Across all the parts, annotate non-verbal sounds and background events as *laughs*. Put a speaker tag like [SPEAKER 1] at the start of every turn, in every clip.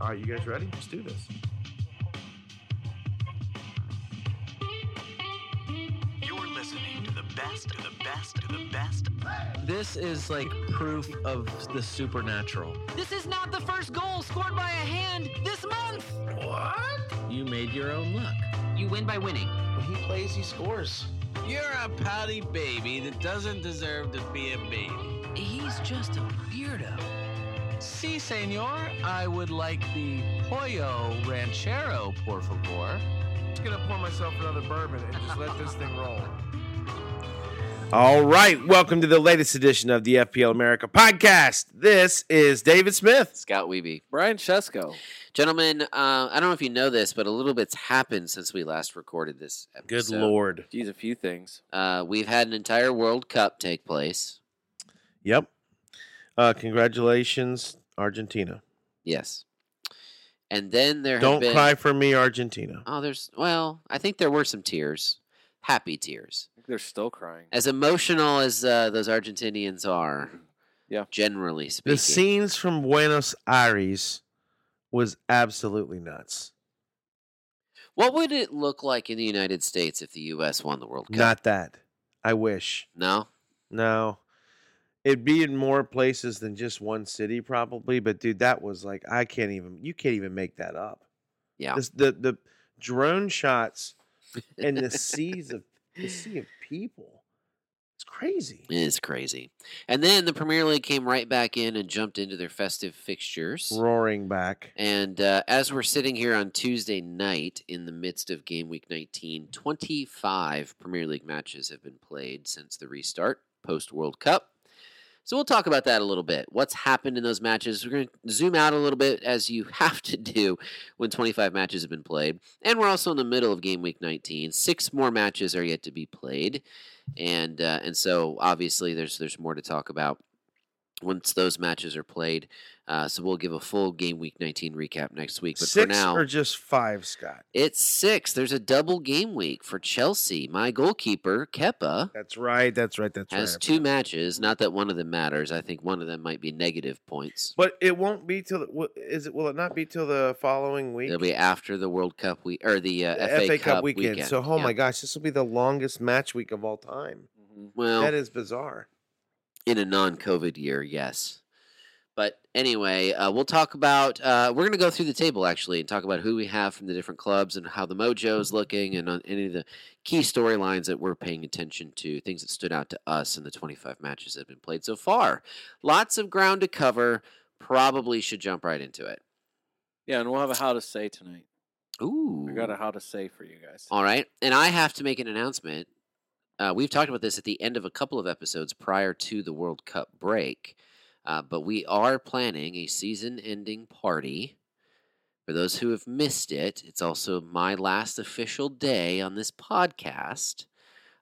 [SPEAKER 1] All right, you guys ready? Let's do this.
[SPEAKER 2] You're listening to the best of the best of the best.
[SPEAKER 3] This is like proof of the supernatural.
[SPEAKER 4] This is not the first goal scored by a hand this month.
[SPEAKER 3] You made your own luck.
[SPEAKER 4] You win by winning.
[SPEAKER 5] When he plays, he scores.
[SPEAKER 6] You're a pouty baby that doesn't deserve to be a baby.
[SPEAKER 4] He's just a beardo.
[SPEAKER 6] Si, senor, I would like the Pollo Ranchero, por favor.
[SPEAKER 1] just gonna pour myself another bourbon and just let this thing roll.
[SPEAKER 7] All right, welcome to the latest edition of the FPL America podcast. This is David Smith.
[SPEAKER 3] Scout Weeby.
[SPEAKER 8] Brian Chesko.
[SPEAKER 3] Gentlemen, uh, I don't know if you know this, but a little bit's happened since we last recorded this
[SPEAKER 7] Good
[SPEAKER 3] episode.
[SPEAKER 7] lord.
[SPEAKER 8] Geez, a few things.
[SPEAKER 3] Uh, we've had an entire World Cup take place.
[SPEAKER 7] Yep. Uh, congratulations, Argentina.
[SPEAKER 3] Yes. And then there have
[SPEAKER 7] Don't
[SPEAKER 3] been.
[SPEAKER 7] cry for me, Argentina.
[SPEAKER 3] Oh, there's. Well, I think there were some tears. Happy tears.
[SPEAKER 8] I think They're still crying.
[SPEAKER 3] As emotional as uh, those Argentinians are,
[SPEAKER 8] Yeah.
[SPEAKER 3] generally speaking.
[SPEAKER 7] The scenes from Buenos Aires was absolutely nuts.
[SPEAKER 3] What would it look like in the United States if the U.S. won the World Cup?
[SPEAKER 7] Not that. I wish.
[SPEAKER 3] no.
[SPEAKER 7] No. It'd be in more places than just one city, probably. But dude, that was like I can't even. You can't even make that up.
[SPEAKER 3] Yeah.
[SPEAKER 7] This- the the drone shots and
[SPEAKER 3] *laughs*
[SPEAKER 7] the seas of the sea of people. It's crazy.
[SPEAKER 3] It is crazy. And then the Premier League came right back in and jumped into their festive fixtures.
[SPEAKER 7] Roaring back.
[SPEAKER 3] And uh, as we're sitting here on Tuesday night in the midst of game week 19, 25 Premier League matches have been played since the restart post World Cup. So we'll talk about that a little bit. What's happened in those matches? We're going to zoom out a little bit as you *laughs* have to do when 25 matches have been played. And we're also in the middle of game week 19. Six more matches are yet to be played. And uh, and so obviously there's there's more to talk about once those matches are played. Uh, so we'll give a full game week 19 recap next week. But
[SPEAKER 7] Six
[SPEAKER 3] for now,
[SPEAKER 7] or just five, Scott.
[SPEAKER 3] it's six. There's a double game week for Chelsea. My goalkeeper, Keppa,
[SPEAKER 7] That's right. That's right. That's
[SPEAKER 3] has
[SPEAKER 7] right.
[SPEAKER 3] two matches. Not that one of them matters. I think one of them might be negative points.
[SPEAKER 7] But it won't be till the- wi- is it? Will it not be till the following week?
[SPEAKER 3] It'll be after the World Cup week or the, uh,
[SPEAKER 7] The
[SPEAKER 3] FA, Cup
[SPEAKER 7] weekend. So, oh
[SPEAKER 3] Yeah.
[SPEAKER 7] my gosh, this will be the longest match week of all time.
[SPEAKER 8] Mhm.
[SPEAKER 3] Well,
[SPEAKER 7] That is bizarre.
[SPEAKER 3] in a non-COVID year, yes. But anyway, uh, we'll talk about. Uh, we're going to go through the table actually and talk about who we have from the different clubs and how the mojo is looking and on any of the key storylines that we're paying attention to, things that stood out to us in the 25 matches that have been played so far. Lots of ground to cover. Probably should jump right into it.
[SPEAKER 8] Yeah, and we'll have a how to say tonight.
[SPEAKER 3] Ooh,
[SPEAKER 8] I got a how to say for you guys. *laughs*
[SPEAKER 3] All right. And I have to make an announcement. Uh, we've talked about this at the end of a couple of episodes prior to the World Cup break, uh, but we are planning a season ending party. For those who have missed it, it's also my last official day on this podcast.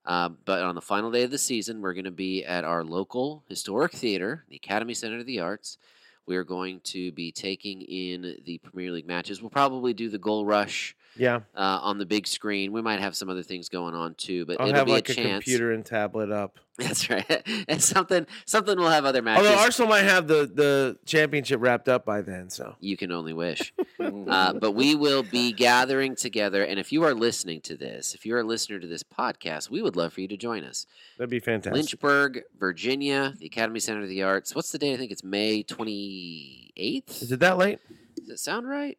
[SPEAKER 3] Uh, but on the final day of the season, we're going to be at our local historic theater, the Academy Center of the Arts. We are going to be taking in the Premier League matches. We'll probably do the goal rush
[SPEAKER 7] Yeah,
[SPEAKER 3] uh, on the big screen. We might have some other things going on too, but
[SPEAKER 7] I'll
[SPEAKER 3] it'll
[SPEAKER 7] have
[SPEAKER 3] be
[SPEAKER 7] like
[SPEAKER 3] a
[SPEAKER 7] a,
[SPEAKER 3] chance.
[SPEAKER 7] computer and tablet up.
[SPEAKER 3] *laughs* That's right, *laughs* and something something will have other matches.
[SPEAKER 7] Although Arsenal might have the the championship wrapped up by then, so
[SPEAKER 3] you can
[SPEAKER 7] *laughs*
[SPEAKER 3] only wish.
[SPEAKER 8] Mhm.
[SPEAKER 3] Uh, but we will be gathering together, and if you are listening to this, if you're a listener to this podcast, we would love for you to join us.
[SPEAKER 7] that'd be fantastic.
[SPEAKER 3] Lynchburg, Virginia, the Academy Center of the Arts. What's the date? I think it's May twenty eighth.
[SPEAKER 7] Is it that late?
[SPEAKER 3] Does it sound right?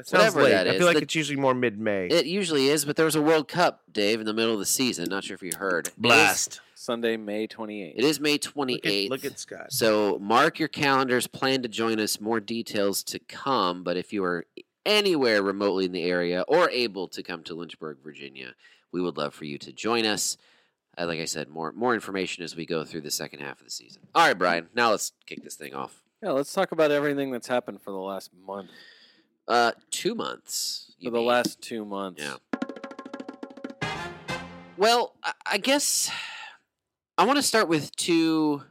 [SPEAKER 7] It sounds
[SPEAKER 3] Whatever
[SPEAKER 7] late.
[SPEAKER 3] that
[SPEAKER 7] I
[SPEAKER 3] is,
[SPEAKER 7] feel like
[SPEAKER 3] the-
[SPEAKER 7] it's usually more mid May.
[SPEAKER 3] It usually is, but there was a World Cup, Dave, in the middle of the season. Not sure if you heard. It is-
[SPEAKER 8] Sunday, May 28th.
[SPEAKER 3] It is May twenty
[SPEAKER 7] Look at,
[SPEAKER 3] eighth.
[SPEAKER 7] look at Scott.
[SPEAKER 3] So mark your calendars, plan to join us. More details to come, but if you are anywhere remotely in the area or able to come to Lynchburg, Virginia, we would love for you to join us. Uh, like I said, more more information as we go through the second half of the season. All right, Brian. Now let's kick this thing off.
[SPEAKER 8] Yeah, let's talk about everything that's happened for the last month,
[SPEAKER 3] Uh, two months. you
[SPEAKER 8] for the
[SPEAKER 3] mean.
[SPEAKER 8] last two months.
[SPEAKER 3] Yeah. Well, I- I guess I want to start with two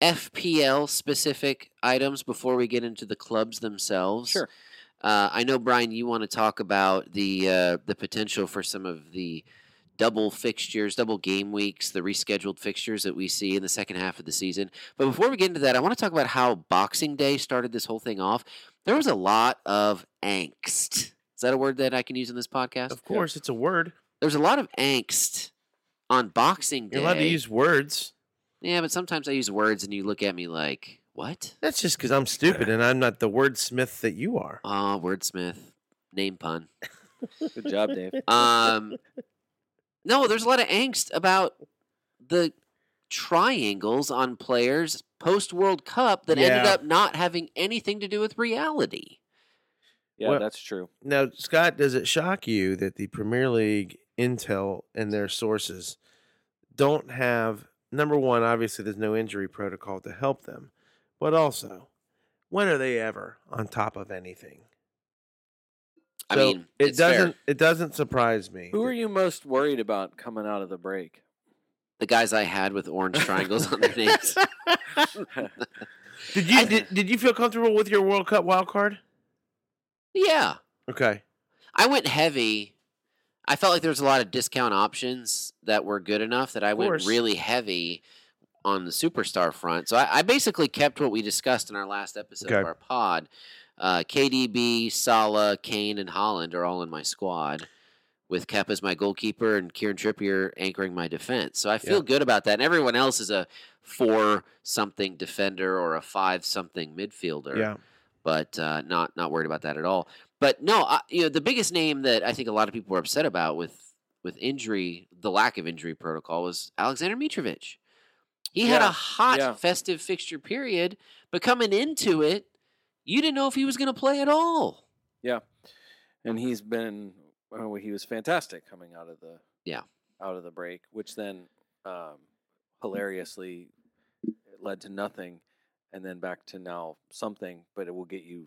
[SPEAKER 3] FPL specific items before we get into the clubs themselves.
[SPEAKER 8] Sure.
[SPEAKER 3] Uh, I know Brian, you want to talk about the uh, the potential for some of the double fixtures, double game weeks, the rescheduled fixtures that we see in the second half of the season. But before we get into that, I want to talk about how Boxing Day started this whole thing off. There was a lot of angst. Is that a word that I can use in this podcast?
[SPEAKER 7] Of course, it's a word.
[SPEAKER 3] There's a lot of angst on Boxing Day.
[SPEAKER 7] You're allowed to use words.
[SPEAKER 3] yeah, but sometimes I use words and you look at me like, what?
[SPEAKER 7] That's just because I'm stupid and I'm not the wordsmith that you are.
[SPEAKER 3] Ah, wordsmith, name pun.
[SPEAKER 8] Good job,
[SPEAKER 3] *laughs*
[SPEAKER 8] Dave.
[SPEAKER 7] *laughs*
[SPEAKER 3] Um, no, there's a lot of angst about the triangles on players post World Cup that ended
[SPEAKER 7] Yeah.
[SPEAKER 3] up not having anything to do with reality.
[SPEAKER 8] Yeah,
[SPEAKER 7] Well-
[SPEAKER 8] that's true.
[SPEAKER 7] Now, Scott, does it shock you that the Premier League intel and their sources don't have number one? Obviously, there's no injury protocol to help them, but also, when are they ever on top of anything?
[SPEAKER 3] I
[SPEAKER 7] So
[SPEAKER 3] mean,
[SPEAKER 7] it
[SPEAKER 3] it's fair.
[SPEAKER 7] doesn't. It doesn't surprise me.
[SPEAKER 8] Who
[SPEAKER 7] that-
[SPEAKER 8] are you most worried about coming out of
[SPEAKER 3] *laughs*
[SPEAKER 8] the break? *laughs*
[SPEAKER 3] The guys I had with orange triangles on
[SPEAKER 7] *laughs*
[SPEAKER 3] their names.
[SPEAKER 7] Did you did, did you feel comfortable with your World Cup wild card?
[SPEAKER 3] Yeah,
[SPEAKER 7] Okay.
[SPEAKER 3] I went heavy. I felt like there was a lot of discount options that were good enough that I went
[SPEAKER 7] course.
[SPEAKER 3] really heavy on the superstar front. So I, I basically kept what we discussed in our last episode of
[SPEAKER 7] Okay.
[SPEAKER 3] our pod. Uh, KDB, Salah, Kane, and Holland are all in my squad, with Kep as my goalkeeper and Kieran Trippier anchoring my defense. So I feel
[SPEAKER 7] Yeah.
[SPEAKER 3] good about that. And everyone else is a four something defender or a five something midfielder
[SPEAKER 7] Yeah.
[SPEAKER 3] but uh, not not worried about that at all. But no, I, you know the biggest name that I think a lot of people were upset about with with injury, the lack of injury protocol was Alexander Mitrovic. He had a
[SPEAKER 8] Yeah,
[SPEAKER 3] hot
[SPEAKER 8] yeah.
[SPEAKER 3] festive fixture period, but coming into it, you didn't know if he was going to play at all.
[SPEAKER 8] And he's been oh, he was fantastic coming out of the
[SPEAKER 3] Yeah.
[SPEAKER 8] out of the break, which then um, hilariously led to nothing, and then back to now something, but it will get you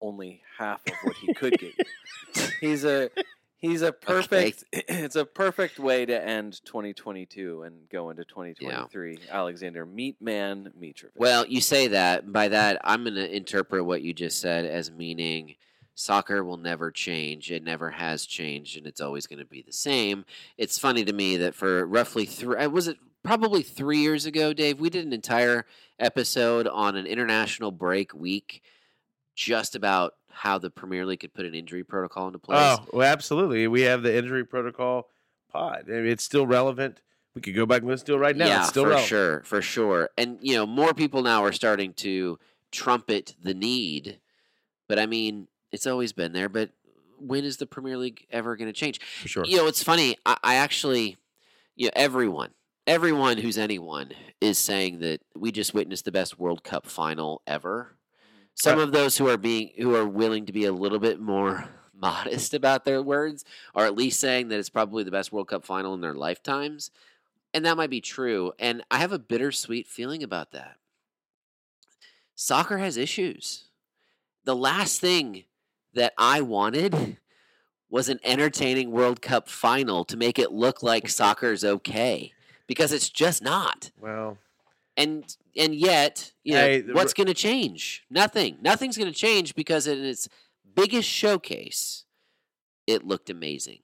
[SPEAKER 8] only half of what he could get
[SPEAKER 3] *laughs*
[SPEAKER 8] you. He's a he's a perfect *clears throat* it's a perfect way to end 2022 and go into 2023 alexander meatman mitrovic
[SPEAKER 3] Well, you say that. By that, I'm going to interpret what you just said as meaning soccer will never change. It never has changed, and it's always going to be the same. It's funny to me that for roughly three, was it probably three years ago, Dave? We did an entire episode on an international break week just about how the Premier League could put an injury protocol into place.
[SPEAKER 7] Oh, well, absolutely. We have the injury protocol pod. I mean, it's still relevant. We could go back and listen to it right now.
[SPEAKER 3] yeah,
[SPEAKER 7] it's still
[SPEAKER 3] for
[SPEAKER 7] relevant.
[SPEAKER 3] sure, for sure. And you know, more people now are starting to trumpet the need. But I mean, it's always been there. But when is the Premier League ever going to change?
[SPEAKER 7] For sure.
[SPEAKER 3] You know, it's funny. I, I actually, you know, everyone, everyone who's anyone is saying that we just witnessed the best World Cup final ever. Some
[SPEAKER 7] Uh,
[SPEAKER 3] of those who are being who are willing to be a little bit more *laughs* modest about their words are at least saying that it's probably the best World Cup final in their lifetimes. And that might be true. And I have a bittersweet feeling about that. Soccer has issues. The last thing that I wanted was an entertaining World Cup final to make it look like soccer's okay because it's just not.
[SPEAKER 7] Well,
[SPEAKER 3] And and yet, you know,
[SPEAKER 7] Hey, the
[SPEAKER 3] what's going to change? Nothing. Nothing's going to change because in its biggest showcase, it looked amazing.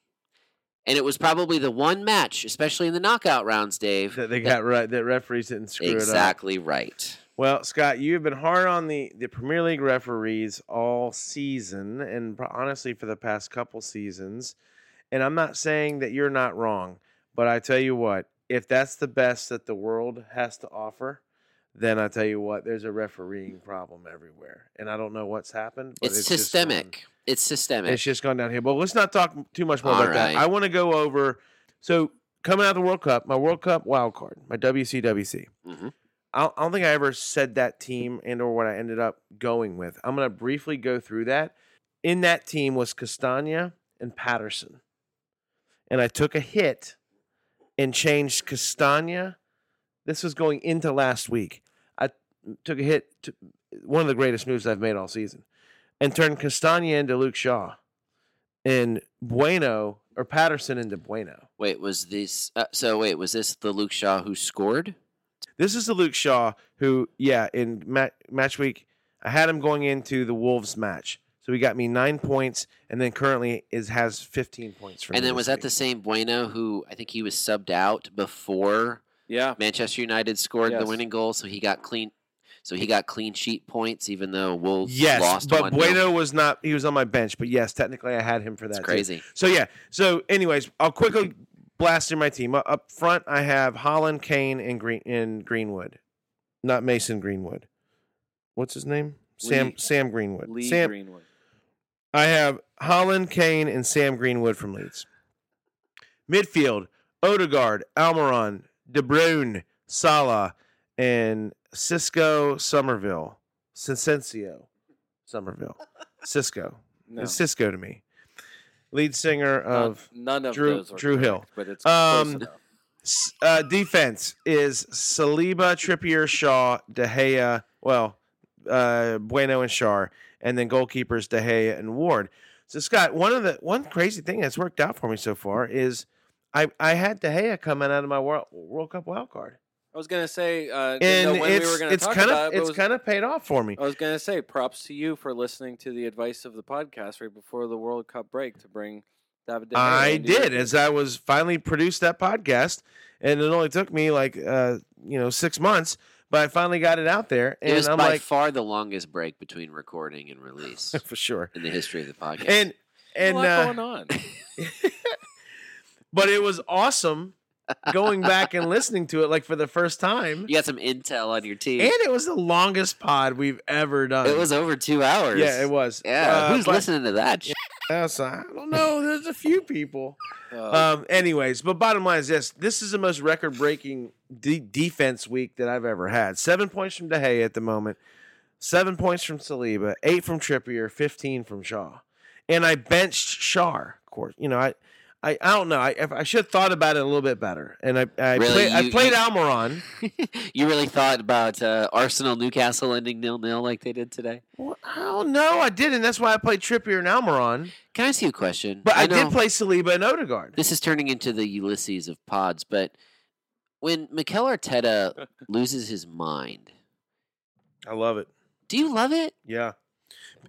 [SPEAKER 3] And it was probably the one match, especially in the knockout rounds, Dave.
[SPEAKER 7] that they got right. That referees didn't screw it up.
[SPEAKER 3] exactly right.
[SPEAKER 7] Well, Scott, you've been hard on the, the Premier League referees all season, and pro- honestly, for the past couple seasons. And I'm not saying that you're not wrong, but I tell you what, if that's the best that the world has to offer, then I tell you what, there's a refereeing problem everywhere. And I don't know what's happened. But
[SPEAKER 3] It's,
[SPEAKER 7] it's, just gone-
[SPEAKER 3] systemic. It's systemic.
[SPEAKER 7] it's just gone downhill. But let's not talk m- too much more
[SPEAKER 3] All
[SPEAKER 7] about
[SPEAKER 3] right.
[SPEAKER 7] that. I want to go over. So coming out of the World Cup, my World Cup wild card, my WCWC.
[SPEAKER 3] Mhm.
[SPEAKER 7] I don't- I don't think I ever said that team and or what I ended up going with. I'm going to briefly go through that. In that team was Castagna and Patterson, and I took a hit and changed Castagna. This was going into last week. I took a hit to one of the greatest moves I've made all season, and turned Castagna into Luke Shaw, and Bueno or Patterson into Bueno.
[SPEAKER 3] Wait, was this? Uh, so wait, was this the Luke Shaw who scored?
[SPEAKER 7] This is the Luke Shaw who, yeah, in ma- match week, I had him going into the Wolves match. So he got me nine points, and then currently is has fifteen points for me.
[SPEAKER 3] And then
[SPEAKER 7] this
[SPEAKER 3] was that
[SPEAKER 7] week.
[SPEAKER 3] the same Bueno who I think he was subbed out before
[SPEAKER 8] Yeah.
[SPEAKER 3] Manchester United scored the
[SPEAKER 8] Yes.
[SPEAKER 3] winning goal, so he got clean. So he got clean sheet points, even though Wolves
[SPEAKER 7] Yes,
[SPEAKER 3] lost
[SPEAKER 7] but
[SPEAKER 3] one.
[SPEAKER 7] Bueno was not. He was on my bench, but yes, technically I had him for that.
[SPEAKER 3] that's
[SPEAKER 7] too.
[SPEAKER 3] crazy.
[SPEAKER 7] So yeah. So anyways, I'll quickly blast through my team. Uh, Up front, I have Holland, Kane, and Green and Greenwood, not Mason Greenwood. What's his name? Sam
[SPEAKER 8] Lee-
[SPEAKER 7] Sam Greenwood.
[SPEAKER 8] Lee
[SPEAKER 7] Sam.
[SPEAKER 8] Greenwood.
[SPEAKER 7] I have Holland, Kane, and Sam Greenwood from Leeds. Midfield: Odegaard, Almiron, De Bruyne, Salah, and Cisco Somerville. Sensencio Somerville. Cisco.
[SPEAKER 8] No.
[SPEAKER 7] It's Cisco to me. Lead singer
[SPEAKER 8] None-
[SPEAKER 7] of
[SPEAKER 8] none of
[SPEAKER 7] Drew-
[SPEAKER 8] those are
[SPEAKER 7] Drew Hill.
[SPEAKER 8] correct, but it's
[SPEAKER 7] Um,
[SPEAKER 8] close enough.
[SPEAKER 7] S- uh, defense is Saliba, Trippier, Shaw, De Gea, well, uh, Bueno and Shaw, and then goalkeepers De Gea and Ward. So Scott, one of the one crazy thing that's worked out for me so far is I I had De Gea coming out of my World, World Cup wild card,
[SPEAKER 8] I was gonna say uh, didn't know
[SPEAKER 7] and
[SPEAKER 8] when we were
[SPEAKER 7] it's
[SPEAKER 8] gonna
[SPEAKER 7] it's
[SPEAKER 8] talk
[SPEAKER 7] kind
[SPEAKER 8] about it,
[SPEAKER 7] of
[SPEAKER 8] but
[SPEAKER 7] it's
[SPEAKER 8] was- Oh,
[SPEAKER 7] kind of paid off for me.
[SPEAKER 8] I was gonna say props to you for listening to the advice of the podcast right before the World Cup break to bring David. De Gea
[SPEAKER 7] I
[SPEAKER 8] into your
[SPEAKER 7] did
[SPEAKER 8] team.
[SPEAKER 7] as I was finally produced that podcast, and it only took me like uh you know six months, but I finally got it out there,
[SPEAKER 3] It
[SPEAKER 7] and
[SPEAKER 3] was
[SPEAKER 7] I'm
[SPEAKER 3] by
[SPEAKER 7] like
[SPEAKER 3] far the longest break between recording
[SPEAKER 7] *laughs*
[SPEAKER 3] and release
[SPEAKER 7] for sure,
[SPEAKER 3] in the history of the podcast.
[SPEAKER 7] and and
[SPEAKER 8] a lot
[SPEAKER 7] uh,
[SPEAKER 8] going on.
[SPEAKER 7] but it was awesome going back and listening to it like for the first
[SPEAKER 3] *laughs*
[SPEAKER 7] time,
[SPEAKER 3] you got some intel on your team.
[SPEAKER 7] and it was the longest pod we've ever done.
[SPEAKER 3] it was over two hours.
[SPEAKER 7] yeah, it was
[SPEAKER 3] Yeah,
[SPEAKER 7] Uh,
[SPEAKER 3] who's
[SPEAKER 7] but-
[SPEAKER 3] listening to that? shit?
[SPEAKER 7] Yes, I don't know. There's a few people.
[SPEAKER 8] Uh,
[SPEAKER 7] Um, anyways, but bottom line is this: this is the most record-breaking de- defense week that I've ever had. Seven points from De Gea at the moment, seven points from Saliba, eight from Trippier, fifteen from Shaw, and I benched Shaw. Of course, you know I, I, I don't know. I, if- I should have thought about it a little bit better, and I, I,
[SPEAKER 3] Really,
[SPEAKER 7] play, I
[SPEAKER 3] you-
[SPEAKER 7] played
[SPEAKER 3] you-
[SPEAKER 7] Almiron.
[SPEAKER 3] *laughs* you really thought about uh, Arsenal Newcastle ending nil nil like they did today?
[SPEAKER 7] Well, I don't know. I didn't. That's why I played Trippier and Almiron.
[SPEAKER 3] Can I ask you a question?
[SPEAKER 7] But I,
[SPEAKER 3] know-
[SPEAKER 7] did play Saliba and Odegaard.
[SPEAKER 3] This is turning into the Ulysses of pods, but when Mikel Arteta loses his mind,
[SPEAKER 7] I love it.
[SPEAKER 3] do you love it?
[SPEAKER 7] Yeah.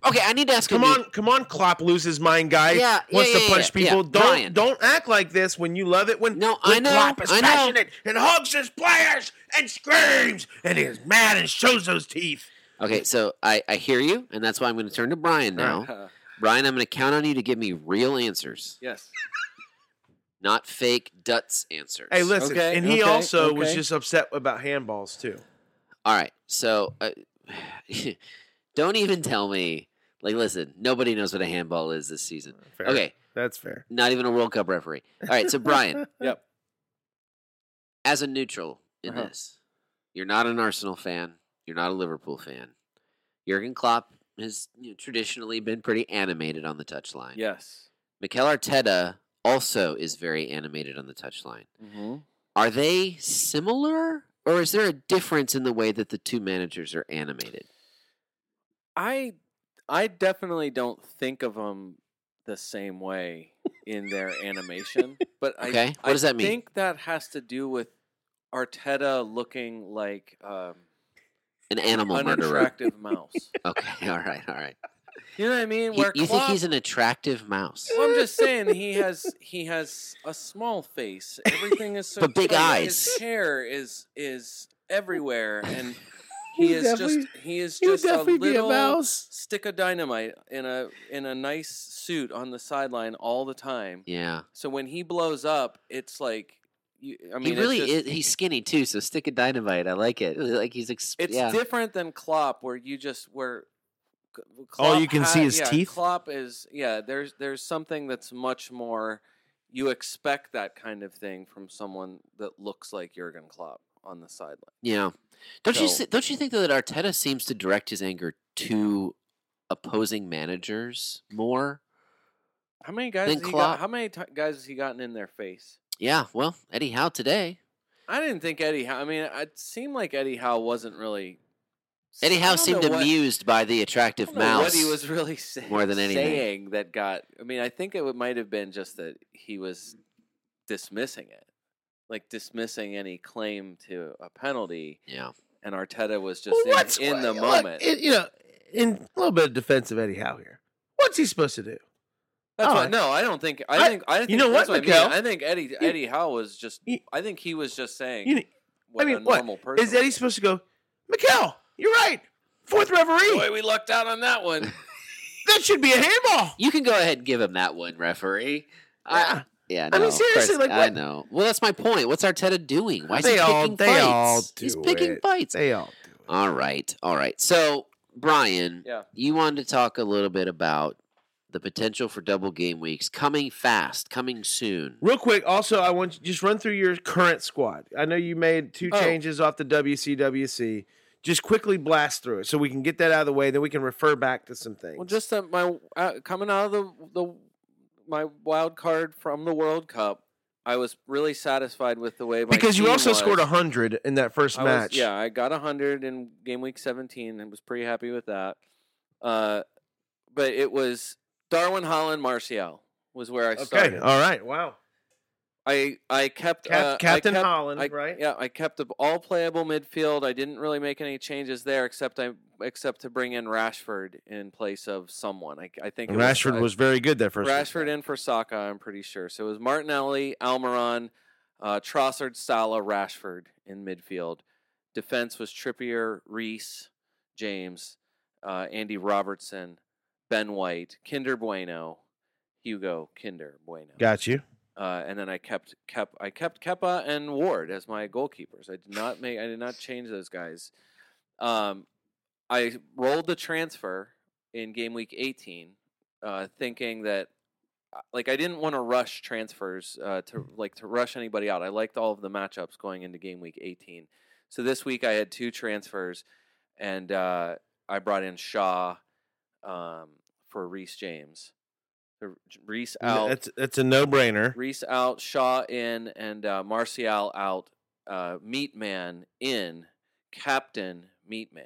[SPEAKER 3] Okay, I need to ask. a
[SPEAKER 7] Come
[SPEAKER 3] new-
[SPEAKER 7] on, come on, Klopp loses mind, guy.
[SPEAKER 3] Yeah,
[SPEAKER 7] wants
[SPEAKER 3] yeah,
[SPEAKER 7] to
[SPEAKER 3] yeah,
[SPEAKER 7] punch
[SPEAKER 3] yeah, yeah.
[SPEAKER 7] people. Don't
[SPEAKER 3] Brian.
[SPEAKER 7] don't act like this when you love it. When
[SPEAKER 3] No, I
[SPEAKER 7] when
[SPEAKER 3] know,
[SPEAKER 7] Klopp is
[SPEAKER 3] I know.
[SPEAKER 7] passionate and hugs his players and screams and is mad and shows those teeth.
[SPEAKER 3] Okay, so I, I hear you, and that's why I'm going to turn to Brian
[SPEAKER 8] *laughs*
[SPEAKER 3] now.
[SPEAKER 8] uh,
[SPEAKER 3] Brian, I'm going to count on you to give me real answers,
[SPEAKER 8] *laughs* yes.
[SPEAKER 3] not fake Dutz answers.
[SPEAKER 7] Hey, listen,
[SPEAKER 8] Okay,
[SPEAKER 7] and he
[SPEAKER 8] okay,
[SPEAKER 7] also was
[SPEAKER 8] okay.
[SPEAKER 7] just upset about handballs too.
[SPEAKER 3] All right, so uh, *sighs* don't even tell me. Like, listen, nobody knows what a handball is this season.
[SPEAKER 7] Fair.
[SPEAKER 3] Okay,
[SPEAKER 7] that's fair.
[SPEAKER 3] not even a World Cup referee. All right, so Brian,
[SPEAKER 7] *laughs*
[SPEAKER 8] Yep.
[SPEAKER 3] as a neutral in
[SPEAKER 8] Uh-huh.
[SPEAKER 3] this, you're not an Arsenal fan. You're not a Liverpool fan. Jurgen Klopp has you know, traditionally been pretty animated on the touchline.
[SPEAKER 8] Yes.
[SPEAKER 3] Mikel Arteta also is very animated on the touchline.
[SPEAKER 8] Mm-hmm.
[SPEAKER 3] Are they similar, or is there a difference in the way that the two managers are animated?
[SPEAKER 8] I I definitely don't think of them the same way in their animation, but I,
[SPEAKER 3] Okay, what
[SPEAKER 8] I
[SPEAKER 3] does that mean?
[SPEAKER 8] think that has to do with Arteta looking like um,
[SPEAKER 3] An animal
[SPEAKER 8] an
[SPEAKER 3] murderer. *laughs*
[SPEAKER 8] attractive mouse.
[SPEAKER 3] Okay, *laughs* all right, all right.
[SPEAKER 8] You know what I mean?
[SPEAKER 3] You,
[SPEAKER 8] Where
[SPEAKER 3] you think
[SPEAKER 8] Klopp-
[SPEAKER 3] he's an attractive mouse?
[SPEAKER 8] Well, I'm just saying he has he has a small face. Everything
[SPEAKER 7] *laughs*
[SPEAKER 8] is so
[SPEAKER 3] But big
[SPEAKER 8] tight.
[SPEAKER 3] eyes.
[SPEAKER 8] His hair is is everywhere,
[SPEAKER 7] *laughs*
[SPEAKER 8] and he
[SPEAKER 7] He'll
[SPEAKER 8] is just
[SPEAKER 7] definitely-
[SPEAKER 8] he is
[SPEAKER 7] He would
[SPEAKER 8] just a
[SPEAKER 7] definitely be a
[SPEAKER 8] little
[SPEAKER 7] mouse.
[SPEAKER 8] stick of dynamite in a in a nice suit on the sideline all the time.
[SPEAKER 3] Yeah,
[SPEAKER 8] So when he blows up, it's like you, I mean,
[SPEAKER 3] he really
[SPEAKER 8] it's just-
[SPEAKER 3] is. He's skinny too, so stick a dynamite. I like it. Like he's exp-
[SPEAKER 8] It's
[SPEAKER 3] yeah.
[SPEAKER 8] different than Klopp, where you just where. K-
[SPEAKER 7] All you
[SPEAKER 8] Klopp
[SPEAKER 7] can see is
[SPEAKER 8] yeah,
[SPEAKER 7] teeth?
[SPEAKER 8] Klopp is yeah. There's there's something that's much more. You expect that kind of thing from someone that looks like Jurgen Klopp on the sideline.
[SPEAKER 3] Yeah. Don't you
[SPEAKER 8] So-
[SPEAKER 3] se- don't you think though that Arteta seems to direct his anger to opposing managers more?
[SPEAKER 8] How many guys?
[SPEAKER 3] Then
[SPEAKER 8] Has he
[SPEAKER 3] Klopp-
[SPEAKER 8] got, how many t- guys has he gotten in their face?
[SPEAKER 3] Yeah. Well, Eddie Howe today.
[SPEAKER 8] I didn't think Eddie. Howe, I mean, it seemed like Eddie Howe wasn't really.
[SPEAKER 3] Eddie
[SPEAKER 8] I
[SPEAKER 3] Howe
[SPEAKER 8] don't
[SPEAKER 3] seemed
[SPEAKER 8] know what-
[SPEAKER 3] amused by the attractive
[SPEAKER 8] don't know
[SPEAKER 3] mouse.
[SPEAKER 8] What he was really *laughs* saying,
[SPEAKER 3] more than anything.
[SPEAKER 8] saying that got. I mean, I think it would, might have been just that he was dismissing it, like dismissing any claim to a penalty,
[SPEAKER 3] yeah.
[SPEAKER 8] and Arteta was just in- in, the
[SPEAKER 7] look,
[SPEAKER 8] moment.
[SPEAKER 7] it- you know, in a little bit of defense of Eddie Howe here. What's he supposed to do?
[SPEAKER 8] That's
[SPEAKER 7] All
[SPEAKER 8] why.
[SPEAKER 7] right.
[SPEAKER 8] No, I don't think. I,
[SPEAKER 7] I-
[SPEAKER 8] think. I think
[SPEAKER 7] know
[SPEAKER 8] that's
[SPEAKER 7] what,
[SPEAKER 8] I, mean.
[SPEAKER 7] Mikhail?
[SPEAKER 8] I think Eddie Eddie Howe was just.
[SPEAKER 7] you-
[SPEAKER 8] I think he was just saying.
[SPEAKER 7] You,
[SPEAKER 8] what
[SPEAKER 7] mean,
[SPEAKER 8] a
[SPEAKER 7] what?
[SPEAKER 8] normal person
[SPEAKER 7] is Eddie supposed to go? Mikel, you're right. Fourth referee.
[SPEAKER 8] Boy, we lucked out on that one.
[SPEAKER 7] That should be a handball.
[SPEAKER 3] You can go ahead and give him that one, referee. I,
[SPEAKER 7] Yeah.
[SPEAKER 3] yeah, no,
[SPEAKER 7] I mean,
[SPEAKER 3] of
[SPEAKER 7] seriously,
[SPEAKER 3] course,
[SPEAKER 7] like,
[SPEAKER 3] I
[SPEAKER 7] what-
[SPEAKER 3] know. Well, that's my point. What's Arteta doing? Why is he
[SPEAKER 7] They
[SPEAKER 3] picking
[SPEAKER 7] all-
[SPEAKER 3] fights?
[SPEAKER 7] they all
[SPEAKER 3] He's
[SPEAKER 7] do
[SPEAKER 3] picking
[SPEAKER 7] it.
[SPEAKER 3] fights.
[SPEAKER 7] They all do. it.
[SPEAKER 3] All right, all right. So, Brian,
[SPEAKER 8] Yeah.
[SPEAKER 3] you wanted to talk a little bit about the potential for double game weeks coming fast, coming soon.
[SPEAKER 7] Real quick, also, I want you just run through your current squad. I know you made two
[SPEAKER 8] Oh.
[SPEAKER 7] changes off the WCWC. Just quickly blast through it so we can get that out of the way. Then we can refer back to some things.
[SPEAKER 8] Well, just that my uh, coming out of the the my wild card from the World Cup, I was really satisfied with the way my
[SPEAKER 7] because you
[SPEAKER 8] team
[SPEAKER 7] also
[SPEAKER 8] was.
[SPEAKER 7] scored a hundred in that first
[SPEAKER 8] I was-
[SPEAKER 7] match.
[SPEAKER 8] yeah, I got hundred in game week seventeen and was pretty happy with that. Uh, but it was Darwin Holland Marcial was where I
[SPEAKER 7] Okay.
[SPEAKER 8] started.
[SPEAKER 7] All right. Wow.
[SPEAKER 8] I I kept
[SPEAKER 7] Cap-
[SPEAKER 8] uh, I
[SPEAKER 7] Captain
[SPEAKER 8] kept-
[SPEAKER 7] Holland,
[SPEAKER 8] I-
[SPEAKER 7] right?
[SPEAKER 8] Yeah, I kept the all playable midfield. I didn't really make any changes there except I except to bring in Rashford in place of someone. I, I think it
[SPEAKER 7] Rashford
[SPEAKER 8] I-
[SPEAKER 7] was very good that first. week.
[SPEAKER 8] Rashford in for Saka, I'm pretty sure. So it was Martinelli, Almiron, uh, Trossard, Salah, Rashford in midfield. Defense was Trippier, Reese, James, uh, Andy Robertson, Ben White, Kinder Bueno, Hugo Kinder Bueno.
[SPEAKER 7] Got you.
[SPEAKER 8] Uh, and then I kept kept I kept Keppa and Ward as my goalkeepers. I did not make I did not change those guys. Um, I rolled the transfer in game week 18, uh, thinking that uh, like I didn't want to rush transfers uh, to like to rush anybody out. I liked all of the matchups going into game week 18. So this week I had two transfers, and uh, I brought in Shaw um, for Reese James. The- Reese out.
[SPEAKER 7] That's that's a no brainer.
[SPEAKER 8] Reese out, Shaw in, and uh, Marcial out. Uh, Meat Man in, Captain Meat Man.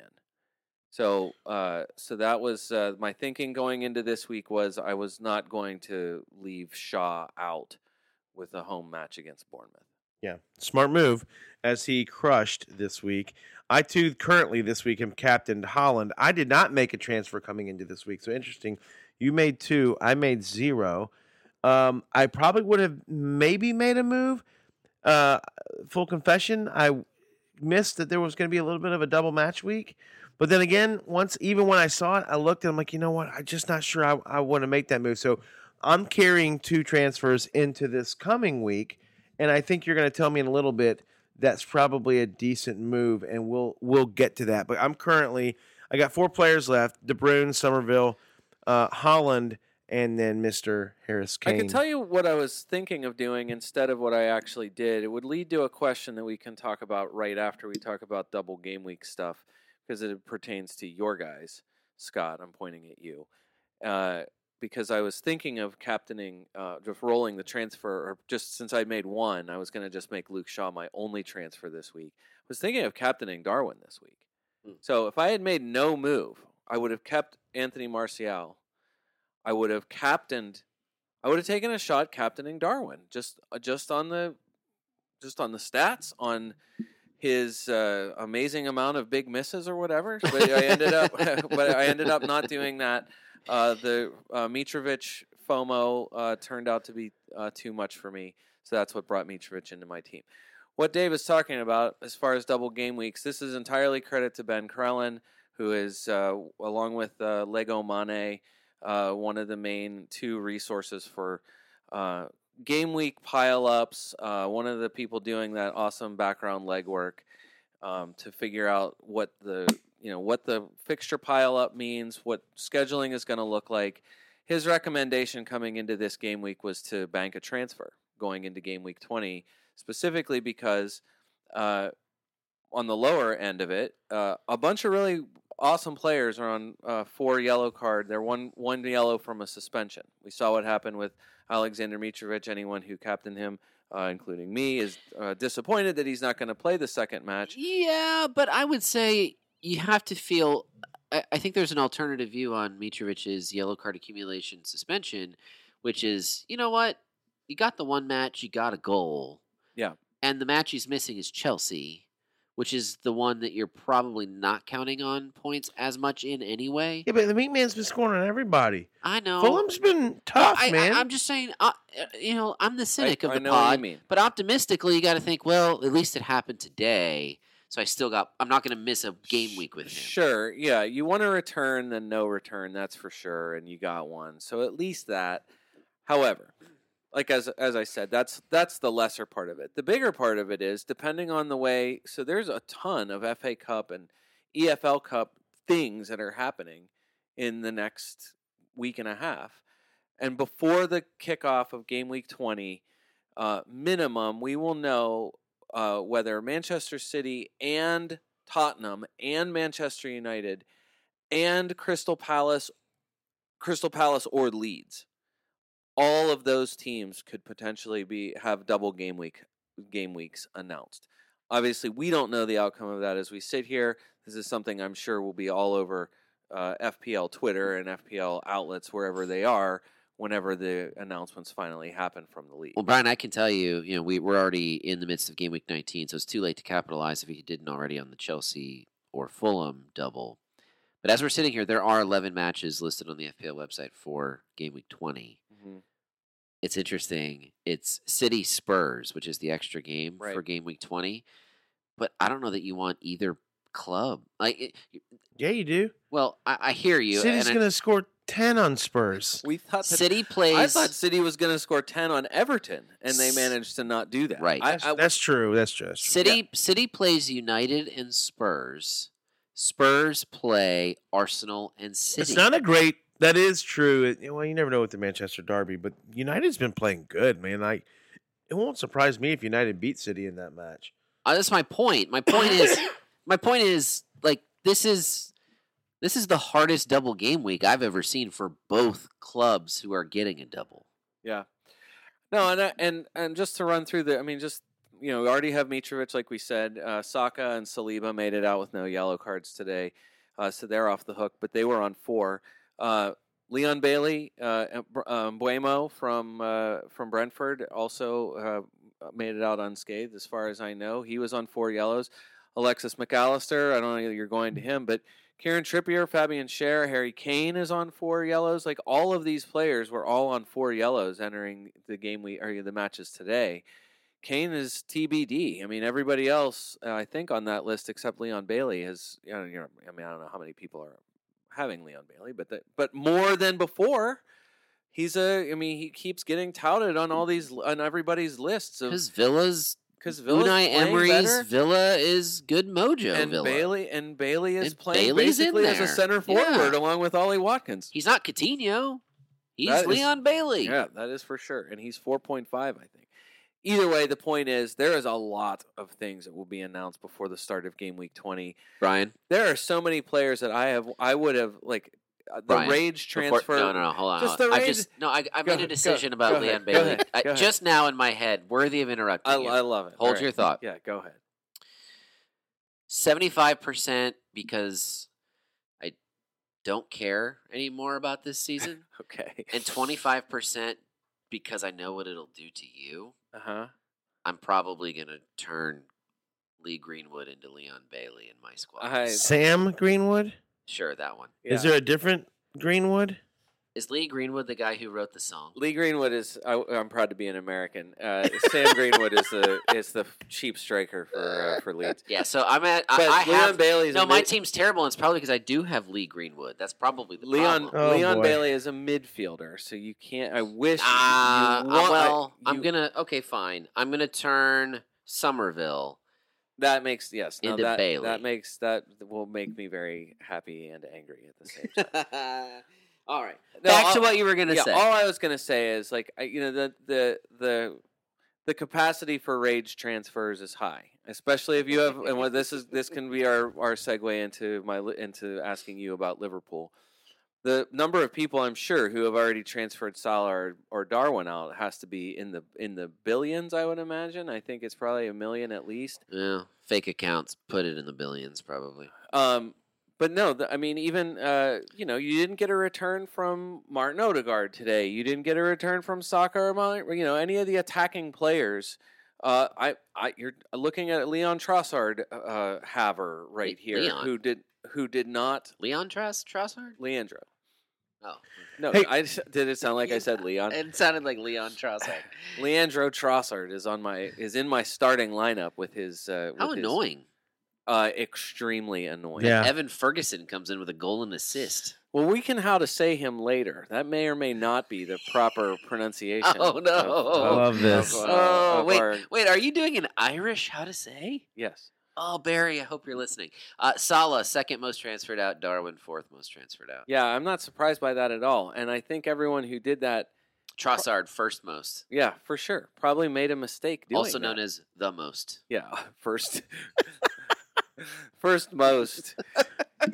[SPEAKER 8] So, uh, so that was uh, my thinking going into this week was I was not going to leave Shaw out with a home match against Bournemouth.
[SPEAKER 7] Yeah, smart move. As he crushed this week, I too currently this week am captained Holland. I did not make a transfer coming into this week, so interesting. You made two, I made zero. Um, I probably would have maybe made a move. Uh, full confession, I missed that there was going to be a little bit of a double match week. But then again, once even when I saw it, I looked and I'm like, you know what? I'm just not sure I, I want to make that move. So I'm carrying two transfers into this coming week, and I think you're going to tell me in a little bit that's probably a decent move, and we'll we'll get to that. But I'm currently I got four players left: De Bruyne, Somerville, uh, Holland, and then Mister Harris Kane.
[SPEAKER 8] I can tell you what I was thinking of doing instead of what I actually did. It would lead to a question that we can talk about right after we talk about double game week stuff because it pertains to your guys. Scott, I'm pointing at you. Uh, because I was thinking of captaining, uh, just rolling the transfer, or just since I made one, I was going to just make Luke Shaw my only transfer this week. I was thinking of captaining Darwin this week.
[SPEAKER 3] Hmm.
[SPEAKER 8] So if I had made no move, I would have kept Anthony Martial. I would have captained. I would have taken a shot captaining Darwin just uh, just on the just on the stats on his uh, amazing amount of big misses or whatever. But I ended up *laughs* but I ended up not doing that. Uh, the uh, Mitrovic FOMO uh, turned out to be uh, too much for me, so that's what brought Mitrovic into my team. What Dave is talking about as far as double game weeks, this is entirely credit to Ben Krellen, who is uh, along with uh, Lego Mane, uh, one of the main two resources for uh, game week pileups. Uh, one of the people doing that awesome background legwork um, to figure out what the you know what the fixture pileup means, what scheduling is going to look like. His recommendation coming into this game week was to bank a transfer going into game week 20, specifically because uh, on the lower end of it, uh, a bunch of really awesome players are on uh, four yellow card. They're one one yellow from a suspension. We saw what happened with Alexander Mitrovic. Anyone who captained him, uh, including me, is uh, disappointed that he's not going to play the second match.
[SPEAKER 3] Yeah, but I would say you have to feel. I, I think there's an alternative view on Mitrovic's yellow card accumulation suspension, which is you know what? You got the one match, you got a goal.
[SPEAKER 8] Yeah.
[SPEAKER 3] And the match he's missing is Chelsea, which is the one that you're probably not counting on points as much in anyway.
[SPEAKER 7] Yeah, but the Meat Man's been scoring on everybody.
[SPEAKER 3] I know.
[SPEAKER 7] Fulham's been
[SPEAKER 3] But
[SPEAKER 7] tough,
[SPEAKER 3] I,
[SPEAKER 7] man.
[SPEAKER 3] am just saying, uh, uh, you know, I'm the cynic of
[SPEAKER 8] I
[SPEAKER 3] the
[SPEAKER 8] know what you
[SPEAKER 3] pod.
[SPEAKER 8] mean.
[SPEAKER 3] But optimistically, you got to think, well, at least it happened today, so I still got. I'm not going to miss a game week with him.
[SPEAKER 8] Sure, yeah. You want a return than no return, that's for sure, and you got one. So at least that. However, like as as I said, that's that's the lesser part of it. The bigger part of it is depending on the way. So there's a ton of FA Cup and EFL Cup things that are happening in the next week and a half, and before the kickoff of game week 20, uh, minimum we will know uh, whether Manchester City and Tottenham and Manchester United and Crystal Palace, Crystal Palace or Leeds, all of those teams could potentially be have double game week game weeks announced. Obviously, we don't know the outcome of that as we sit here. This is something I'm sure will be all over uh, FPL Twitter and FPL outlets wherever they are whenever the announcements finally happen from the league.
[SPEAKER 3] Well, Brian, I can tell you, you know, we we're already in the midst of game week 19, so it's too late to capitalize if you didn't already on the Chelsea or Fulham double. But as we're sitting here, there are 11 matches listed on the FPL website for game week 20.
[SPEAKER 8] Mhm.
[SPEAKER 3] It's interesting. It's City Spurs, which is the extra game
[SPEAKER 8] Right.
[SPEAKER 3] for game week 20. But I don't know that you want either club. Like, it,
[SPEAKER 7] yeah, you do.
[SPEAKER 3] well, I, I hear you.
[SPEAKER 7] City's
[SPEAKER 3] and I-
[SPEAKER 7] going to score 10 on Spurs.
[SPEAKER 8] We thought that
[SPEAKER 3] City plays.
[SPEAKER 8] I thought City was going to score 10 on Everton, and they
[SPEAKER 3] S-
[SPEAKER 8] managed to not do that.
[SPEAKER 3] Right.
[SPEAKER 8] I,
[SPEAKER 7] That's,
[SPEAKER 8] I,
[SPEAKER 7] that's true. That's true. That's true.
[SPEAKER 3] City City plays United and Spurs. Spurs play Arsenal and City.
[SPEAKER 7] It's not a great. That is true. It- well, you never know with the Manchester Derby, but United's been playing good, man. Like, it won't surprise me if United beat City in that match.
[SPEAKER 3] Uh, that's my point. My point
[SPEAKER 8] *coughs*
[SPEAKER 3] is my point is like this is this is the hardest double game week I've ever seen for both clubs who are getting a double.
[SPEAKER 8] yeah. No, and, I, and and just to run through the, I mean, just, you know, we already have Mitrovic, like we said. Uh, Saka and Saliba made it out with no yellow cards today, uh, so they're off the hook, but they were on four. Uh, Leon Bailey, uh, and Br- um, Buemo from uh, from Brentford also uh, made it out unscathed, as far as I know. He was on four yellows. Alexis McAllister, I don't know if you're going
[SPEAKER 3] Mm-hmm.
[SPEAKER 8] to him, but Karen Trippier, Fabian Scher, Harry Kane is on four yellows. Like all of these players were all on four yellows entering the game we or the matches today. Kane is TBD. I mean, everybody else, uh, I think, on that list except Leon Bailey has. You know, you're- I mean, I don't know how many people are having Leon Bailey, but that, but more than before, he's a. I mean, he keeps getting touted on all these on everybody's lists of
[SPEAKER 3] Because Villa's
[SPEAKER 8] because
[SPEAKER 3] Unai Emery's Villa is good mojo
[SPEAKER 8] and
[SPEAKER 3] Villa.
[SPEAKER 8] Bailey and Bailey is
[SPEAKER 3] And
[SPEAKER 8] playing
[SPEAKER 3] Bailey's in
[SPEAKER 8] basically as a
[SPEAKER 3] there.
[SPEAKER 8] center
[SPEAKER 3] Yeah.
[SPEAKER 8] forward along with Ollie Watkins.
[SPEAKER 3] He's not Coutinho. He's
[SPEAKER 8] That is-
[SPEAKER 3] Leon Bailey.
[SPEAKER 8] Yeah, that is for sure, and he's four point five, I think. Either way, the point is there is a lot of things that will be announced before the start of game week twenty.
[SPEAKER 3] Brian,
[SPEAKER 8] There are so many players that I have, I would have like uh, the
[SPEAKER 3] Brian,
[SPEAKER 8] rage transfer.
[SPEAKER 3] Before- no, no, no. Hold on.
[SPEAKER 8] Just
[SPEAKER 3] hold on.
[SPEAKER 8] the
[SPEAKER 3] I
[SPEAKER 8] range-
[SPEAKER 3] just no. I, I made a
[SPEAKER 8] Go ahead, go-
[SPEAKER 3] decision about
[SPEAKER 8] go ahead,
[SPEAKER 3] Leon
[SPEAKER 8] go
[SPEAKER 3] Bailey
[SPEAKER 8] ahead,
[SPEAKER 3] I-
[SPEAKER 8] go ahead.
[SPEAKER 3] just now in my head, worthy of interrupting.
[SPEAKER 8] I,
[SPEAKER 3] you.
[SPEAKER 8] I love it.
[SPEAKER 3] Hold
[SPEAKER 8] All
[SPEAKER 3] your
[SPEAKER 8] right.
[SPEAKER 3] thought.
[SPEAKER 8] Yeah, go ahead. *laughs*
[SPEAKER 3] Seventy-five percent because I don't care anymore about this
[SPEAKER 8] *laughs*
[SPEAKER 3] season,
[SPEAKER 8] Okay.
[SPEAKER 3] and twenty-five percent because I know what it'll do to you.
[SPEAKER 8] Uh huh.
[SPEAKER 3] I'm probably gonna turn Lee Greenwood into Leon Bailey in my squad.
[SPEAKER 8] I-
[SPEAKER 7] Sam Greenwood?
[SPEAKER 3] Sure, that one
[SPEAKER 7] Is there a different Greenwood?
[SPEAKER 3] is Lee Greenwood the guy who wrote the song.
[SPEAKER 8] Lee *laughs* Greenwood is. I, am proud to be an American. Uh, Sam Greenwood is the is the cheap striker for uh, for Leeds.
[SPEAKER 3] Yeah, so I'm at. I,
[SPEAKER 8] But
[SPEAKER 3] I
[SPEAKER 8] Leon
[SPEAKER 3] have
[SPEAKER 8] Bailey's
[SPEAKER 3] No,
[SPEAKER 8] a
[SPEAKER 3] my
[SPEAKER 8] mid-
[SPEAKER 3] team's terrible, and it's probably because I do have Lee Greenwood. That's probably the
[SPEAKER 8] Leon
[SPEAKER 3] problem.
[SPEAKER 7] Oh,
[SPEAKER 8] Leon
[SPEAKER 7] boy.
[SPEAKER 8] Bailey is a midfielder, so you can't. I wish.
[SPEAKER 3] Ah,
[SPEAKER 8] you,
[SPEAKER 3] uh,
[SPEAKER 8] you want-
[SPEAKER 3] well, I'm
[SPEAKER 8] you-
[SPEAKER 3] gonna. Okay, fine. I'm gonna turn Somerville.
[SPEAKER 8] That makes yes. No,
[SPEAKER 3] into
[SPEAKER 8] that
[SPEAKER 3] Bailey.
[SPEAKER 8] that makes that will make me very happy and angry at the same
[SPEAKER 3] *laughs*
[SPEAKER 8] time.
[SPEAKER 3] All right.
[SPEAKER 8] No,
[SPEAKER 3] Back to
[SPEAKER 8] I'll-
[SPEAKER 3] what you were gonna
[SPEAKER 8] yeah,
[SPEAKER 3] say.
[SPEAKER 8] all I was gonna say is like I, you know the the the the capacity for rage transfers is high, especially if you have. And what this is this can be our our segue into my li- into asking you about Liverpool. The number of people I'm sure who have already transferred Salah or, or Darwin out has to be in the in the billions. I would imagine. I think it's probably a million at least.
[SPEAKER 3] Yeah, fake accounts put it in the billions, probably.
[SPEAKER 8] Um, but no, the, I mean, even uh, you know, you didn't get a return from Martin Odegaard today. You didn't get a return from Soccer, you know, any of the attacking players. Uh, I, I, you're looking at Leon Trossard, uh, Haver right
[SPEAKER 3] Le-
[SPEAKER 8] here,
[SPEAKER 3] Leon?
[SPEAKER 8] who did, who did not
[SPEAKER 3] Leon Tross Trossard?
[SPEAKER 8] Leandro.
[SPEAKER 3] Oh,
[SPEAKER 8] No,
[SPEAKER 7] Hey.
[SPEAKER 8] I s- did *laughs* it sound like I said
[SPEAKER 3] *laughs*
[SPEAKER 8] Leon?
[SPEAKER 3] it sounded like Leon Trossard.
[SPEAKER 8] Leandro Trossard is on my is in my starting lineup with his. Uh,
[SPEAKER 3] *laughs* How
[SPEAKER 8] with his-
[SPEAKER 3] annoying!
[SPEAKER 8] uh, extremely annoying.
[SPEAKER 7] Yeah.
[SPEAKER 3] Evan Ferguson comes in with a goal and assist.
[SPEAKER 8] Well, we can how to say him later. That may or may not be the
[SPEAKER 3] *laughs*
[SPEAKER 8] proper pronunciation.
[SPEAKER 3] Oh, no. I
[SPEAKER 6] love this.
[SPEAKER 8] of, uh,
[SPEAKER 3] Oh,
[SPEAKER 8] of
[SPEAKER 3] wait,
[SPEAKER 8] our-
[SPEAKER 3] wait, are you doing an Irish how to say?
[SPEAKER 8] yes.
[SPEAKER 3] Oh, Barry, I hope you're listening. Uh, Sala, second most transferred out. Darwin, fourth most transferred out.
[SPEAKER 8] Yeah, I'm not surprised by that at all. And I think everyone who did that,
[SPEAKER 3] Trossard, first most.
[SPEAKER 8] yeah, for sure, probably made a mistake. Doing
[SPEAKER 3] also known
[SPEAKER 8] that.
[SPEAKER 3] as the most. *laughs*
[SPEAKER 8] yeah, first, *laughs* first most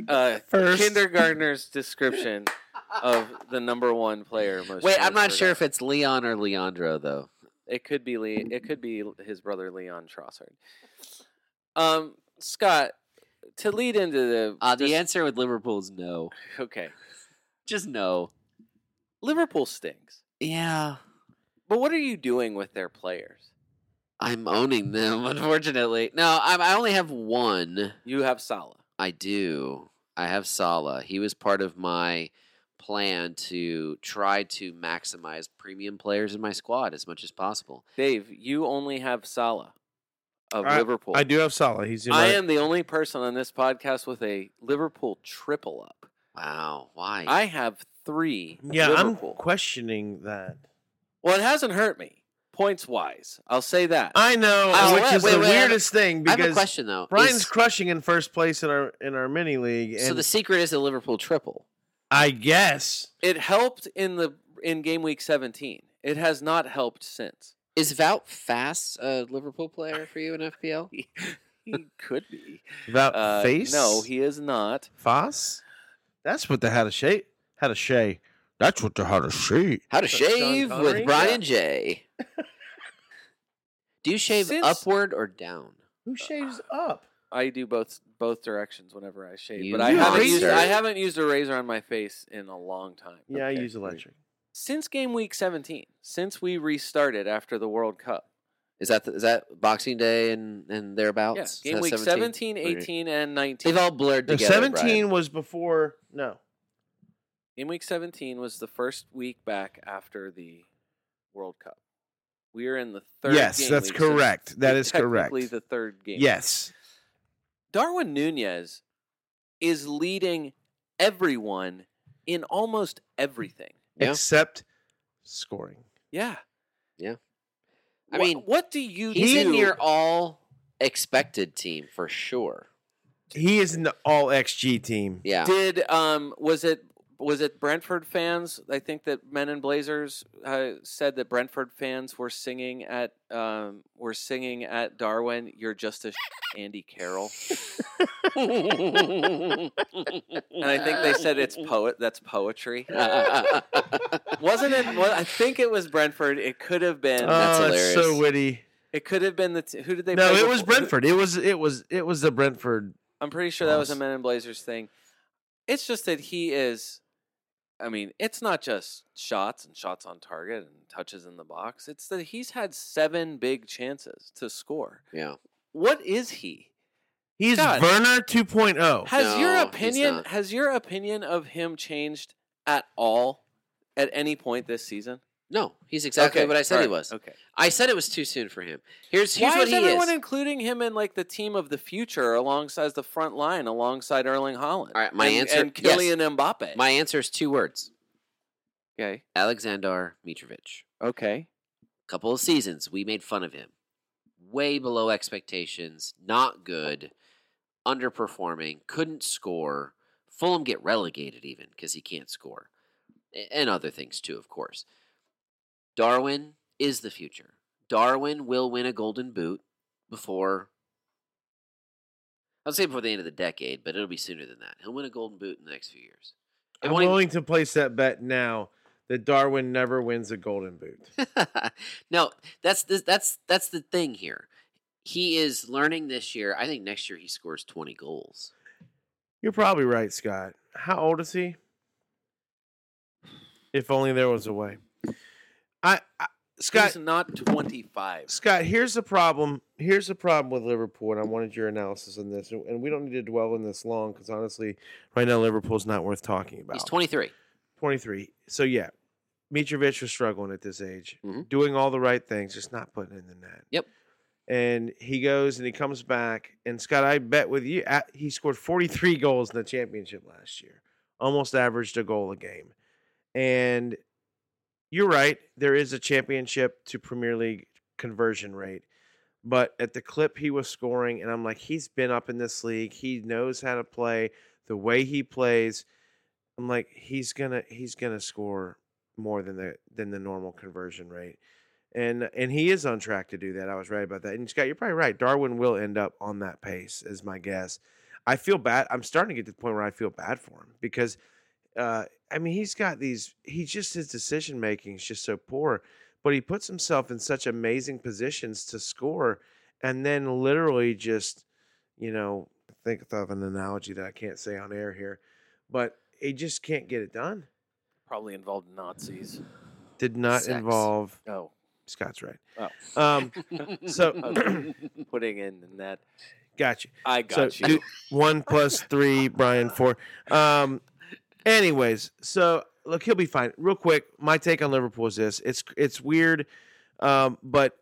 [SPEAKER 8] uh,
[SPEAKER 7] First.
[SPEAKER 8] kindergartner's description of the number one player. Most
[SPEAKER 3] Wait, I'm not
[SPEAKER 8] transferred
[SPEAKER 3] sure
[SPEAKER 8] out.
[SPEAKER 3] if it's Leon or Leandro though.
[SPEAKER 8] It could be Lee. It could be his brother Leon Trossard. Um, Scott, to lead into the
[SPEAKER 3] Uh, the
[SPEAKER 8] dis-
[SPEAKER 3] answer with Liverpool is no.
[SPEAKER 8] Okay,
[SPEAKER 3] Just no.
[SPEAKER 8] Liverpool stinks.
[SPEAKER 3] Yeah,
[SPEAKER 8] But what are you doing with their players?
[SPEAKER 3] I'm owning them. *laughs* Unfortunately, no. I'm, I only have one.
[SPEAKER 8] You have Salah.
[SPEAKER 3] I do. I have Sala. He was part of my plan to try to maximize premium players in my squad as much as possible.
[SPEAKER 8] Dave, you only have Salah of
[SPEAKER 7] I-
[SPEAKER 8] Liverpool.
[SPEAKER 7] I do have Salah. He's in
[SPEAKER 8] I
[SPEAKER 7] my,
[SPEAKER 8] am the only person on this podcast with a Liverpool triple up.
[SPEAKER 3] Wow. Why?
[SPEAKER 8] I have three.
[SPEAKER 7] Yeah,
[SPEAKER 8] Liverpool.
[SPEAKER 7] I'm questioning that.
[SPEAKER 8] well, it hasn't hurt me points wise. I'll say that.
[SPEAKER 7] I know,
[SPEAKER 3] Oh,
[SPEAKER 7] which
[SPEAKER 3] wait,
[SPEAKER 7] is
[SPEAKER 3] wait,
[SPEAKER 7] the
[SPEAKER 3] wait, I have-
[SPEAKER 7] weirdest thing
[SPEAKER 3] I have a
[SPEAKER 7] because
[SPEAKER 3] question though.
[SPEAKER 7] Brian's
[SPEAKER 3] Is-
[SPEAKER 7] crushing in first place in our in our mini league, and
[SPEAKER 3] so the secret is the Liverpool triple.
[SPEAKER 7] I guess
[SPEAKER 8] It helped in the in game week 17. It has not helped since.
[SPEAKER 3] Is Vout Fast a Liverpool player for you in
[SPEAKER 8] *laughs*
[SPEAKER 3] FPL?
[SPEAKER 8] He could be.
[SPEAKER 7] about
[SPEAKER 8] Uh,
[SPEAKER 7] face.
[SPEAKER 8] No, he is not.
[SPEAKER 7] Foss? That's what they had a shape. Had a shay. That's what they had a shape.
[SPEAKER 3] How to
[SPEAKER 7] That's John
[SPEAKER 3] shave
[SPEAKER 7] Connery?
[SPEAKER 3] with Brian
[SPEAKER 8] *laughs*
[SPEAKER 3] J. Do you shave
[SPEAKER 8] Since-
[SPEAKER 3] upward or down?
[SPEAKER 7] Who shaves up?
[SPEAKER 8] I do both both directions whenever I shave,
[SPEAKER 3] You
[SPEAKER 8] but I
[SPEAKER 7] do a
[SPEAKER 8] haven't used
[SPEAKER 7] razor.
[SPEAKER 8] I haven't used a razor on my face in a long time.
[SPEAKER 7] Yeah, I
[SPEAKER 8] Okay.
[SPEAKER 7] use electric.
[SPEAKER 8] Since game week 17, since we restarted after the World Cup.
[SPEAKER 3] Is that the, is that Boxing Day and and
[SPEAKER 7] Oh,
[SPEAKER 3] thereabouts?
[SPEAKER 8] Yeah,
[SPEAKER 3] Is
[SPEAKER 8] game
[SPEAKER 3] that
[SPEAKER 8] week 17,
[SPEAKER 3] Okay.
[SPEAKER 8] 18 and 19.
[SPEAKER 3] They've all blurred
[SPEAKER 7] No,
[SPEAKER 3] together.
[SPEAKER 7] Seventeen
[SPEAKER 3] Brian.
[SPEAKER 7] was before. No,
[SPEAKER 8] game week 17 was the first week back after the World Cup. We are in the third
[SPEAKER 7] Yes,
[SPEAKER 8] game
[SPEAKER 7] that's
[SPEAKER 8] week, so
[SPEAKER 7] correct. That is
[SPEAKER 8] technically
[SPEAKER 7] correct.
[SPEAKER 8] the third game.
[SPEAKER 7] yes,
[SPEAKER 8] Darwin Nunez is leading everyone in almost everything.
[SPEAKER 3] Yeah.
[SPEAKER 7] except scoring.
[SPEAKER 8] Yeah.
[SPEAKER 3] I
[SPEAKER 8] Wha-
[SPEAKER 3] mean,
[SPEAKER 8] what do you
[SPEAKER 3] he's
[SPEAKER 8] do?
[SPEAKER 3] in your all expected team for sure.
[SPEAKER 7] He is in the All XG team.
[SPEAKER 8] *laughs*
[SPEAKER 3] Yeah. *laughs*
[SPEAKER 8] Did um was it was it Brentford fans? I think that Men in Blazers uh, said that Brentford fans were singing at um were singing at Darwin. You're just a Andy Carroll, and I think they
[SPEAKER 3] *laughs*
[SPEAKER 8] said it's poet. That's poetry. Wasn't it? Well, I think it was Brentford. It could have been.
[SPEAKER 7] oh,
[SPEAKER 3] that's
[SPEAKER 7] that's so
[SPEAKER 3] hilarious.
[SPEAKER 7] witty.
[SPEAKER 8] It could have been the t- who did they?
[SPEAKER 7] No,
[SPEAKER 8] play
[SPEAKER 7] it was
[SPEAKER 8] before?
[SPEAKER 7] Brentford. It was it was it was the Brentford.
[SPEAKER 8] I'm pretty sure that was a
[SPEAKER 7] Awesome.
[SPEAKER 8] Men in Blazers thing. It's just that he is. I mean, it's not just shots and shots on target and touches in the box. It's that he's had seven big chances to score.
[SPEAKER 3] yeah.
[SPEAKER 8] What is he?
[SPEAKER 7] He's
[SPEAKER 8] God.
[SPEAKER 7] Werner oh. 2.0.
[SPEAKER 8] Has your
[SPEAKER 3] No, he's
[SPEAKER 8] opinion
[SPEAKER 3] not.
[SPEAKER 8] has your opinion of him changed at all at any point this season?
[SPEAKER 3] No, he's exactly
[SPEAKER 8] Okay,
[SPEAKER 3] what I said he
[SPEAKER 8] alright,
[SPEAKER 3] was.
[SPEAKER 8] Okay.
[SPEAKER 3] I said it was too soon for him. Here's here's
[SPEAKER 8] Why
[SPEAKER 3] what
[SPEAKER 8] is
[SPEAKER 3] he
[SPEAKER 8] everyone
[SPEAKER 3] is.
[SPEAKER 8] including him in like the team of the future alongside the front line alongside Erling Holland?
[SPEAKER 3] All right, my
[SPEAKER 8] and,
[SPEAKER 3] answer-
[SPEAKER 8] and
[SPEAKER 3] yes.
[SPEAKER 8] Kylian Mbappe.
[SPEAKER 3] My answer is two words:
[SPEAKER 8] okay.
[SPEAKER 3] Alexander Mitrovic.
[SPEAKER 8] Okay.
[SPEAKER 3] couple of seasons we made fun of him way below expectations not good underperforming couldn't score fulham get relegated even because he can't score A- and other things too of course darwin is the future darwin will win a golden boot before i'll say before the end of the decade but it'll be sooner than that he'll win a golden boot in the next few years It
[SPEAKER 7] I'm
[SPEAKER 3] won't even-
[SPEAKER 7] willing to place that bet now that Darwin never wins a Golden Boot.
[SPEAKER 3] no, that's the, that's that's the thing here. He is learning this year. I think next year he scores 20 goals.
[SPEAKER 7] You're probably right, Scott. How old is he? If only there was a way. I I, Scott,
[SPEAKER 8] He's not 25.
[SPEAKER 7] Scott, here's the problem. Here's the problem with Liverpool, and I wanted your analysis on this. And we don't need to dwell on this long because honestly, right now Liverpool's not worth talking about.
[SPEAKER 3] He's 23.
[SPEAKER 7] 23. So yeah, Mitrovic was struggling at this age,
[SPEAKER 3] Mhm.
[SPEAKER 7] doing all the right things, just not putting in the net.
[SPEAKER 3] Yep.
[SPEAKER 7] And he goes and he comes back. And Scott, I bet with you, at- he scored 43 goals in the championship last year, almost averaged a goal a game. And you're right, there is a championship to Premier League conversion rate. But at the clip he was scoring, and I'm like, he's been up in this league. He knows how to play the way he plays. I'm like, he's gonna he's gonna score more than the than the normal conversion rate. And and he is on track to do that. I was right about that. And Scott, you're probably right. Darwin will end up on that pace, is my guess. I feel bad. I'm starting to get to the point where I feel bad for him because uh I mean he's got these he just his decision making is just so poor, but he puts himself in such amazing positions to score and then literally just, you know, I think of an analogy that I can't say on air here, but he just can't get it done.
[SPEAKER 8] Probably involved Nazis.
[SPEAKER 7] Did not
[SPEAKER 3] Sex.
[SPEAKER 7] involve
[SPEAKER 8] Oh,
[SPEAKER 7] Scott's right.
[SPEAKER 8] Oh.
[SPEAKER 7] Um, so *clears throat*
[SPEAKER 8] *laughs*
[SPEAKER 3] *laughs*
[SPEAKER 8] okay. putting in the net.
[SPEAKER 7] got you.
[SPEAKER 8] I got
[SPEAKER 7] so
[SPEAKER 8] you.
[SPEAKER 7] do- one plus three, Brian four. Um, anyways, so look, he'll be fine. Real quick, my take on Liverpool is this: it's it's weird, um, but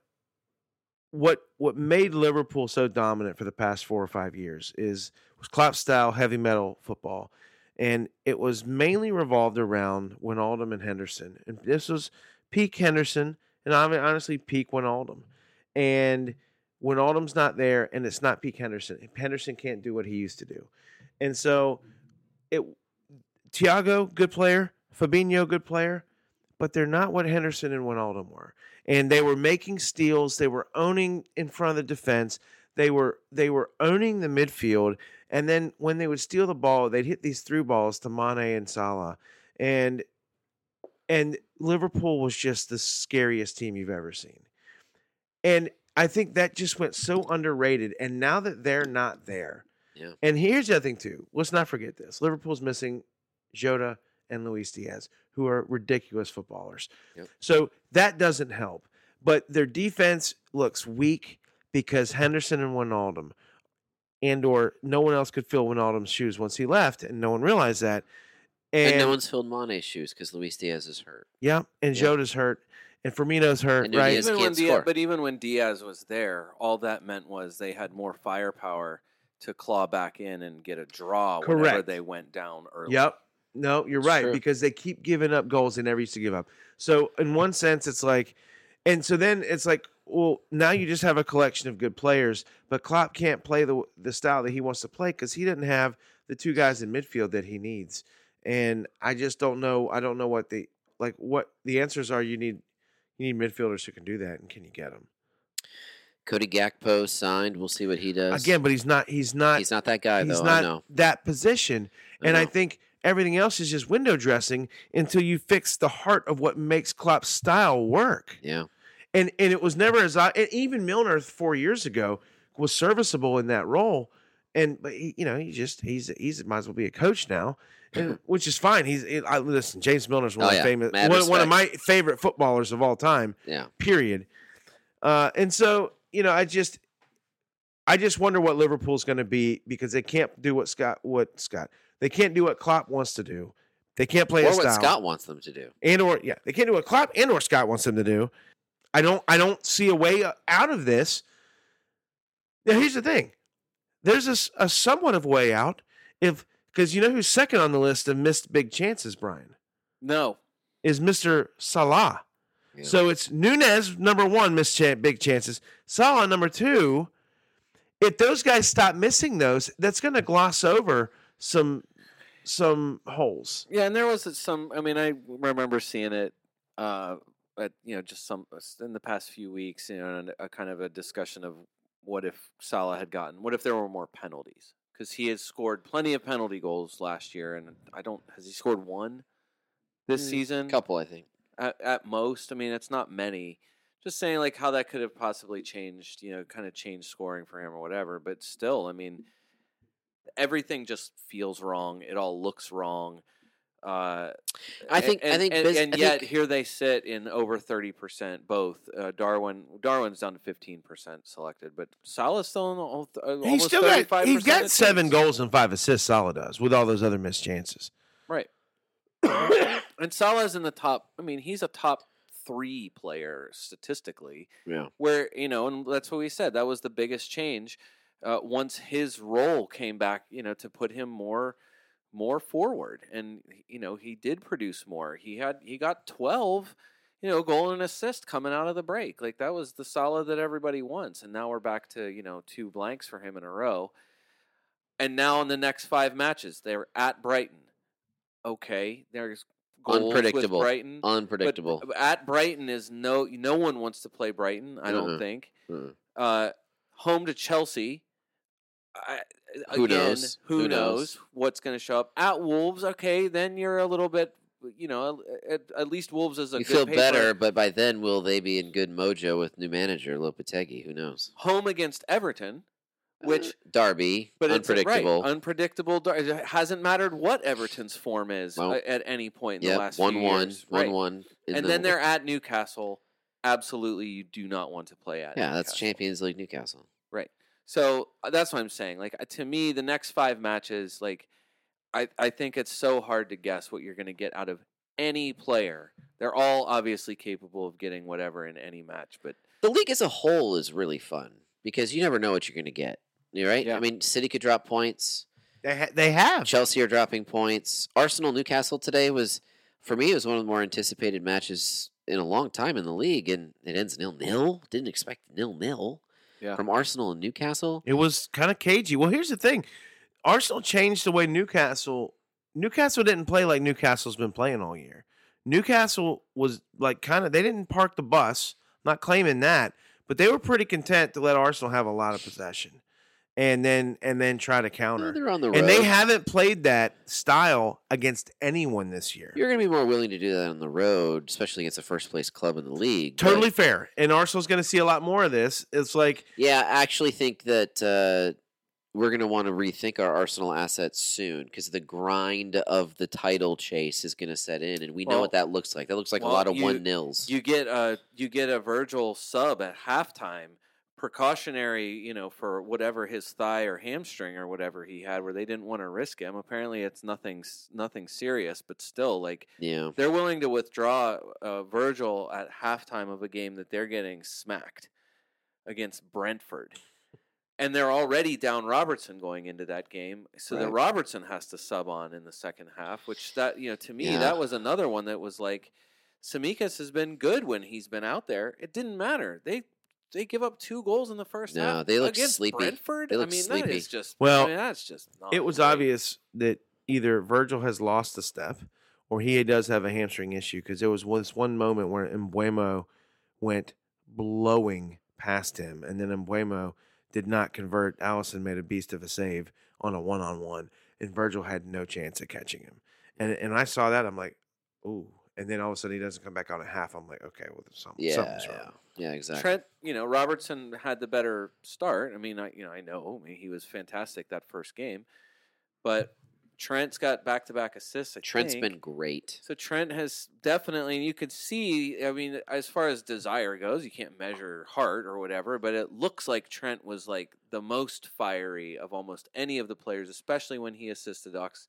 [SPEAKER 7] what what made Liverpool so dominant for the past four or five years is was Klopp style heavy metal football, and it was mainly revolved around Wijnaldum and Henderson, and this was peak Henderson, and I mean, honestly peak Wijnaldum, and when Autumn's not there and it's not Pete Henderson, Henderson can't do what he used to do. And so it Thiago, good player, Fabinho, good player, but they're not what Henderson and Wijnaldum were. And they were making steals, they were owning in front of the defense, they were they were owning the midfield, and then when they would steal the ball, they'd hit these through balls to Mane and Salah. And and Liverpool was just the scariest team you've ever seen. And I think that just went so underrated. And now that they're not there,
[SPEAKER 3] Yeah.
[SPEAKER 7] And here's the other thing too. Let's not forget this. Liverpool's missing Jota and Luis Diaz, who are ridiculous footballers.
[SPEAKER 3] Yep.
[SPEAKER 7] So that doesn't help. But their defense looks weak because Henderson and Wijnaldum, and or no one else could fill Wijnaldum's shoes once he left, and no one realized that.
[SPEAKER 3] And,
[SPEAKER 7] And,
[SPEAKER 3] no one's filled Mane's shoes because Luis Diaz is hurt.
[SPEAKER 7] yeah, and
[SPEAKER 3] Yeah.
[SPEAKER 7] Jota's hurt, and Firmino's hurt,
[SPEAKER 3] And
[SPEAKER 7] right?
[SPEAKER 3] Nunez
[SPEAKER 8] even when
[SPEAKER 3] can't
[SPEAKER 8] Diaz,
[SPEAKER 3] score.
[SPEAKER 8] but even when Diaz was there, all that meant was they had more firepower to claw back in and get a draw whenever
[SPEAKER 7] Correct.
[SPEAKER 8] they went down early.
[SPEAKER 7] Yep. No, you're
[SPEAKER 3] It's
[SPEAKER 7] right
[SPEAKER 3] true.
[SPEAKER 7] because they keep giving up goals they never used to give up. So in one sense, it's like, and so then it's like, well, now you just have a collection of good players, but Klopp can't play the the style that he wants to play because he didn't have the two guys in midfield that he needs. And I just don't know. I don't know what the like what the answers are. You need you need midfielders who can do that, and can you get them
[SPEAKER 3] Cody Gakpo signed. We'll see what he does.
[SPEAKER 7] again? But he's not. He's not.
[SPEAKER 3] he's not that guy,
[SPEAKER 7] he's
[SPEAKER 3] though. I know.
[SPEAKER 7] not that position.
[SPEAKER 3] I
[SPEAKER 7] and I
[SPEAKER 3] know.
[SPEAKER 7] think everything else is just window dressing until you fix the heart of what makes Klopp's style work.
[SPEAKER 3] Yeah.
[SPEAKER 7] And and it was never as I and even Milner four years ago was serviceable in that role. And but he, you know he just he's he's might as well be a coach now, and, which is fine. He's he- I, listen. James Milner's one
[SPEAKER 3] Oh,
[SPEAKER 7] of
[SPEAKER 3] yeah.
[SPEAKER 7] the famous
[SPEAKER 3] Mad
[SPEAKER 7] one, one of my favorite footballers of all time.
[SPEAKER 3] Yeah.
[SPEAKER 7] Period. Uh, and so you know I just I just wonder what Liverpool's going to be because they can't do what Scott what Scott they can't do what Klopp wants to do. They can't play
[SPEAKER 3] Or
[SPEAKER 7] a
[SPEAKER 3] what
[SPEAKER 7] style
[SPEAKER 3] Scott wants them to do.
[SPEAKER 7] and or yeah they can't do what Klopp and or Scott wants them to do. I don't I don't see a way uh, out of this. Now here's the thing, there's a, s- a somewhat of way out if because you know who's second on the list of missed big chances, Brian
[SPEAKER 8] No,
[SPEAKER 7] is Mr. Salah.
[SPEAKER 3] Yeah.
[SPEAKER 7] So it's Nunez number one, missed chan- big chances. Salah number two. If those guys stop missing those, that's going to gloss over some some holes.
[SPEAKER 8] Yeah, and there was some. I mean, I remember seeing it, uh, at you know, just some in the past few weeks, you know, and a kind of a discussion of what if Salah had gotten, what if there were more penalties? Because he has scored plenty of penalty goals last year, and I don't has he scored one this
[SPEAKER 3] Mm,
[SPEAKER 8] season?
[SPEAKER 3] couple, I think.
[SPEAKER 8] at, at most. I mean, it's not many. Just saying, like how that could have possibly changed, you know, kind of changed scoring for him or whatever. But still, I mean, everything just feels wrong. It all looks wrong. Uh,
[SPEAKER 3] I think- I
[SPEAKER 8] and,
[SPEAKER 3] think
[SPEAKER 8] and,
[SPEAKER 3] bus-
[SPEAKER 8] and
[SPEAKER 3] I
[SPEAKER 8] yet
[SPEAKER 3] think-
[SPEAKER 8] here they sit in over thirty percent both. Uh, Darwin Darwin's down to fifteen percent selected, but Salah's still in all, th- uh,
[SPEAKER 7] He's
[SPEAKER 8] almost
[SPEAKER 7] still got
[SPEAKER 8] 35%
[SPEAKER 7] he's
[SPEAKER 8] of
[SPEAKER 7] got seven
[SPEAKER 8] teams.
[SPEAKER 7] goals and five assists. Salah does with all those other missed chances.
[SPEAKER 8] right? and Salah's in the top. I mean, he's a top three player statistically.
[SPEAKER 3] Yeah.
[SPEAKER 8] where you know, and that's what we said. That was the biggest change uh, once his role came back. You know, to put him more more forward, and you know, he did produce more. He had he got twelve. You know, goal and assist coming out of the break. Like that was the solid that everybody wants. And now we're back to, you know, two blanks for him in a row. And now in the next five matches, they're at Brighton. Okay. There's goals with
[SPEAKER 3] Unpredictable.
[SPEAKER 8] Brighton. But
[SPEAKER 3] Unpredictable.
[SPEAKER 8] b- at Brighton is no no one wants to play Brighton. I don't
[SPEAKER 3] Uh-uh.
[SPEAKER 8] think.
[SPEAKER 3] Uh-uh.
[SPEAKER 8] Uh, home to Chelsea. I, uh,
[SPEAKER 3] Who
[SPEAKER 8] again,
[SPEAKER 3] knows?
[SPEAKER 8] Who,
[SPEAKER 3] Who knows?
[SPEAKER 8] knows, what's going to show up at Wolves? Okay, then you're a little bit. You know, at, at least Wolves is a
[SPEAKER 3] you
[SPEAKER 8] good
[SPEAKER 3] feel
[SPEAKER 8] paper.
[SPEAKER 3] better, but by then will they be in good mojo with new manager Lopetegui? Who knows?
[SPEAKER 8] Home against Everton, which
[SPEAKER 3] Derby,
[SPEAKER 8] but it's a- right,
[SPEAKER 3] Uh, unpredictable.
[SPEAKER 8] unpredictable. dar- It hasn't mattered what Everton's form is
[SPEAKER 3] Well,
[SPEAKER 8] uh, at any point in the
[SPEAKER 3] yep,
[SPEAKER 8] last few
[SPEAKER 3] one one,
[SPEAKER 8] years.
[SPEAKER 3] one
[SPEAKER 8] Right.
[SPEAKER 3] one. in
[SPEAKER 8] and
[SPEAKER 3] the-
[SPEAKER 8] then they're at Newcastle. Absolutely, you do not want to play at.
[SPEAKER 3] yeah, that's
[SPEAKER 8] Newcastle.
[SPEAKER 3] Champions League Newcastle.
[SPEAKER 8] So uh, that's what I'm saying. Like uh, to me, the next five matches, like I, I think it's so hard to guess what you're going to get out of any player. They're all obviously capable of getting whatever in any match, but
[SPEAKER 3] The league as a whole is really fun because you never know what you're going to get. You're right. I
[SPEAKER 8] Yeah.
[SPEAKER 3] mean, City could drop points.
[SPEAKER 7] They ha- they have
[SPEAKER 3] Chelsea are dropping points. Arsenal Newcastle today was, for me, it was one of the more anticipated matches in a long time in the league, and it ends nil nil. Didn't expect nil nil
[SPEAKER 8] Yeah.
[SPEAKER 3] from Arsenal and Newcastle.
[SPEAKER 7] It was kind of cagey. Well, here's the thing: Arsenal changed the way Newcastle. Newcastle didn't play like Newcastle's been playing all year. Newcastle was like kind of they didn't park the bus. Not claiming that, but they were pretty content to let Arsenal have a lot of possession, and then and then try to
[SPEAKER 3] No,
[SPEAKER 7] counter.
[SPEAKER 3] they're on the road.
[SPEAKER 7] and they haven't played that style against anyone this year.
[SPEAKER 3] You're going to be more willing to do that on the road, especially against a first place club in the league. but-
[SPEAKER 7] Totally fair. And Arsenal's going to see a lot more of this. It's like
[SPEAKER 3] Yeah, I actually think that uh, we're going to want to rethink our Arsenal assets soon because the grind of the title chase is going to set in, and we know what that looks like. That looks like a
[SPEAKER 8] well,
[SPEAKER 3] lot of
[SPEAKER 8] you-
[SPEAKER 3] one nils.
[SPEAKER 8] you get a you get a Virgil sub at halftime, precautionary, you know, for whatever his thigh or hamstring or whatever he had, where they didn't want to risk him. Apparently, it's nothing s- nothing serious, but still, like
[SPEAKER 3] yeah,
[SPEAKER 8] they're willing to withdraw uh, Virgil at halftime of a game that they're getting smacked against Brentford. And they're already down Robertson going into that game, so that
[SPEAKER 3] Right.
[SPEAKER 8] Robertson has to sub on in the second half. Which that you know to me
[SPEAKER 3] Yeah.
[SPEAKER 8] that was another one that was like, Samikas has been good when he's been out there. It didn't matter. They they give up two goals in the first
[SPEAKER 3] No,
[SPEAKER 8] half.
[SPEAKER 3] they look
[SPEAKER 8] against
[SPEAKER 3] sleepy.
[SPEAKER 8] Brentford.
[SPEAKER 3] They look
[SPEAKER 8] I mean that
[SPEAKER 3] sleepy.
[SPEAKER 8] is just
[SPEAKER 7] Well,
[SPEAKER 8] I mean, that's just not
[SPEAKER 7] it was
[SPEAKER 8] right.
[SPEAKER 7] obvious that either Virgil has lost a step or he does have a hamstring issue because there was this one moment where Embuemo went blowing past him, and then Embuemo did not convert. Allison made a beast of a save on a one on one, and Virgil had no chance of catching him. And and I saw that I'm like, ooh. And then all of a sudden he doesn't come back on a half. I'm like, okay, well, there's something,
[SPEAKER 3] yeah,
[SPEAKER 7] something's
[SPEAKER 3] yeah,
[SPEAKER 7] wrong.
[SPEAKER 3] yeah, exactly.
[SPEAKER 8] Trent, you know, Robertson had the better start. I mean, I you know, I know I mean, he was fantastic that first game, but Trent's got back-to-back assists. I
[SPEAKER 3] Trent's
[SPEAKER 8] think.
[SPEAKER 3] been great.
[SPEAKER 8] so Trent has definitely, and you could see. I mean, as far as desire goes, you can't measure heart or whatever, but it looks like Trent was like the most fiery of almost any of the players, especially when he assisted Ox,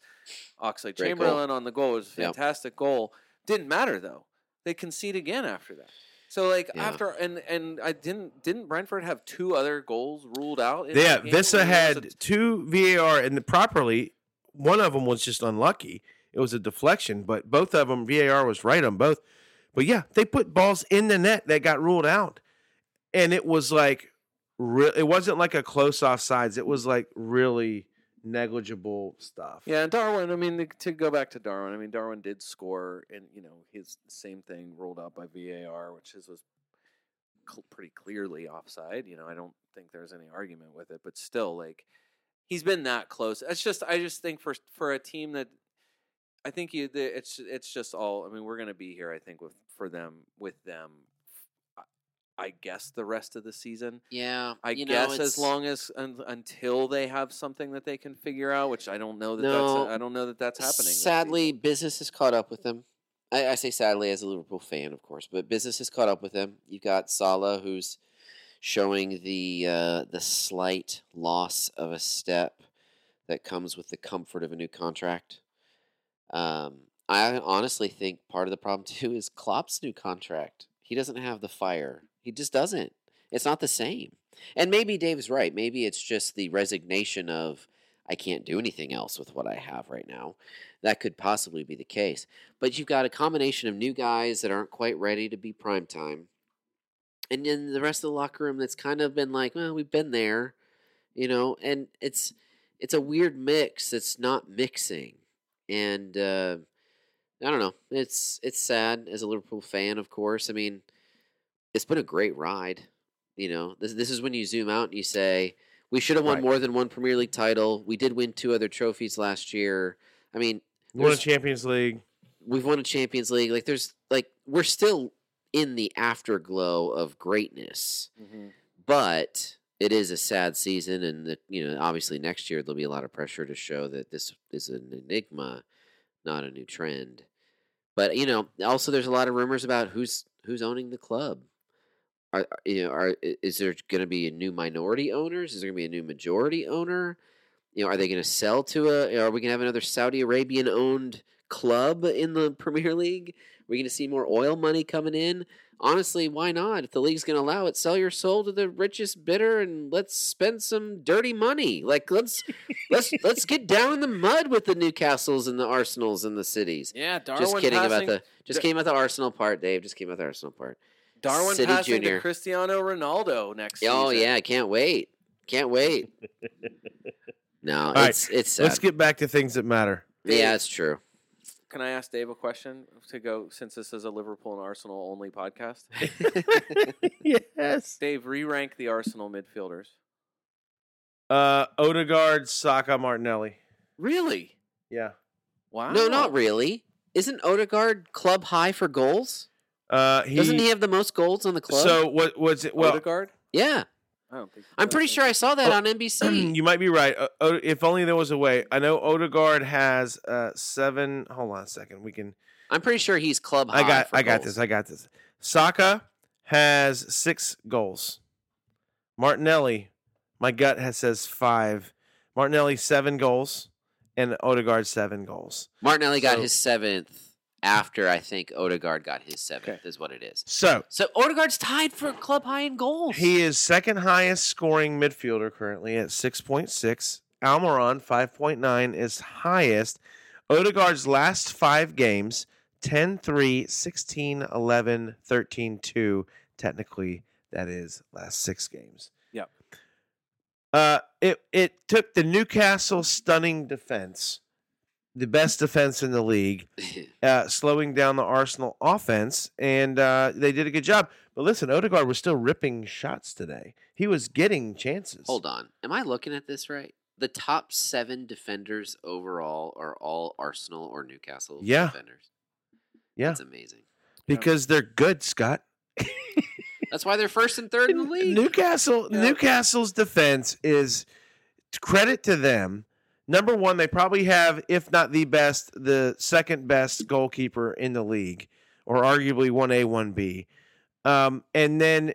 [SPEAKER 8] Oxley
[SPEAKER 3] Great goal.
[SPEAKER 8] Chamberlain on the goal. It was a
[SPEAKER 3] Yep.
[SPEAKER 8] fantastic goal. Didn't matter though. They concede again after that. So like
[SPEAKER 3] Yeah.
[SPEAKER 8] after and and I didn't didn't Brentford have two other goals ruled out? in
[SPEAKER 7] Yeah,
[SPEAKER 8] that game?
[SPEAKER 7] Vissa
[SPEAKER 8] There was a
[SPEAKER 7] had two VAR and the properly. One of them was just unlucky. It was a deflection, but both of them VAR was right on both. But yeah, they put balls in the net that got ruled out, and it was like, re- it wasn't like a close offsides. It was like really negligible stuff.
[SPEAKER 8] Yeah, and Darwin. I mean, to go back to Darwin, I mean, Darwin did score, and you know, his same thing rolled out by VAR, which his was cl- pretty clearly offside. You know, I don't think there's any argument with it, but still, like, he's been that close. It's just, I just think for for a team that, I think you, the, it's it's just all. I mean, we're gonna be here. I think with for them with them. I- I guess the rest of the season.
[SPEAKER 3] Yeah,
[SPEAKER 8] I
[SPEAKER 3] you know,
[SPEAKER 8] guess as
[SPEAKER 3] it's-
[SPEAKER 8] long as un, until they have something that they can figure out, which I don't know that
[SPEAKER 3] No.
[SPEAKER 8] that's I don't know that that's happening. this
[SPEAKER 3] Sadly,
[SPEAKER 8] season.
[SPEAKER 3] business has caught up with them. I, I say sadly as a Liverpool fan, of course, but business has caught up with them. You've got Salah who's showing the uh, the slight loss of a step that comes with the comfort of a new contract. Um, I honestly think part of the problem *laughs* too is Klopp's new contract. He doesn't have the fire. He just doesn't. It's not the same. And maybe Dave's right. Maybe it's just the resignation of I can't do anything else with what I have right now that could possibly be the case. But you've got a combination of new guys that aren't quite ready to be prime time, and then the rest of the locker room that's kind of been like, well, we've been there, you know, and it's it's a weird mix that's not mixing, and uh, I don't know. It's it's sad as a Liverpool fan, of course. I mean, it's been a great ride, you know. This this is when you zoom out and you say. We should have won
[SPEAKER 7] Right.
[SPEAKER 3] more than one Premier League title. We did win two other trophies last year. I mean,
[SPEAKER 7] Won a
[SPEAKER 3] There's-
[SPEAKER 7] Champions League.
[SPEAKER 3] we've won a Champions League. Like there's like we're still in the afterglow of greatness,
[SPEAKER 8] Mhm.
[SPEAKER 3] but it is a sad season, and the, you know obviously next year there'll be a lot of pressure to show that this is an enigma, not a new trend. But you know, also there's a lot of rumors about who's who's owning the club. Are are- you know are i- is there going to be a new minority owners? Is there going to be a new majority owner? You know, are they going to sell to a? Are we going to have another Saudi Arabian owned club in the *laughs* Premier League? Are we going to see more oil money coming in? Honestly, why not? If the league's going to allow it, sell your soul to the richest bidder and let's spend some dirty money. Like let's let's let's get down in the mud with the Newcastles and the Arsenals and the cities.
[SPEAKER 8] yeah, Darwin
[SPEAKER 3] Just kidding
[SPEAKER 8] passing,
[SPEAKER 3] about the just
[SPEAKER 8] Dar-
[SPEAKER 3] came out the Arsenal part, Dave. Just came out the Arsenal part.
[SPEAKER 8] Darwin
[SPEAKER 3] City
[SPEAKER 8] passing
[SPEAKER 3] Junior.
[SPEAKER 8] to Cristiano Ronaldo next season.
[SPEAKER 3] Oh yeah, I can't wait.
[SPEAKER 7] *laughs*
[SPEAKER 3] Can't wait. No,
[SPEAKER 7] right,
[SPEAKER 3] it's it's sad.
[SPEAKER 7] Let's get back to things that
[SPEAKER 3] *laughs*
[SPEAKER 7] matter.
[SPEAKER 3] yeah, it's
[SPEAKER 7] *laughs*
[SPEAKER 3] true.
[SPEAKER 8] Can I ask Dave a question to go since this is a Liverpool and Arsenal only *laughs* podcast?
[SPEAKER 7] yes.
[SPEAKER 8] Dave, re rank the Arsenal midfielders.
[SPEAKER 7] Uh, Odegaard, Saka, Martinelli.
[SPEAKER 8] Really?
[SPEAKER 7] Yeah.
[SPEAKER 8] Wow.
[SPEAKER 3] No, not really. Isn't Odegaard club high for goals?
[SPEAKER 7] Uh, he,
[SPEAKER 3] Doesn't he have the most goals on the club?
[SPEAKER 7] So what? What's it? Well,
[SPEAKER 8] Odegaard?
[SPEAKER 3] yeah,
[SPEAKER 8] I don't think.
[SPEAKER 3] I'm pretty sure I saw that
[SPEAKER 7] Oh,
[SPEAKER 3] on
[SPEAKER 7] *clears throat*
[SPEAKER 3] NBC.
[SPEAKER 7] you might be right. O- O- if only there was a way. I know Odegaard has uh seven. Hold on a second. We can.
[SPEAKER 3] I'm pretty sure he's club high.
[SPEAKER 7] I got.
[SPEAKER 3] for
[SPEAKER 7] I got
[SPEAKER 3] goals.
[SPEAKER 7] this. I got this. Saka has six goals. Martinelli, my gut has says five. Martinelli seven goals, and Odegaard seven goals.
[SPEAKER 3] Martinelli got
[SPEAKER 7] So-
[SPEAKER 3] his seventh after I think Odegaard got his seventh. Is what it is.
[SPEAKER 7] So
[SPEAKER 3] So Odegaard's tied for club high in goals. *laughs*
[SPEAKER 7] He is second highest scoring midfielder currently at 6.6. Almiron 5.9 is highest. Odegaard's last 5 games 10-3, 16-11, 13-2. Technically, that is last 6 games.
[SPEAKER 8] Yep.
[SPEAKER 7] Uh it it took the Newcastle stunning defense, the best defense in the league uh, slowing down the Arsenal offense, and uh, they did a good job. But listen, Odegaard was still ripping shots today. He was getting chances.
[SPEAKER 3] Hold on. Am I looking at this right? The top seven defenders overall are all Arsenal or Newcastle
[SPEAKER 7] Yeah.
[SPEAKER 3] defenders.
[SPEAKER 7] Yeah.
[SPEAKER 3] That's amazing.
[SPEAKER 7] because they're good, Scott.
[SPEAKER 3] That's why they're first and third
[SPEAKER 7] *laughs*
[SPEAKER 3] in the league.
[SPEAKER 7] Newcastle,
[SPEAKER 8] Yeah.
[SPEAKER 7] Newcastle's defense is credit to them. Number one, they probably have, if not the best, the second best goalkeeper in the league, or arguably one A, one B, um, and then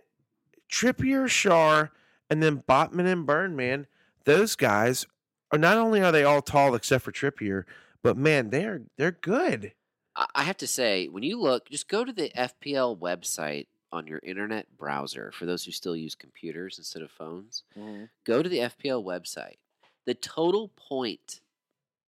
[SPEAKER 7] Trippier, Shar, and then Botman and Byrne. Man, those guys are not only are they all tall except for Trippier, but man, they're they're good.
[SPEAKER 3] I I have to say, when you look, just go to the FPL website on your internet browser for those who still use computers instead of phones.
[SPEAKER 8] Mm-hmm.
[SPEAKER 3] Go to the FPL website. The total point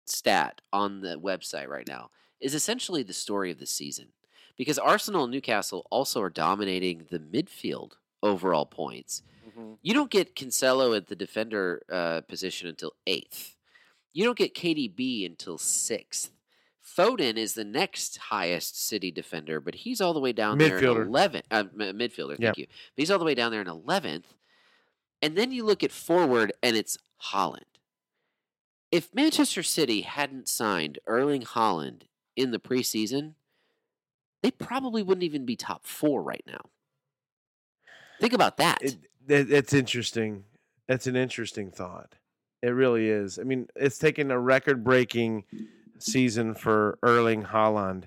[SPEAKER 3] stat on the website right now is essentially the story of the season because Arsenal and Newcastle also are dominating the midfield overall points.
[SPEAKER 8] Mhm.
[SPEAKER 3] You don't get Cancelo at the defender uh, position until eighth. You don't get KDB until sixth. Foden is the next highest City defender, but he's all the way down there
[SPEAKER 7] Midfielder.
[SPEAKER 3] in 11th. Uh, m- midfielder, thank
[SPEAKER 7] Yep.
[SPEAKER 3] you. But he's all the way down there in 11th. And then you look at forward, and it's Holland. If Manchester City hadn't signed Erling Holland in the preseason, they probably wouldn't even be top four right now. Think about that.
[SPEAKER 7] It, that that's interesting. That's an interesting thought. It really is. I mean, it's taken a record breaking season for Erling Haaland,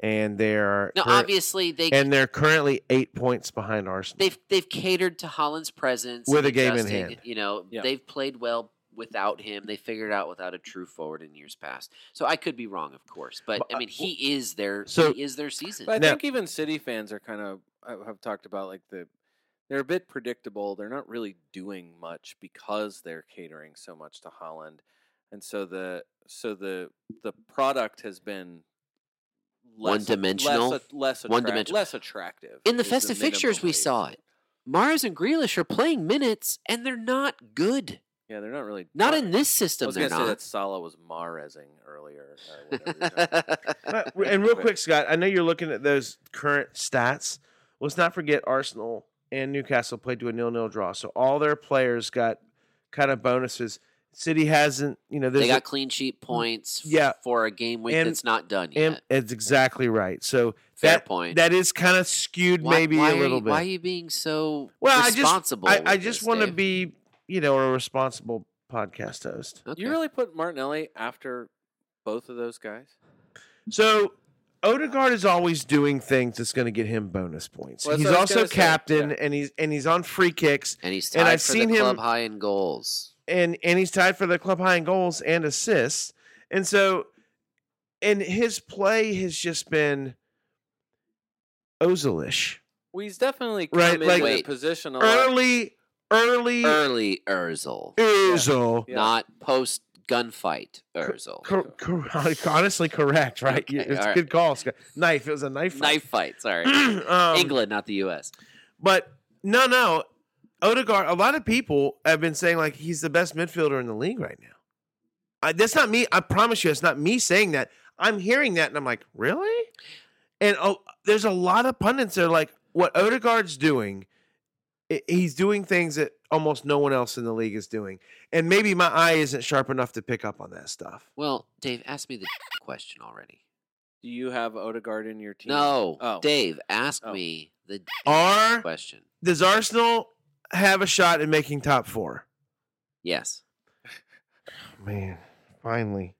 [SPEAKER 7] and they're
[SPEAKER 3] now, obviously, they
[SPEAKER 7] and they're currently eight points behind Arsenal.
[SPEAKER 3] they've they've catered to Holland's presence
[SPEAKER 7] With
[SPEAKER 3] and
[SPEAKER 7] a game in
[SPEAKER 3] adjusting,
[SPEAKER 7] hand.
[SPEAKER 3] You know,
[SPEAKER 8] Yeah.
[SPEAKER 3] they've played well without him. They figured out without a true forward in years past. So I could be wrong, of course, but
[SPEAKER 7] But,
[SPEAKER 3] I
[SPEAKER 7] uh,
[SPEAKER 3] mean, he is their
[SPEAKER 7] so-
[SPEAKER 3] he is their season.
[SPEAKER 8] But I
[SPEAKER 7] Now-
[SPEAKER 8] think even City fans are kind of I- have talked about like the they're a bit predictable. They're not really doing much because they're catering so much to Holland, and so the so the the product has been less-
[SPEAKER 3] One-dimensional?
[SPEAKER 8] less, less, attract-
[SPEAKER 3] One-dimensional.
[SPEAKER 8] less attractive.
[SPEAKER 3] in the
[SPEAKER 8] is
[SPEAKER 3] festive
[SPEAKER 8] minimum
[SPEAKER 3] fixtures, we
[SPEAKER 8] wage.
[SPEAKER 3] saw it. Mars and Grealish are playing minutes, and they're not good.
[SPEAKER 8] Yeah, they're not really
[SPEAKER 3] Not
[SPEAKER 8] doing
[SPEAKER 3] in
[SPEAKER 8] it.
[SPEAKER 3] this
[SPEAKER 8] I
[SPEAKER 3] system,
[SPEAKER 8] was
[SPEAKER 3] they're
[SPEAKER 8] gonna say that
[SPEAKER 3] not.
[SPEAKER 8] Salah was Mahrezing earlier. Or whatever
[SPEAKER 3] *laughs*
[SPEAKER 8] you're talking about.
[SPEAKER 7] Uh, and real quick, Scott, I know you're looking at those current stats. Let's not forget Arsenal and Newcastle played to a nil-nil draw, so all their players got kind of bonuses. City hasn't, you know,
[SPEAKER 3] they
[SPEAKER 7] there's a- Mm,
[SPEAKER 3] got clean sheet points. f-
[SPEAKER 7] Yeah.
[SPEAKER 3] for a game week
[SPEAKER 7] And-
[SPEAKER 3] that's not done yet.
[SPEAKER 7] and it's exactly right. So
[SPEAKER 3] Fair
[SPEAKER 7] that
[SPEAKER 3] point.
[SPEAKER 7] that is kind of skewed,
[SPEAKER 3] Why-
[SPEAKER 7] maybe
[SPEAKER 3] why
[SPEAKER 7] a
[SPEAKER 3] are
[SPEAKER 7] little
[SPEAKER 3] you,
[SPEAKER 7] bit.
[SPEAKER 3] Why are you being so
[SPEAKER 7] well, I just
[SPEAKER 3] responsible?
[SPEAKER 7] I,
[SPEAKER 3] with
[SPEAKER 7] I just
[SPEAKER 3] this,
[SPEAKER 7] want to
[SPEAKER 3] Dave?
[SPEAKER 7] be, you know, a responsible podcast host.
[SPEAKER 3] Okay.
[SPEAKER 8] You really put Martinelli after both of those guys?
[SPEAKER 7] So Odegaard is always doing things that's going to get him bonus points.
[SPEAKER 8] Well, that's
[SPEAKER 7] he's
[SPEAKER 8] what I was
[SPEAKER 7] also
[SPEAKER 8] gonna say,
[SPEAKER 7] captain,
[SPEAKER 8] yeah.
[SPEAKER 7] and he's and he's on free kicks,
[SPEAKER 3] and he's tied
[SPEAKER 7] and I've
[SPEAKER 3] for
[SPEAKER 7] seen
[SPEAKER 3] the
[SPEAKER 7] him-
[SPEAKER 3] club high in goals.
[SPEAKER 7] and and he's tied for the club high in goals and assists. And so, and his play has just been Ozilish.
[SPEAKER 8] Well, he's definitely come
[SPEAKER 7] Right,
[SPEAKER 8] into
[SPEAKER 7] like-
[SPEAKER 8] the
[SPEAKER 3] Wait.
[SPEAKER 8] position a lot.
[SPEAKER 7] Early, early,
[SPEAKER 3] Early Urzel,
[SPEAKER 7] Ozil.
[SPEAKER 8] Yeah.
[SPEAKER 3] not post gunfight Urzel.
[SPEAKER 7] Cor- cor- *laughs* honestly, correct. Right?
[SPEAKER 3] Okay,
[SPEAKER 7] it's
[SPEAKER 3] all
[SPEAKER 7] a
[SPEAKER 3] right.
[SPEAKER 7] good call. Scott. Knife. It was a knife.
[SPEAKER 3] Knife fight.
[SPEAKER 7] *clears throat*
[SPEAKER 3] Sorry,
[SPEAKER 7] um,
[SPEAKER 3] England, not the U.S.
[SPEAKER 7] But no, no. Odegaard, a lot of people have been saying like he's the best midfielder in the league right now. I, that's not me. I promise you, it's not me saying that. I'm hearing that and I'm like, really? And oh, there's a lot of pundits that are like, what Odegaard's doing, i- he's doing things that almost no one else in the league is doing. And maybe my eye isn't sharp enough to pick up on that stuff.
[SPEAKER 3] Well, Dave, ask me the question already.
[SPEAKER 8] Do you have Odegaard in your team?
[SPEAKER 3] No,
[SPEAKER 8] Oh.
[SPEAKER 3] Dave, ask
[SPEAKER 8] Oh.
[SPEAKER 3] me the
[SPEAKER 7] Are
[SPEAKER 3] question.
[SPEAKER 7] does Arsenal have a shot at making top four?
[SPEAKER 3] Yes.
[SPEAKER 7] Man, finally.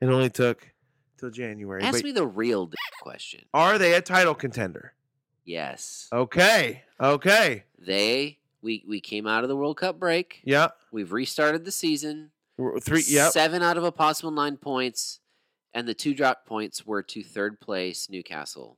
[SPEAKER 7] It only took till January.
[SPEAKER 3] Ask
[SPEAKER 7] but
[SPEAKER 3] me the real d- question.
[SPEAKER 7] are they a title contender?
[SPEAKER 3] Yes.
[SPEAKER 7] Oh. Okay. Okay.
[SPEAKER 3] They we we came out of the World Cup break.
[SPEAKER 7] Yeah.
[SPEAKER 3] We've restarted the season.
[SPEAKER 7] We're- Three. Yep.
[SPEAKER 3] Seven out of a possible nine points, and the two drop points were to third place Newcastle.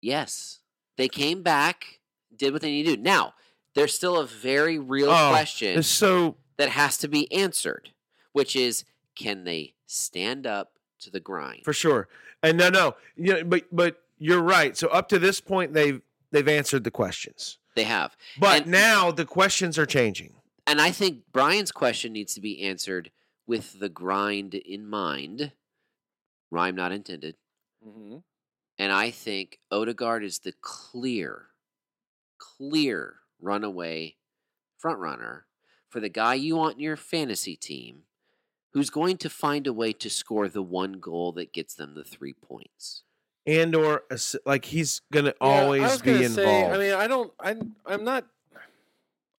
[SPEAKER 3] Yes, they came back, did what they need to do. Now there's still a very real
[SPEAKER 7] Oh,
[SPEAKER 3] question
[SPEAKER 7] It's so
[SPEAKER 3] that has to be answered, which is can they stand up to the grind?
[SPEAKER 7] for sure. And no, no. You know, but but you're right. So up to this point, they've they've answered the questions,
[SPEAKER 3] They have,
[SPEAKER 7] but
[SPEAKER 3] And-
[SPEAKER 7] now the questions are changing.
[SPEAKER 3] and I think Brian's question needs to be answered with the grind in mind. Rhyme not intended.
[SPEAKER 8] Mhm.
[SPEAKER 3] And I think Odegaard is the clear, clear runaway front runner for the guy you want in your fantasy team who's going to find a way to score the one goal that gets them the three points.
[SPEAKER 7] And or ass- like he's gonna
[SPEAKER 8] Yeah, I
[SPEAKER 7] always
[SPEAKER 8] was
[SPEAKER 7] be
[SPEAKER 8] gonna
[SPEAKER 7] involved.
[SPEAKER 8] Say, I mean, I don't. I'm. I'm not.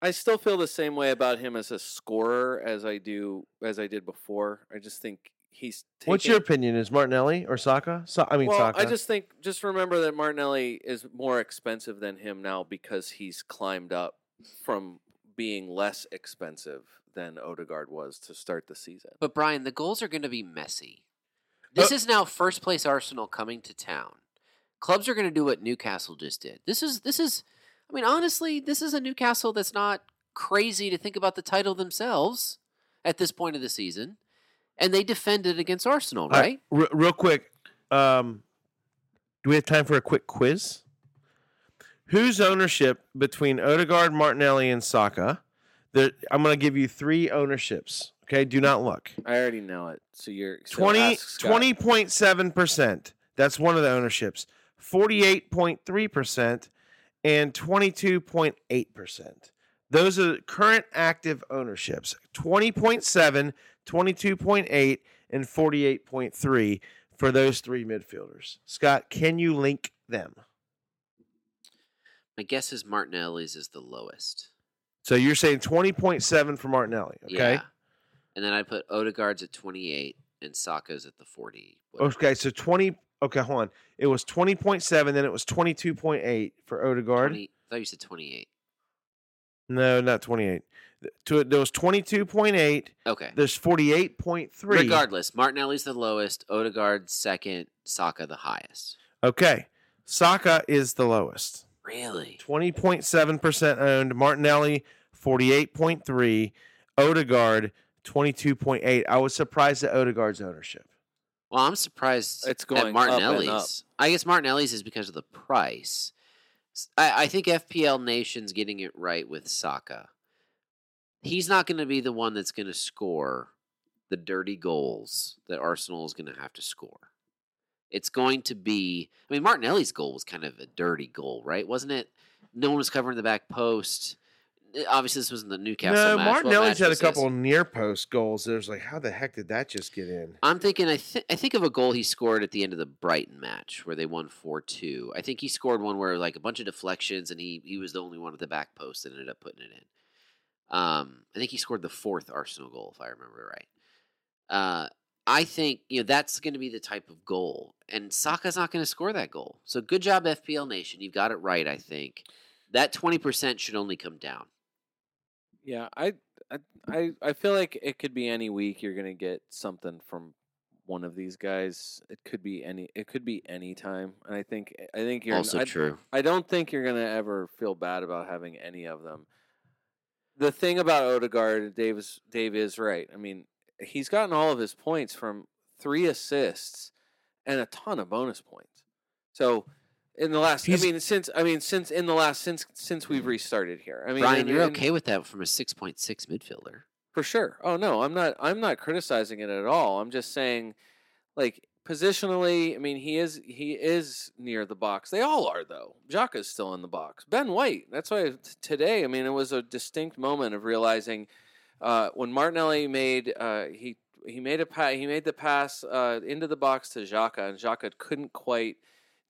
[SPEAKER 8] I still feel the same way about him as a scorer as I do as I did before. I just think he's. Taking,
[SPEAKER 7] What's your opinion? Is Martinelli or Saka? So, I mean,
[SPEAKER 8] well,
[SPEAKER 7] Saka.
[SPEAKER 8] I just think just remember that Martinelli is more expensive than him now because he's climbed up from being less expensive than Odegaard was to start the season.
[SPEAKER 3] But Brian, the goals are going to be messy. This is now first place Arsenal coming to town. Clubs are going to do what Newcastle just did. This is this is I mean honestly, this is a Newcastle that's not crazy to think about the title themselves at this point of the season. And they defended against Arsenal,
[SPEAKER 7] All
[SPEAKER 3] right?
[SPEAKER 7] re- real quick, um, do we have time for a quick quiz? Whose ownership between Odegaard, Martinelli, and Saka? There, I'm going to give you three ownerships. Okay, do not look.
[SPEAKER 8] I already know it. So you're so
[SPEAKER 7] 20
[SPEAKER 8] ask Scott.
[SPEAKER 7] 20.7%. That's one of the ownerships. 48.3% and 22.8%. Those are the current active ownerships. 20.7, 22.8 and 48.3 for those three midfielders. Scott, can you link them?
[SPEAKER 3] My guess is Martinelli's is the lowest.
[SPEAKER 7] So you're saying 20.7 for Martinelli, okay?
[SPEAKER 3] Yeah. And then I put Odegaard's at 28 and Saka's at the 40. whatever.
[SPEAKER 7] Okay, so 20 Okay, hold on. It was 20.7 then it was 22.8 for Odegaard.
[SPEAKER 3] 20 I thought you said 28.
[SPEAKER 7] No, not 28. Th- To it there was 22.8,
[SPEAKER 3] Okay.
[SPEAKER 7] there's 48.3.
[SPEAKER 3] Regardless, Martinelli's the lowest, Odegaard's second, Saka the highest.
[SPEAKER 7] Okay. Saka is the lowest.
[SPEAKER 3] Really?
[SPEAKER 7] 20.7% owned. Martinelli, 48.3. Odegaard, 22.8. I was surprised at Odegaard's ownership.
[SPEAKER 3] Well, I'm surprised
[SPEAKER 8] It's going up
[SPEAKER 3] at
[SPEAKER 8] and
[SPEAKER 3] Martinelli's.
[SPEAKER 8] up.
[SPEAKER 3] I guess Martinelli's is because of the price. S- I, I think FPL Nation's getting it right with Saka. He's not going to be the one that's going to score the dirty goals that Arsenal is going to have to score. It's going to be. I mean, Martinelli's goal was kind of a dirty goal, right? Wasn't it? No one was covering the back post. Uh, Obviously, this wasn't the Newcastle
[SPEAKER 7] no,
[SPEAKER 3] match. What match
[SPEAKER 7] Martinelli's had a
[SPEAKER 3] was this?
[SPEAKER 7] couple near post goals. There's like, how the heck did that just get in?
[SPEAKER 3] I'm thinking. I, th- I think of a goal he scored at the end of the Brighton match where they won four two. I think he scored one where like a bunch of deflections, and he he was the only one at the back post that ended up putting it in. Um, I think he scored the fourth Arsenal goal if I remember right. Uh, I think you know that's going to be the type of goal, and Saka's not going to score that goal. So good job, FPL Nation. You've got it right. I think that twenty percent should only come down.
[SPEAKER 8] Yeah, I, I, I, I feel like it could be any week you're gonna get something from one of these guys. It could be any. It could be any time. And I think, I think you're.
[SPEAKER 3] also
[SPEAKER 8] I,
[SPEAKER 3] true.
[SPEAKER 8] I don't think you're gonna ever feel bad about having any of them. The thing about Odegaard, Dave is, Dave is right. I mean, he's gotten all of his points from three assists and a ton of bonus points. So in the last,
[SPEAKER 7] He's-
[SPEAKER 8] I mean, since I mean, since in the last since since we've restarted here, I mean,
[SPEAKER 3] Brian,
[SPEAKER 8] and-
[SPEAKER 3] you're
[SPEAKER 8] and-
[SPEAKER 3] okay with that from a six point six midfielder.
[SPEAKER 8] for sure. Oh no, I'm not. I'm not criticizing it at all. I'm just saying, like positionally, I mean, he is he is near the box. They all are though. Jaka's still in the box. Ben White. That's why t- today. I mean, it was a distinct moment of realizing uh, when Martinelli made uh, he he made a pa- he made the pass uh, into the box to Jaka, and Jaka couldn't quite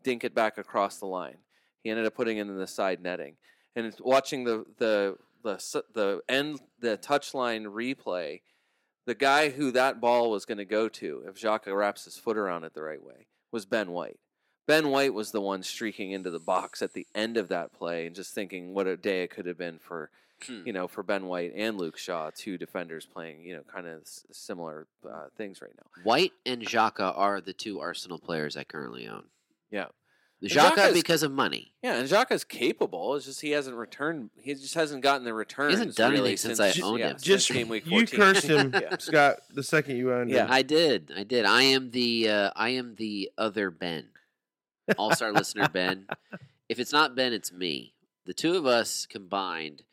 [SPEAKER 8] dink it back across the line. He ended up putting it in the side netting, and it's watching the the the s- the end the touchline replay. The guy who that ball was going to go to, if Jaka wraps his foot around it the right way, was Ben White. Ben White was the one streaking into the box at the end of that play, and just thinking what a day it could have been for you know, for Ben White and Luke Shaw, two defenders playing, you know, kind of s- similar uh, things right now.
[SPEAKER 3] White and Xhaka are the two Arsenal players I currently own.
[SPEAKER 8] Yeah.
[SPEAKER 3] Xhaka
[SPEAKER 8] Xhaka's-
[SPEAKER 3] because of money.
[SPEAKER 8] Yeah, and Xhaka's capable. It's just he hasn't returned. He just hasn't gotten the return.
[SPEAKER 3] done anything since I owned him.
[SPEAKER 7] Just
[SPEAKER 8] game week
[SPEAKER 7] you
[SPEAKER 8] 14.
[SPEAKER 7] cursed him,
[SPEAKER 8] *laughs* Yeah.
[SPEAKER 7] Scott, the second you owned him.
[SPEAKER 8] Yeah.
[SPEAKER 3] I did. I did. I am the uh, I am the other Ben. All-star listener Ben. If it's not Ben, it's me. The two of us combined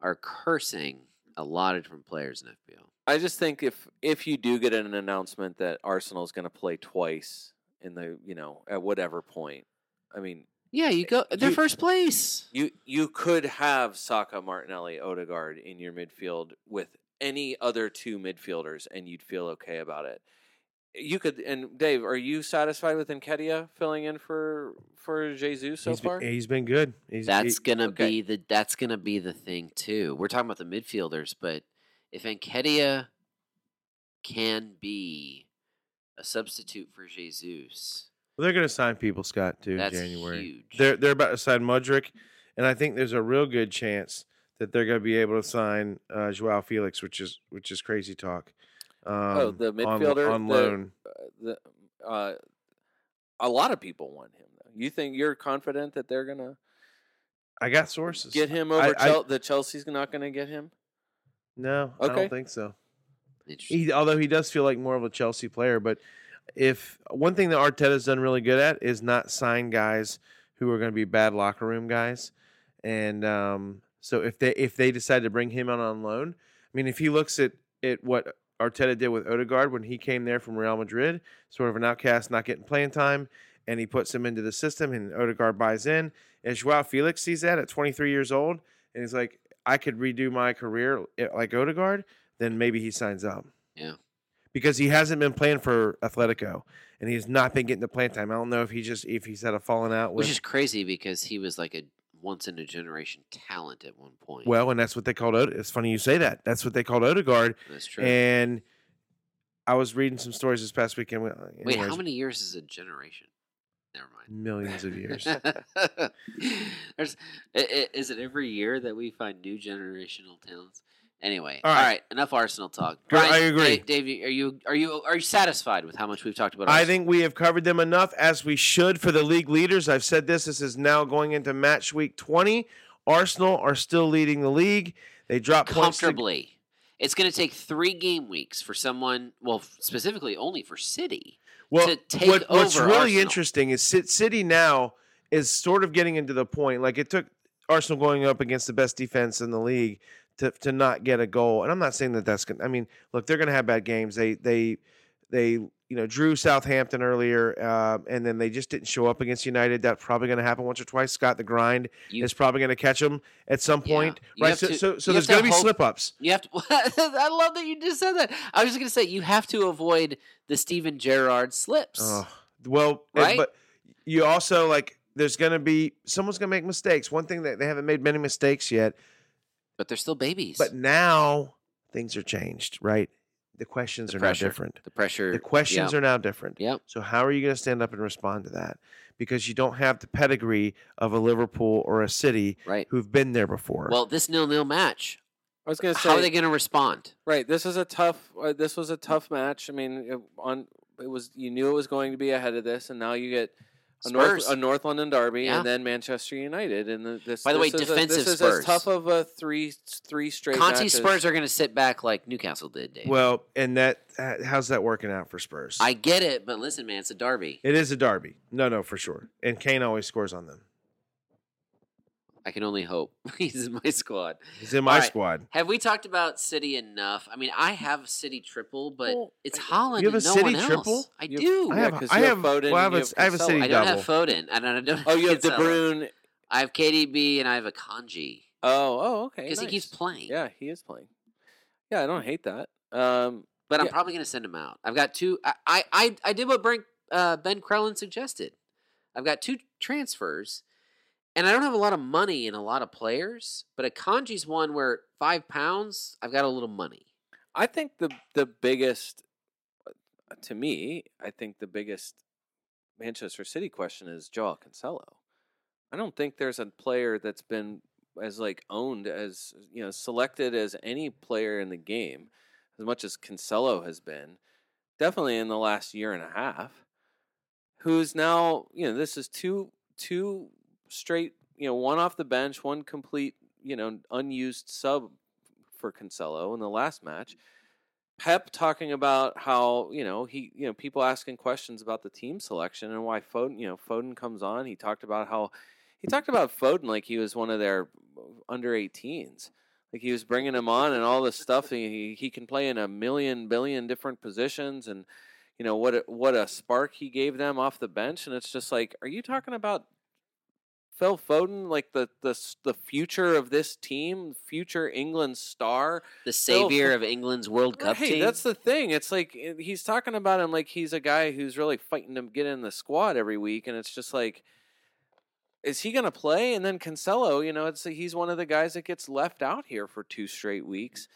[SPEAKER 3] are cursing a lot of different players in FBL.
[SPEAKER 8] I just think if if you do get an announcement that Arsenal's going to play twice in the, you know, at whatever point, I mean,
[SPEAKER 3] Yeah, you go they're
[SPEAKER 8] You-
[SPEAKER 3] first place.
[SPEAKER 8] You you could have Saka, Martinelli, Odegaard in your midfield with any other two midfielders, and you'd feel okay about it. You could and Dave, are you satisfied with Enkedia filling in for for Jesus so
[SPEAKER 7] He's
[SPEAKER 8] far?
[SPEAKER 7] been, he's been good. He's,
[SPEAKER 3] That's
[SPEAKER 7] he-
[SPEAKER 3] gonna
[SPEAKER 8] okay.
[SPEAKER 3] be the that's gonna be the thing too. We're talking about the midfielders, but if Enkedia can be a substitute for Jesus,
[SPEAKER 7] well, they're going to sign people, Scott, too, in
[SPEAKER 3] That's
[SPEAKER 7] January.
[SPEAKER 3] huge.
[SPEAKER 7] They're, they're about to sign Mudrick, and I think there's a real good chance that they're going to be able to sign uh, Joao Felix, which is which is crazy talk. Um,
[SPEAKER 8] Oh, the
[SPEAKER 7] on-
[SPEAKER 8] midfielder,
[SPEAKER 7] on,
[SPEAKER 8] the-
[SPEAKER 7] loan.
[SPEAKER 8] Uh, the, uh, a lot of people want him. though. You think you're confident that they're gonna
[SPEAKER 7] I got sources.
[SPEAKER 8] get him
[SPEAKER 7] I-
[SPEAKER 8] over?
[SPEAKER 7] I-
[SPEAKER 8] Chel- the Chelsea's not gonna get him.
[SPEAKER 7] No, I
[SPEAKER 8] Okay.
[SPEAKER 7] don't think so.
[SPEAKER 3] Interesting.
[SPEAKER 7] He, although he does feel like more of a Chelsea player, but if one thing that Arteta's done really good at is not sign guys who are going to be bad locker room guys, and um, so if they if they decide to bring him out on loan, I mean, if he looks at at what Arteta did with Odegaard when he came there from Real Madrid, sort of an outcast, not getting playing time, and he puts him into the system, and Odegaard buys in, and Joao Felix sees that at 23 years old, and he's like, I could redo my career eh, like Odegaard, then maybe he signs up.
[SPEAKER 3] Yeah.
[SPEAKER 7] Because he hasn't been playing for Atletico, and he has not been getting the playing time. I don't know if he just if he's had a falling out with
[SPEAKER 3] Which is crazy because he was like a once in a generation talent at one point.
[SPEAKER 7] Well, and that's what they called. Od- it's funny you say that. That's what they called Odegaard.
[SPEAKER 3] that's true.
[SPEAKER 7] And I was reading some stories this past weekend. Well,
[SPEAKER 3] Wait, how
[SPEAKER 7] anyways,
[SPEAKER 3] many years is a generation? Never mind.
[SPEAKER 7] Millions of years.
[SPEAKER 3] *laughs* There's, i- i- is it every year that we find new generational talents? Anyway, all
[SPEAKER 7] All
[SPEAKER 3] right,
[SPEAKER 7] right.
[SPEAKER 3] enough Arsenal talk.
[SPEAKER 7] Gr- I
[SPEAKER 3] Da-
[SPEAKER 7] agree.
[SPEAKER 3] Dave, are you are you are you satisfied with how much we've talked about?
[SPEAKER 7] I
[SPEAKER 3] Arsenal?
[SPEAKER 7] think we have covered them enough as we should for the league leaders. I've said this. This is now going into match week 20. Arsenal are still leading the league. They dropped points to-
[SPEAKER 3] comfortably. It's going to take three game weeks for someone. Well, f- specifically only for City.
[SPEAKER 7] well,
[SPEAKER 3] to take
[SPEAKER 7] what- what's
[SPEAKER 3] over
[SPEAKER 7] really
[SPEAKER 3] Arsenal.
[SPEAKER 7] interesting is Sit- City now is sort of getting into the point. Like it took Arsenal going up against the best defense in the league to, to not get a goal. And I'm not saying that that's going. to I mean, look, they're going to have bad games. They they they you know drew Southampton earlier, uh, and then they just didn't show up against United. That's probably going to happen once or twice. Scott, the grind
[SPEAKER 3] You-
[SPEAKER 7] is probably going to catch them at some
[SPEAKER 3] Yeah.
[SPEAKER 7] point,
[SPEAKER 3] You
[SPEAKER 7] right?
[SPEAKER 3] have
[SPEAKER 7] So
[SPEAKER 3] to-
[SPEAKER 7] so, so
[SPEAKER 3] you
[SPEAKER 7] there's
[SPEAKER 3] have to
[SPEAKER 7] going to be
[SPEAKER 3] hope-
[SPEAKER 7] slip ups.
[SPEAKER 3] You have to. *laughs* I love that you just said that. I was just going to say you have to avoid the Steven Gerrard slips.
[SPEAKER 7] Oh, well, and-
[SPEAKER 3] Right?
[SPEAKER 7] but you also like there's going to be someone's going to make mistakes. One thing that they haven't made many mistakes yet,
[SPEAKER 3] But they're still babies.
[SPEAKER 7] but now things are changed, right? The questions
[SPEAKER 3] The
[SPEAKER 7] are
[SPEAKER 3] pressure.
[SPEAKER 7] now different.
[SPEAKER 3] the pressure.
[SPEAKER 7] The questions are now different.
[SPEAKER 3] Yep.
[SPEAKER 7] So how are you going to stand up and respond to that? Because you don't have the pedigree of a Liverpool or a City
[SPEAKER 3] Right.
[SPEAKER 7] who've been there before.
[SPEAKER 3] Well, this nil nil match.
[SPEAKER 8] I was going to say,
[SPEAKER 3] How are they going to respond?
[SPEAKER 8] right? This is a tough. Uh, this was a tough match. I mean, it, on it was you knew it was going to be ahead of this, and now you get a
[SPEAKER 3] Spurs.
[SPEAKER 8] North, a North London derby,
[SPEAKER 3] Yeah.
[SPEAKER 8] and then Manchester United. And the, this,
[SPEAKER 3] By the way,
[SPEAKER 8] this is a-
[SPEAKER 3] defensive
[SPEAKER 8] this is
[SPEAKER 3] Spurs.
[SPEAKER 8] as tough of a three three straight.
[SPEAKER 3] Conti
[SPEAKER 8] matches.
[SPEAKER 3] Spurs are going to sit back like Newcastle did, Dave.
[SPEAKER 7] Well, and that h- how's that working out for Spurs?
[SPEAKER 3] eh I get it, but listen, man, it's a derby.
[SPEAKER 7] it is a derby. No, no, for sure. And Kane always scores on them.
[SPEAKER 3] I can only hope *laughs* he's in my squad.
[SPEAKER 7] He's in my
[SPEAKER 3] All right.
[SPEAKER 7] squad.
[SPEAKER 3] Have we talked about City enough? I mean, I have City triple, but
[SPEAKER 8] Well,
[SPEAKER 3] it's
[SPEAKER 8] I-
[SPEAKER 3] Holland.
[SPEAKER 7] You have
[SPEAKER 3] and
[SPEAKER 7] a
[SPEAKER 3] no
[SPEAKER 7] City
[SPEAKER 3] one
[SPEAKER 7] triple?
[SPEAKER 3] else. I
[SPEAKER 8] You-
[SPEAKER 3] do.
[SPEAKER 7] I
[SPEAKER 8] Yeah,
[SPEAKER 7] have,
[SPEAKER 8] 'cause
[SPEAKER 7] I
[SPEAKER 8] you have
[SPEAKER 7] have,
[SPEAKER 8] Foden,
[SPEAKER 7] well, I have,
[SPEAKER 8] you
[SPEAKER 7] a,
[SPEAKER 8] have
[SPEAKER 7] I have a
[SPEAKER 8] Cancelo.
[SPEAKER 7] City
[SPEAKER 3] I
[SPEAKER 8] I
[SPEAKER 3] don't
[SPEAKER 7] double.
[SPEAKER 3] have Foden. I don't. I don't
[SPEAKER 8] Oh, you have De
[SPEAKER 3] Cancelo.
[SPEAKER 8] Bruyne.
[SPEAKER 3] I have KDB and I have a Kanji
[SPEAKER 8] Oh, oh, okay.
[SPEAKER 3] because he keeps
[SPEAKER 8] nice.
[SPEAKER 3] playing.
[SPEAKER 8] Yeah, he is playing. Yeah, I don't hate that. Um,
[SPEAKER 3] but I'm
[SPEAKER 8] Yeah.
[SPEAKER 3] probably going to send him out. I've got two. I I I, I did what Brink, uh, Ben Krellin suggested. I've got two transfers, and I don't have a lot of money and a lot of players. But a Kanji's one where five pounds. I've got a little money.
[SPEAKER 8] I think the the biggest uh, to me, I think the biggest Manchester City question is Joao Cancelo. I don't think there's a player that's been as like owned as you know selected as any player in the game as much as Cancelo has been definitely in the last year and a half who's now you know this is two two straight you know one off the bench one complete you know unused sub for Cancelo in the last match Pep talking about how you know he you know people asking questions about the team selection and why Foden you know Foden comes on. He talked about how he talked about Foden like he was one of their uh, under 18s. Like he was bringing him on and all this stuff. He he can play in a million billion different positions and you know what a, what a spark he gave them off the bench. And it's just like, are you talking about Phil Foden like the the s- the future of this team, future England star?
[SPEAKER 3] The
[SPEAKER 8] Phil-
[SPEAKER 3] savior of England's World Cup
[SPEAKER 8] hey,
[SPEAKER 3] team.
[SPEAKER 8] that's the thing. It's like eh, he's talking about him like he's a guy who's really fighting to get in the squad every week, and it's just like, is he going to play? And then Cancelo, you know, it's he's one of the guys that gets left out here for two straight weeks.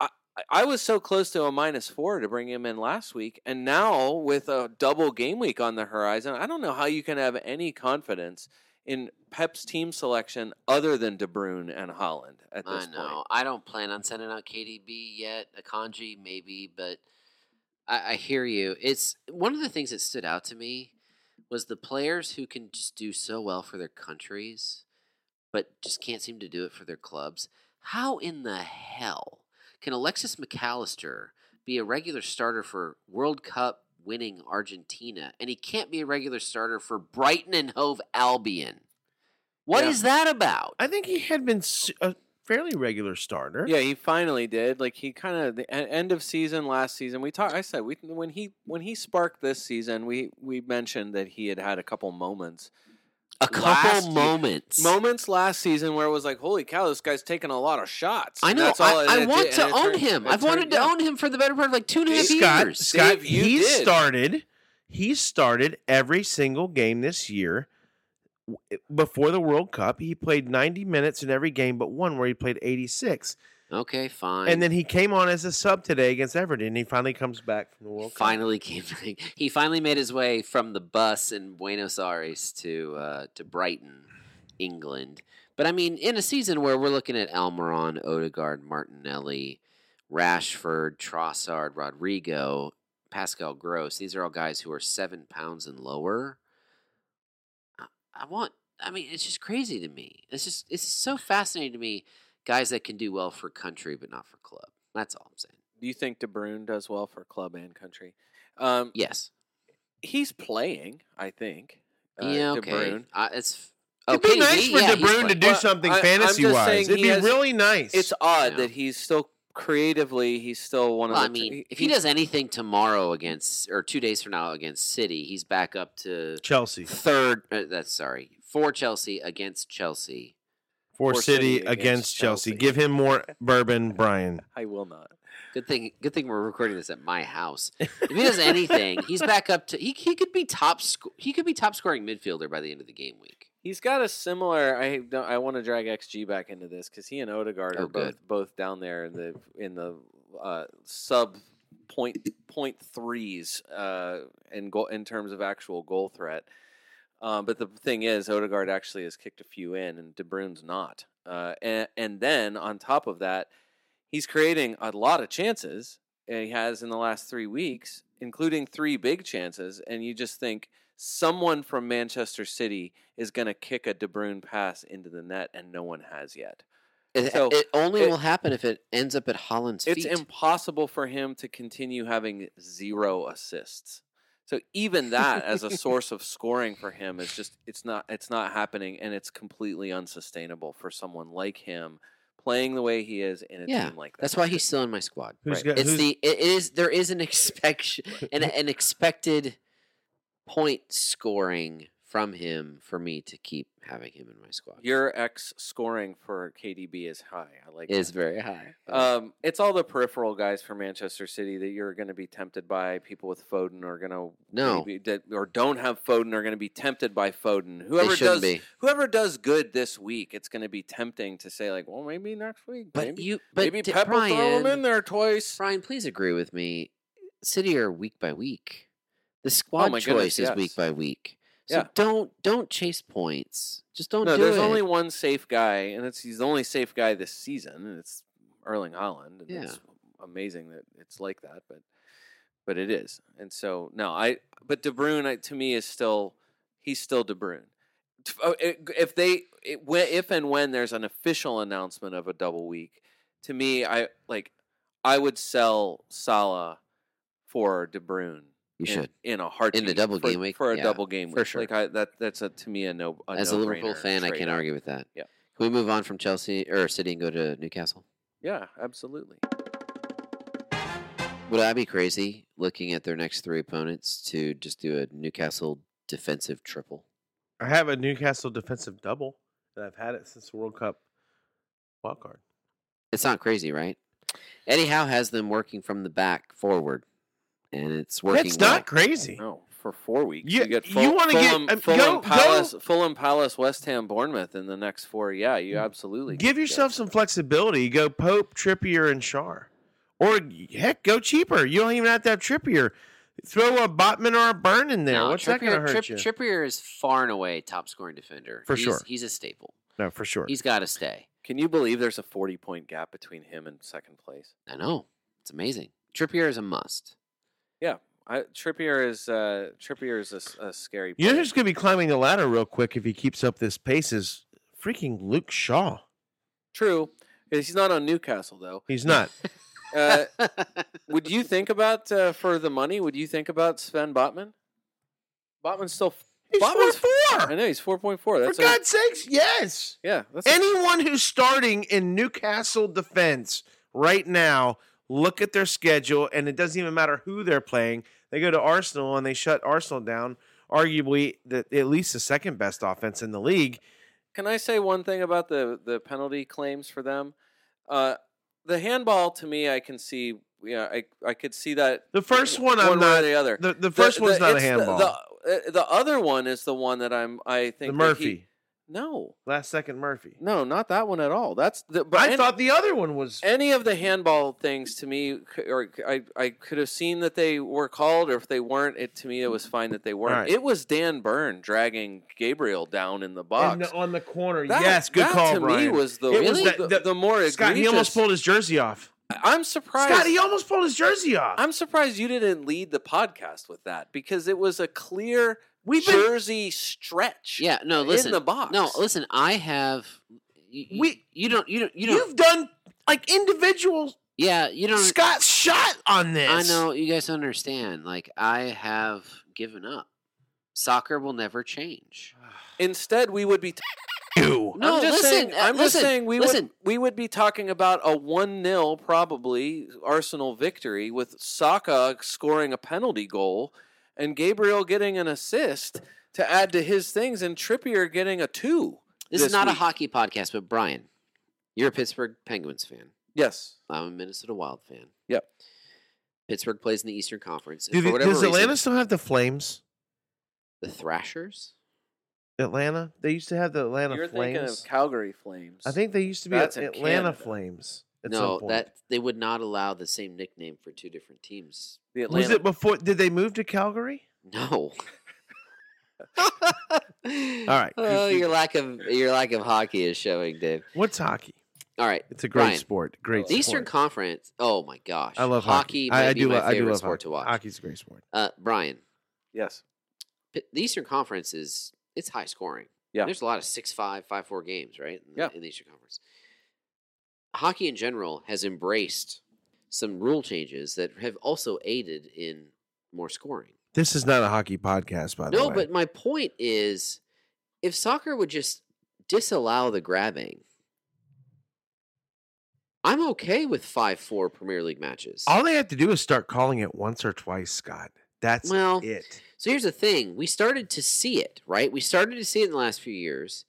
[SPEAKER 8] I I- I was so close to a minus four to bring him in last week, and now with a double game week on the horizon, I don't know how you can have any confidence in Pep's team selection other than De Bruyne and Holland at
[SPEAKER 3] I
[SPEAKER 8] this
[SPEAKER 3] know.
[SPEAKER 8] point.
[SPEAKER 3] I don't plan on sending out KDB yet. A kanji maybe, but I, I hear you. It's one of the things that stood out to me was the players who can just do so well for their countries, but just can't seem to do it for their clubs. How in the hell can Alexis McAllister be a regular starter for World Cup winning Argentina, and he can't be a regular starter for Brighton and Hove Albion? What is
[SPEAKER 8] Yeah.
[SPEAKER 3] that about?
[SPEAKER 7] I think he had been s- a fairly regular starter.
[SPEAKER 8] Yeah, he finally did. Like he kind of the e- end of season last season. We talked. I said we when he when he sparked this season, we we mentioned that he had had a couple moments
[SPEAKER 3] a couple
[SPEAKER 8] last year-
[SPEAKER 3] moments.
[SPEAKER 8] moments last season where it was like, holy cow, this guy's taking a lot of shots.
[SPEAKER 3] I
[SPEAKER 8] And
[SPEAKER 3] know.
[SPEAKER 8] that's all- and
[SPEAKER 3] I, I
[SPEAKER 8] it
[SPEAKER 3] want
[SPEAKER 8] did-
[SPEAKER 3] to
[SPEAKER 8] and it
[SPEAKER 3] own
[SPEAKER 8] turned-
[SPEAKER 3] him.
[SPEAKER 8] it
[SPEAKER 3] I've wanted
[SPEAKER 8] turned-
[SPEAKER 3] to
[SPEAKER 8] yeah.
[SPEAKER 3] own him for the better part of like two and a half
[SPEAKER 7] Scott,
[SPEAKER 3] years.
[SPEAKER 7] Scott,
[SPEAKER 8] Dave, you
[SPEAKER 7] he
[SPEAKER 8] did.
[SPEAKER 7] started. He started every single game this year w- before the World Cup, he played 90 minutes in every game but one where he played 86.
[SPEAKER 3] Okay, fine.
[SPEAKER 7] And then he came on as a sub today against Everton. And he finally comes back from the World Cup.
[SPEAKER 3] finally *laughs* came. he finally made his way from the bus in Buenos Aires to uh, to Brighton, England. But I mean, in a season where we're looking at Almiron, Odegaard, Martinelli, Rashford, Trossard, Rodrigo, Pascal Gross, these are all guys who are seven pounds and lower. I, I want. I mean, it's just crazy to me. It's just it's so fascinating to me. Guys that can do well for country but not for club. That's all I'm saying.
[SPEAKER 8] Do you think De Bruyne does well for club and country? Um,
[SPEAKER 3] Yes.
[SPEAKER 8] He's playing, I think. uh,
[SPEAKER 3] yeah,
[SPEAKER 8] De
[SPEAKER 3] okay.
[SPEAKER 8] Bruyne.
[SPEAKER 3] Uh, it's
[SPEAKER 7] It'd be nice
[SPEAKER 3] he-
[SPEAKER 7] for
[SPEAKER 3] yeah,
[SPEAKER 7] De
[SPEAKER 3] he's
[SPEAKER 7] Bruyne to
[SPEAKER 3] playing.
[SPEAKER 7] do
[SPEAKER 8] Well,
[SPEAKER 7] something
[SPEAKER 8] I- I'm just
[SPEAKER 7] fantasy wise.
[SPEAKER 8] saying
[SPEAKER 7] It'd
[SPEAKER 8] he
[SPEAKER 7] be
[SPEAKER 8] has-
[SPEAKER 7] really nice.
[SPEAKER 8] It's odd
[SPEAKER 3] Yeah.
[SPEAKER 8] that he's still creatively. He's still one of
[SPEAKER 3] Well, I
[SPEAKER 8] the.
[SPEAKER 3] mean,
[SPEAKER 8] he-
[SPEAKER 3] if he
[SPEAKER 8] he's-
[SPEAKER 3] does anything tomorrow against or two days from now against City, he's back up to
[SPEAKER 7] Chelsea
[SPEAKER 3] third. Uh, that's sorry, for Chelsea against Chelsea.
[SPEAKER 7] for
[SPEAKER 8] For
[SPEAKER 7] City
[SPEAKER 8] City
[SPEAKER 7] against,
[SPEAKER 8] against
[SPEAKER 7] Chelsea.
[SPEAKER 8] Chelsea.
[SPEAKER 7] Give him more bourbon, Brian.
[SPEAKER 8] I will not.
[SPEAKER 3] Good thing, good thing we're recording this at my house. If he does anything, *laughs* he's back up to he, he could be top sc- he could be top scoring midfielder by the end of the game week.
[SPEAKER 8] He's got a similar. I don't, I want to drag XG back into this because he and Odegaard
[SPEAKER 3] Oh,
[SPEAKER 8] are both both down there in the in the uh, sub point point threes uh, in goal in terms of actual goal threat. Um, but the thing is, Odegaard actually has kicked a few in, and De Bruyne's not. Uh, and, and then on top of that, he's creating a lot of chances. And he has in the last three weeks, including three big chances. And you just think someone from Manchester City is going to kick a De Bruyne pass into the net, and no one has yet.
[SPEAKER 3] It,
[SPEAKER 8] So,
[SPEAKER 3] it only
[SPEAKER 8] it-
[SPEAKER 3] will happen if it ends up at Holland's
[SPEAKER 8] It's
[SPEAKER 3] feet.
[SPEAKER 8] impossible for him to continue having zero assists. So
[SPEAKER 3] *laughs*
[SPEAKER 8] even that as a source of scoring for him is just it's not it's not happening and it's completely unsustainable for someone like him playing the way he is in a
[SPEAKER 3] Yeah,
[SPEAKER 8] team like that.
[SPEAKER 3] That's why he's still in my squad.
[SPEAKER 7] Who's
[SPEAKER 8] Right.
[SPEAKER 7] got-
[SPEAKER 3] it's
[SPEAKER 7] who's-
[SPEAKER 3] the it is there is an expect
[SPEAKER 7] *laughs*
[SPEAKER 3] an, an expected point scoring from him for me to keep having him in my squad.
[SPEAKER 8] your ex scoring for KDB is high. I like
[SPEAKER 3] is
[SPEAKER 8] that.
[SPEAKER 3] very high.
[SPEAKER 8] Um, it's all the peripheral guys for Manchester City that you're going to be tempted by. People with Foden are going to
[SPEAKER 3] No.
[SPEAKER 8] maybe, that or don't have Foden are going to be tempted by Foden.
[SPEAKER 3] they
[SPEAKER 8] Whoever does
[SPEAKER 3] shouldn't be.
[SPEAKER 8] whoever does good this week, it's going to be tempting to say like, well, maybe next week,
[SPEAKER 3] But
[SPEAKER 8] maybe,
[SPEAKER 3] you but
[SPEAKER 8] maybe
[SPEAKER 3] d-
[SPEAKER 8] Pep will throw
[SPEAKER 3] Brian,
[SPEAKER 8] him in there twice.
[SPEAKER 3] Brian, please agree with me. City are week by week. The squad
[SPEAKER 8] Oh my
[SPEAKER 3] choice
[SPEAKER 8] goodness,
[SPEAKER 3] is week
[SPEAKER 8] yes.
[SPEAKER 3] by week. So
[SPEAKER 8] Yeah.
[SPEAKER 3] don't don't chase points. Just don't
[SPEAKER 8] No,
[SPEAKER 3] do
[SPEAKER 8] there's
[SPEAKER 3] it.
[SPEAKER 8] only one safe guy, and it's he's the only safe guy this season, and it's Erling Holland. And
[SPEAKER 3] Yeah.
[SPEAKER 8] it's amazing that it's like that, but but it is. And so no, I but De Bruyne I, to me is still he's still De Bruyne. T- oh, i- If they it- when- if and when there's an official announcement of a double week, to me I like I would sell Salah for De Bruyne.
[SPEAKER 3] you
[SPEAKER 8] in-
[SPEAKER 3] should.
[SPEAKER 8] in a heartbeat
[SPEAKER 3] double
[SPEAKER 8] for,
[SPEAKER 3] game week?
[SPEAKER 8] for a
[SPEAKER 3] Yeah,
[SPEAKER 8] double game
[SPEAKER 3] for
[SPEAKER 8] week.
[SPEAKER 3] sure.
[SPEAKER 8] Like I, that that's a, to me a no. A
[SPEAKER 3] As Oh, a Liverpool
[SPEAKER 8] no-brainer
[SPEAKER 3] fan, I
[SPEAKER 8] trade
[SPEAKER 3] can't
[SPEAKER 8] up.
[SPEAKER 3] argue with that.
[SPEAKER 8] Yeah.
[SPEAKER 3] Can we move on from Chelsea or City and go to Newcastle?
[SPEAKER 8] Yeah, absolutely.
[SPEAKER 3] Would I be crazy looking at their next three opponents to just do a Newcastle defensive triple?
[SPEAKER 7] I have a Newcastle defensive double, and I've had it since the World Cup wild card.
[SPEAKER 3] It's not crazy, right? Eddie Howe has them working from the back forward, and it's working.
[SPEAKER 7] That's
[SPEAKER 3] well.
[SPEAKER 7] not crazy.
[SPEAKER 8] No, for four weeks.
[SPEAKER 7] You-
[SPEAKER 8] You, get
[SPEAKER 7] you
[SPEAKER 8] Ful-
[SPEAKER 7] wanna get-
[SPEAKER 8] Fulham,
[SPEAKER 7] I
[SPEAKER 3] um,
[SPEAKER 7] mean,
[SPEAKER 8] Fulham
[SPEAKER 7] go-
[SPEAKER 8] Palace, Fulham Palace, West Ham, Bournemouth in the next four. Yeah,
[SPEAKER 3] Mm.
[SPEAKER 8] you absolutely
[SPEAKER 7] Give
[SPEAKER 8] could
[SPEAKER 7] yourself some flexibility. You go Pope, Trippier, and Shar, or heck, go cheaper. You don't even have to have Trippier. Throw a Botman or a Burn in there.
[SPEAKER 3] No,
[SPEAKER 7] What's that going to hurt
[SPEAKER 3] Tripp-
[SPEAKER 7] you?
[SPEAKER 3] Trippier is far and away top scoring defender.
[SPEAKER 7] For
[SPEAKER 3] He's-
[SPEAKER 7] sure.
[SPEAKER 3] he's a staple.
[SPEAKER 7] No, for sure.
[SPEAKER 3] He's got to stay.
[SPEAKER 8] Can you believe there's a forty point gap between him and second place?
[SPEAKER 3] I know it's amazing. Trippier is a must.
[SPEAKER 8] I, Trippier is uh, Trippier is a s- a, scary.
[SPEAKER 7] you know
[SPEAKER 8] player.
[SPEAKER 7] who's going to be climbing the ladder real quick if he keeps up this pace is freaking Luke Shaw.
[SPEAKER 8] true. He's not on Newcastle though.
[SPEAKER 3] *laughs*
[SPEAKER 7] He's not.
[SPEAKER 8] Uh, would you think about uh, for the money? Would you think about Sven Botman? Botman's still. f-
[SPEAKER 7] He's four
[SPEAKER 8] Botman's-
[SPEAKER 7] four.
[SPEAKER 8] I know he's four point four.
[SPEAKER 7] For
[SPEAKER 8] That's a-
[SPEAKER 7] God's sakes, yes.
[SPEAKER 8] yeah. That's a-
[SPEAKER 7] Anyone who's starting in Newcastle defense right now, look at their schedule, and it doesn't even matter who they're playing. They go to Arsenal and they shut Arsenal down, arguably the, at least the second best offense in the league.
[SPEAKER 8] Can I say one thing about the the penalty claims for them? Uh, the handball to me, I can see. Yeah, I I could see that
[SPEAKER 7] The first one, I'm
[SPEAKER 8] way or
[SPEAKER 7] not.
[SPEAKER 8] the other.
[SPEAKER 7] The, the first one's not a
[SPEAKER 8] it's the-
[SPEAKER 7] handball.
[SPEAKER 8] The, uh, the other one is the one that I'm. I think
[SPEAKER 7] The
[SPEAKER 8] that
[SPEAKER 7] Murphy,
[SPEAKER 8] he- no,
[SPEAKER 7] last second Murphy.
[SPEAKER 8] no, not that one at all. That's the. But
[SPEAKER 7] I
[SPEAKER 8] any,
[SPEAKER 7] thought the other one was.
[SPEAKER 8] any of the handball things to me, c- or c- I, I could have seen that they were called, or if they weren't, it to me it was fine that they weren't.
[SPEAKER 7] right.
[SPEAKER 8] It was Dan Byrne dragging Gabriel down in the box.
[SPEAKER 7] in the- on the corner.
[SPEAKER 8] That-
[SPEAKER 7] yes, good
[SPEAKER 8] that
[SPEAKER 7] call,
[SPEAKER 8] to
[SPEAKER 7] Brian.
[SPEAKER 8] me was the,
[SPEAKER 7] It was
[SPEAKER 8] the,
[SPEAKER 7] that-
[SPEAKER 8] the,
[SPEAKER 7] the-
[SPEAKER 8] more egregious.
[SPEAKER 7] Scott, he almost pulled his jersey off.
[SPEAKER 8] I'm surprised.
[SPEAKER 7] Scott, he almost pulled his jersey off.
[SPEAKER 8] I'm surprised you didn't lead the podcast with that because it was a clear
[SPEAKER 7] We've been-
[SPEAKER 8] Jersey stretch.
[SPEAKER 3] Yeah, no, listen.
[SPEAKER 8] in the box.
[SPEAKER 3] No, listen. I have. You,
[SPEAKER 7] We-
[SPEAKER 3] you don't you don't you don't
[SPEAKER 7] You've done like individual
[SPEAKER 3] yeah you don't
[SPEAKER 7] Scott shot on this.
[SPEAKER 3] I know you guys understand. Like I have given up. Soccer will never change.
[SPEAKER 7] Uh,
[SPEAKER 8] Instead, we would be. T-
[SPEAKER 7] you.
[SPEAKER 3] No,
[SPEAKER 8] I'm just
[SPEAKER 3] listen,
[SPEAKER 8] saying.
[SPEAKER 3] uh,
[SPEAKER 8] I'm
[SPEAKER 3] listen,
[SPEAKER 8] just saying we
[SPEAKER 3] listen.
[SPEAKER 8] would we would be talking about a one 0 probably Arsenal victory with Saka scoring a penalty goal and Gabriel getting an assist to add to his things and Trippier getting a two.
[SPEAKER 3] This, is
[SPEAKER 8] this
[SPEAKER 3] not a
[SPEAKER 8] week.
[SPEAKER 3] hockey podcast, but Brian, you're a Pittsburgh Penguins fan.
[SPEAKER 8] Yes.
[SPEAKER 3] I'm a Minnesota Wild fan.
[SPEAKER 8] Yep.
[SPEAKER 3] Pittsburgh plays in the Eastern Conference. and
[SPEAKER 7] Do
[SPEAKER 3] for
[SPEAKER 7] the-
[SPEAKER 3] whatever
[SPEAKER 7] does
[SPEAKER 3] reason,
[SPEAKER 7] Atlanta still have the Flames?
[SPEAKER 3] the Thrashers?
[SPEAKER 7] Atlanta, they used to have the Atlanta
[SPEAKER 8] You're thinking
[SPEAKER 7] Flames.
[SPEAKER 8] of Calgary Flames.
[SPEAKER 7] I think they used to be
[SPEAKER 8] That's in
[SPEAKER 7] Atlanta
[SPEAKER 8] Canada.
[SPEAKER 7] Flames. At some
[SPEAKER 3] No,
[SPEAKER 7] point.
[SPEAKER 3] that they would not allow the same nickname for two different teams.
[SPEAKER 8] the Atlanta.
[SPEAKER 7] was it before. Did they move to Calgary? *laughs*
[SPEAKER 3] No.
[SPEAKER 7] right,
[SPEAKER 3] Oh,
[SPEAKER 7] you-
[SPEAKER 3] your lack of your lack of hockey is showing, Dave.
[SPEAKER 7] What's hockey?
[SPEAKER 3] All right.
[SPEAKER 7] It's a great
[SPEAKER 3] Brian,
[SPEAKER 7] sport. Great.
[SPEAKER 3] The Eastern
[SPEAKER 7] sport.
[SPEAKER 3] Conference. Oh my gosh.
[SPEAKER 7] I love hockey.
[SPEAKER 3] hockey.
[SPEAKER 7] I,
[SPEAKER 3] might
[SPEAKER 7] I
[SPEAKER 3] be
[SPEAKER 7] do.
[SPEAKER 3] my
[SPEAKER 7] love, I
[SPEAKER 3] favorite
[SPEAKER 7] do love
[SPEAKER 3] sport
[SPEAKER 7] hockey.
[SPEAKER 3] to watch.
[SPEAKER 7] Hockey's a great sport.
[SPEAKER 3] Uh, Brian,
[SPEAKER 8] Yes.
[SPEAKER 3] P- the Eastern Conference is it's high scoring.
[SPEAKER 8] Yeah.
[SPEAKER 3] There's a lot of six five, five four games, right? In the,
[SPEAKER 8] Yeah.
[SPEAKER 3] in the Eastern Conference. Hockey in general has embraced some rule changes that have also aided in more scoring.
[SPEAKER 7] This is not a hockey podcast, by the
[SPEAKER 3] No,
[SPEAKER 7] way.
[SPEAKER 3] but my point is if soccer would just disallow the grabbing, I'm okay with 5 4 Premier League matches.
[SPEAKER 7] all they have to do is start calling it once or twice, Scott. That's
[SPEAKER 3] Well,
[SPEAKER 7] it.
[SPEAKER 3] So here's the thing we started to see it, right? We started to see it in the last few years.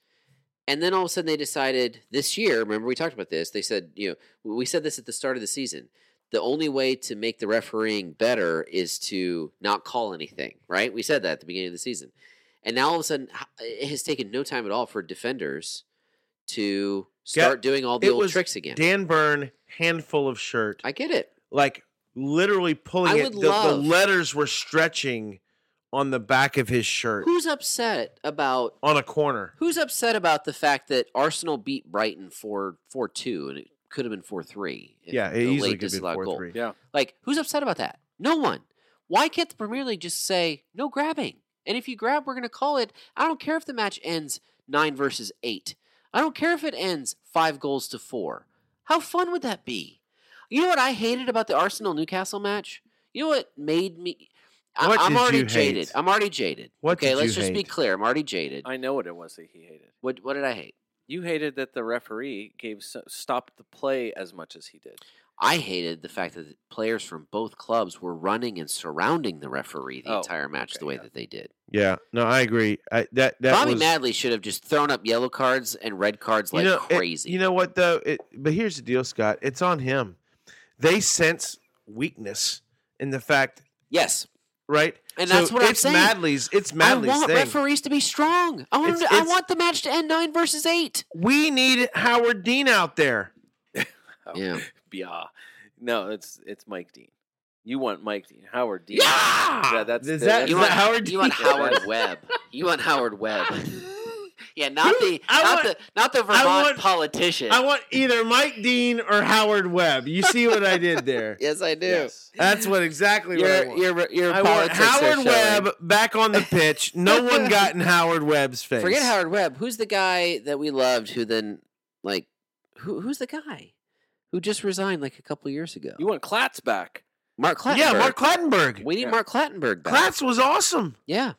[SPEAKER 3] And then all of a sudden they decided this year, remember we talked about this, they said, you know, we said this at the start of the season. The only way to make the refereeing better is to not call anything, right? We said that at the beginning of the season. And now all of a sudden h- it has taken no time at all for defenders to
[SPEAKER 7] Yeah,
[SPEAKER 3] start doing all the
[SPEAKER 7] it
[SPEAKER 3] old
[SPEAKER 7] was
[SPEAKER 3] tricks again.
[SPEAKER 7] Dan Byrne, handful of shirt,
[SPEAKER 3] I get it.
[SPEAKER 7] like literally pulling
[SPEAKER 3] I
[SPEAKER 7] it.
[SPEAKER 3] would
[SPEAKER 7] the, the
[SPEAKER 3] love-
[SPEAKER 7] letters were stretching on the back of his shirt
[SPEAKER 3] Who's upset about
[SPEAKER 7] on a corner.
[SPEAKER 3] Who's upset about the fact that Arsenal beat Brighton 4 4 2 and it could have been 4 3?
[SPEAKER 7] Yeah, it easily could be four three.
[SPEAKER 8] Yeah.
[SPEAKER 3] Like, who's upset about that? No one. Why can't the Premier League just say no grabbing? And if you grab, we're going to call it. I don't care if the match ends 9 versus 8. I don't care if it ends 5 goals to 4. How fun would that be? You know what I hated about the Arsenal Newcastle match? You know what made me. I,
[SPEAKER 7] What
[SPEAKER 3] I'm
[SPEAKER 7] did
[SPEAKER 3] already
[SPEAKER 7] you hate?
[SPEAKER 3] jaded. I'm already jaded.
[SPEAKER 7] What
[SPEAKER 3] okay,
[SPEAKER 7] did
[SPEAKER 3] let's
[SPEAKER 7] you
[SPEAKER 3] just be
[SPEAKER 7] hate?
[SPEAKER 3] clear. I'm already jaded.
[SPEAKER 8] I know what it was that he hated.
[SPEAKER 3] what, what did I hate?
[SPEAKER 8] You hated that the referee gave s- stopped the play as much as he did.
[SPEAKER 3] I hated the fact that the players from both clubs were running and surrounding the referee the
[SPEAKER 8] Oh,
[SPEAKER 3] entire match the
[SPEAKER 8] okay,
[SPEAKER 3] way
[SPEAKER 8] yeah.
[SPEAKER 3] that they did.
[SPEAKER 7] Yeah, no, I agree. I, that that
[SPEAKER 3] Bobby
[SPEAKER 7] was,
[SPEAKER 3] Madley should have just thrown up yellow cards and red cards like
[SPEAKER 7] know, it-
[SPEAKER 3] crazy.
[SPEAKER 7] you know what though? It, but here's the deal, Scott. It's on him. They sense weakness in the fact,
[SPEAKER 3] yes,
[SPEAKER 7] right?
[SPEAKER 3] And
[SPEAKER 7] So
[SPEAKER 3] that's what I'm
[SPEAKER 7] it's
[SPEAKER 3] saying.
[SPEAKER 7] Madley's. It's Madley's
[SPEAKER 3] I want
[SPEAKER 7] thing.
[SPEAKER 3] referees to be strong. I want,
[SPEAKER 7] It's-
[SPEAKER 3] them to- I
[SPEAKER 7] it's-
[SPEAKER 3] want the match to end nine versus eight.
[SPEAKER 7] we need Howard Dean out there.
[SPEAKER 8] Oh,
[SPEAKER 3] Yeah.
[SPEAKER 8] Yeah. No, it's it's Mike Dean. You want Mike Dean. Howard Dean.
[SPEAKER 7] Yeah.
[SPEAKER 8] Yeah, that's
[SPEAKER 7] Is
[SPEAKER 8] the-
[SPEAKER 7] that-
[SPEAKER 8] that's
[SPEAKER 7] is
[SPEAKER 3] You
[SPEAKER 7] that
[SPEAKER 3] want
[SPEAKER 7] Howard? *laughs*
[SPEAKER 3] You want
[SPEAKER 7] Dean?
[SPEAKER 3] Howard Webb. You want
[SPEAKER 7] *laughs*
[SPEAKER 3] Howard Webb. Yeah, not the
[SPEAKER 7] I
[SPEAKER 3] not
[SPEAKER 7] want-
[SPEAKER 3] the not the Vermont
[SPEAKER 7] want-
[SPEAKER 3] politician.
[SPEAKER 7] I want either Mike Dean or Howard Webb. You see what I did there?
[SPEAKER 3] yes, I do.
[SPEAKER 8] Yes.
[SPEAKER 7] That's what exactly what I
[SPEAKER 3] Your
[SPEAKER 7] want.
[SPEAKER 3] your your
[SPEAKER 7] I want
[SPEAKER 3] politics are
[SPEAKER 7] Howard
[SPEAKER 3] showing.
[SPEAKER 7] Webb back on the pitch.
[SPEAKER 3] *laughs*
[SPEAKER 7] No one got in Howard Webb's face.
[SPEAKER 3] Forget Howard Webb. Who's the guy that we loved who then like who who's the guy who just resigned like a couple years ago?
[SPEAKER 8] You want Klatz back.
[SPEAKER 3] Mark Clattenburg.
[SPEAKER 7] Yeah, Mark Clattenburg.
[SPEAKER 3] We need
[SPEAKER 8] Yeah.
[SPEAKER 3] Mark Clattenburg back.
[SPEAKER 7] Klatz was awesome.
[SPEAKER 3] yeah.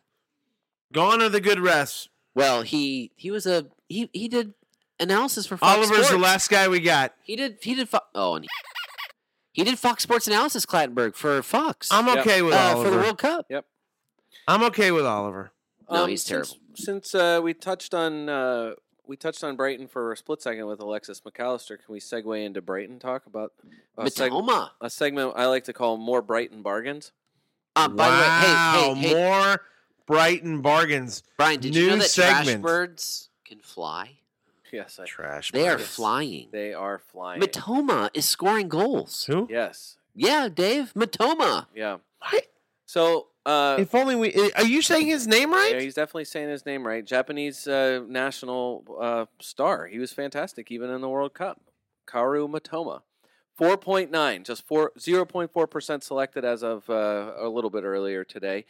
[SPEAKER 7] Gone are the good refs.
[SPEAKER 3] Well, he he was a he he did analysis for Fox
[SPEAKER 7] Oliver's
[SPEAKER 3] Sports.
[SPEAKER 7] the last guy we got.
[SPEAKER 3] He did he did Fo- oh and he, he did Fox Sports analysis Clattenburg for Fox
[SPEAKER 7] I'm
[SPEAKER 8] Yep.
[SPEAKER 7] okay with
[SPEAKER 3] uh,
[SPEAKER 7] Oliver.
[SPEAKER 3] for the World Cup.
[SPEAKER 7] I'm okay with Oliver.
[SPEAKER 3] No, he's
[SPEAKER 8] Um, since-
[SPEAKER 3] terrible.
[SPEAKER 8] Since uh, we touched on uh, we touched on Brighton for a split second with Alexis McAllister, can we segue into Brighton talk about a, seg-
[SPEAKER 3] Matoma.
[SPEAKER 8] a segment I like to call more Brighton bargains?
[SPEAKER 3] Uh, by the way, hey, hey, hey,
[SPEAKER 7] more Brighton bargains.
[SPEAKER 3] Brian, did you
[SPEAKER 7] New
[SPEAKER 3] know that trash
[SPEAKER 7] segment.
[SPEAKER 3] birds can fly?
[SPEAKER 8] Yes, I,
[SPEAKER 7] Trash.
[SPEAKER 3] They are
[SPEAKER 8] Yes.
[SPEAKER 3] flying.
[SPEAKER 8] they are flying.
[SPEAKER 3] Matoma is scoring goals.
[SPEAKER 7] Who?
[SPEAKER 8] yes.
[SPEAKER 3] Yeah, Dave Matoma.
[SPEAKER 8] Yeah.
[SPEAKER 7] What?
[SPEAKER 8] So, uh,
[SPEAKER 7] If only we. i- Are you saying his name right?
[SPEAKER 8] yeah, he's definitely saying his name right. Japanese uh, national uh, star. He was fantastic even in the World Cup. Karu Matoma. 4.9, just four, 0.4% selected as of uh, a little bit earlier today.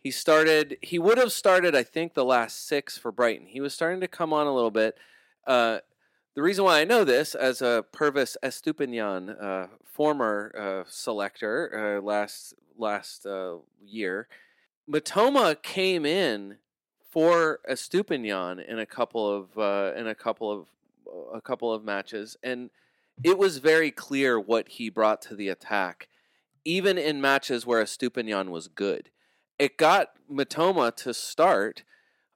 [SPEAKER 8] He started, he would have started, I think, the last six for Brighton. He was starting to come on a little bit. Uh, the reason why I know this, as a Purvis Estupinian, uh, former uh, selector uh, last last uh, year, Matoma came in for Estupinian in a couple of uh, in a couple of a couple of matches, and it was very clear what he brought to the attack, even in matches where Estupinian was good. It got Matoma to start.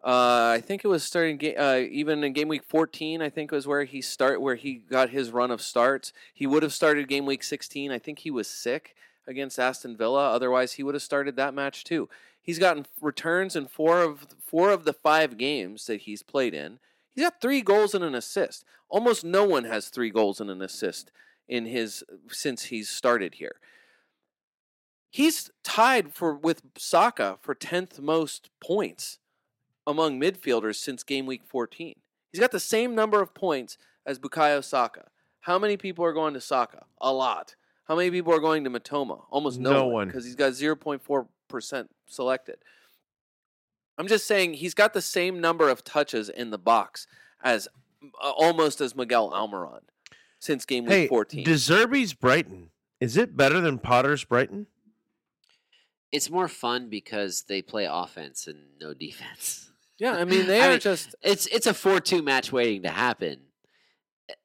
[SPEAKER 8] Uh, I think it was starting ga- uh, even in game week 14. I think was where he start where he got his run of starts. He would have started game week 16. I think he was sick against Aston Villa. Otherwise, he would have started that match too. He's gotten returns in four of four of the five games that he's played in. He's got three goals and an assist. Almost no one has three goals and an assist in his since he's started here. He's tied for with Saka for tenth most points among midfielders since game week 14. He's got the same number of points as Bukayo Saka. How many people are going to Saka? A lot. How many people are going to Matoma? Almost no,
[SPEAKER 7] No
[SPEAKER 8] one
[SPEAKER 7] one.
[SPEAKER 8] because he's got 0.4% selected. I'm just saying he's got the same number of touches in the box as uh, almost as Miguel Almiron since game week
[SPEAKER 7] Hey,
[SPEAKER 8] 14.
[SPEAKER 7] Deserby's Brighton. Is it better than Potter's Brighton?
[SPEAKER 3] It's more fun because they play offense and no defense. *laughs*
[SPEAKER 8] yeah, I mean they
[SPEAKER 3] I
[SPEAKER 8] are
[SPEAKER 3] mean,
[SPEAKER 8] just
[SPEAKER 3] It's it's a four two match waiting to happen.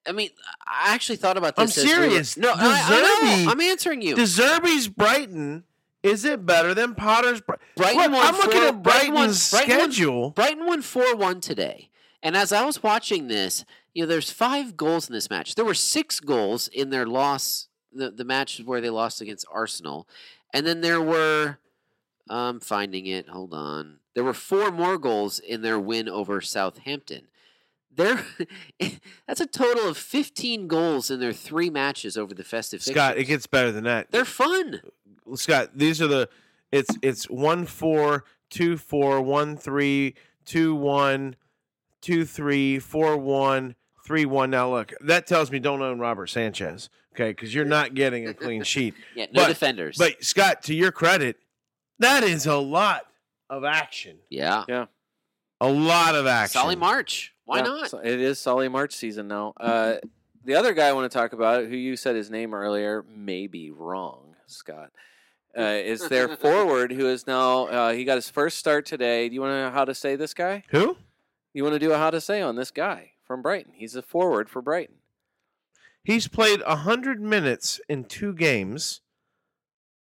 [SPEAKER 3] I mean, I actually thought about
[SPEAKER 7] I'm
[SPEAKER 3] this. as we were-
[SPEAKER 7] serious.
[SPEAKER 3] no, I, I know.
[SPEAKER 7] Deserby-
[SPEAKER 3] I'm answering you.
[SPEAKER 7] Deserby's Brighton. Is it better than Potter's Brighton?
[SPEAKER 3] Brighton won
[SPEAKER 7] I'm looking
[SPEAKER 3] four-
[SPEAKER 7] at
[SPEAKER 3] Brighton won-
[SPEAKER 7] Brighton's
[SPEAKER 3] Brighton won-
[SPEAKER 7] schedule.
[SPEAKER 3] Brighton won 4 1 today. And as I was watching this, you know, there's five goals in this match. There were six goals in their loss, the, the match where they lost against Arsenal. And then there were, I'm finding it, hold on. There were four more goals in their win over Southampton. There, *laughs* that's a total of 15 goals in their three matches over the festive
[SPEAKER 7] Scott, it
[SPEAKER 3] fixtures.
[SPEAKER 7] gets better than that.
[SPEAKER 3] They're fun.
[SPEAKER 7] Scott, these are the it's it's one four two four one three two one two three four one three one. Now look, that tells me don't own Robert Sanchez, okay? Because you're not getting a clean sheet.
[SPEAKER 3] Yeah, no
[SPEAKER 7] But-
[SPEAKER 3] defenders.
[SPEAKER 7] But Scott, to your credit, that is a lot of action.
[SPEAKER 3] yeah.
[SPEAKER 7] A lot of action.
[SPEAKER 3] Solly March. Why
[SPEAKER 8] Yeah,
[SPEAKER 3] not?
[SPEAKER 8] uh, so- It is Solly March season now. Uh, the other guy I want to talk about, who you said his name earlier, may be wrong, Scott, uh, is *laughs* their forward who is now, uh, he got his first start today. Do you want to know how to say this guy?
[SPEAKER 7] Who?
[SPEAKER 8] You want to do a how to say on this guy from Brighton? He's a forward for Brighton.
[SPEAKER 7] He's played hundred minutes in two games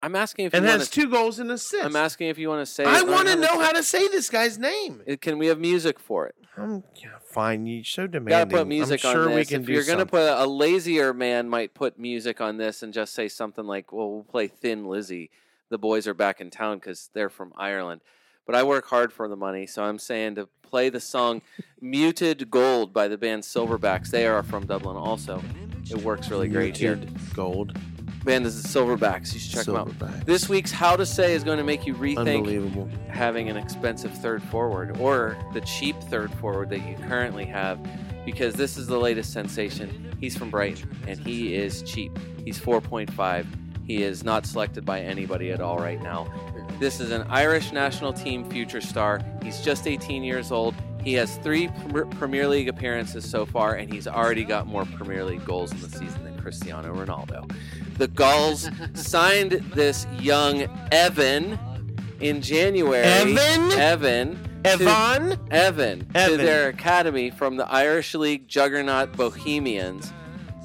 [SPEAKER 8] I'm asking if
[SPEAKER 7] and
[SPEAKER 8] you
[SPEAKER 7] has
[SPEAKER 8] want to,
[SPEAKER 7] two goals and assists.
[SPEAKER 8] I'm asking if you want to say.
[SPEAKER 7] I
[SPEAKER 8] it on
[SPEAKER 7] want to know
[SPEAKER 8] say-
[SPEAKER 7] how to say this guy's name.
[SPEAKER 8] It- Can we have music for it?
[SPEAKER 7] I'm yeah, fine. You're so
[SPEAKER 8] We gotta
[SPEAKER 7] demanding.
[SPEAKER 8] put music
[SPEAKER 7] I'm sure
[SPEAKER 8] on this.
[SPEAKER 7] we can
[SPEAKER 8] if
[SPEAKER 7] do
[SPEAKER 8] you're gonna
[SPEAKER 7] something.
[SPEAKER 8] put a, a lazier man might put music on this and just say something like, "Well, we'll play Thin Lizzy." The boys are back in town because they're from Ireland. But I work hard for the money, so I'm saying to play the song "Muted Gold" by the band Silverbacks. They are from Dublin, also. It works really great here.
[SPEAKER 7] gold.
[SPEAKER 8] Band is the Silverbacks. You should check them out. This week's How to Say is going to make you rethink
[SPEAKER 7] Unbelievable.
[SPEAKER 8] having an expensive third forward or the cheap third forward that you currently have because this is the latest sensation. He's from Brighton and he is cheap. He's 4.5. He is not selected by anybody at all right now. This is an Irish national team future star. He's just 18 years old. He has three Pre- Premier League appearances so far, and he's already got more Premier League goals in the season than Cristiano Ronaldo.
[SPEAKER 7] *laughs*
[SPEAKER 8] The Gulls signed this young Evan in January.
[SPEAKER 7] Evan?
[SPEAKER 8] Evan. To,
[SPEAKER 7] Evan.
[SPEAKER 8] Evan. To
[SPEAKER 7] Evan.
[SPEAKER 8] their academy from the Irish League juggernaut Bohemians,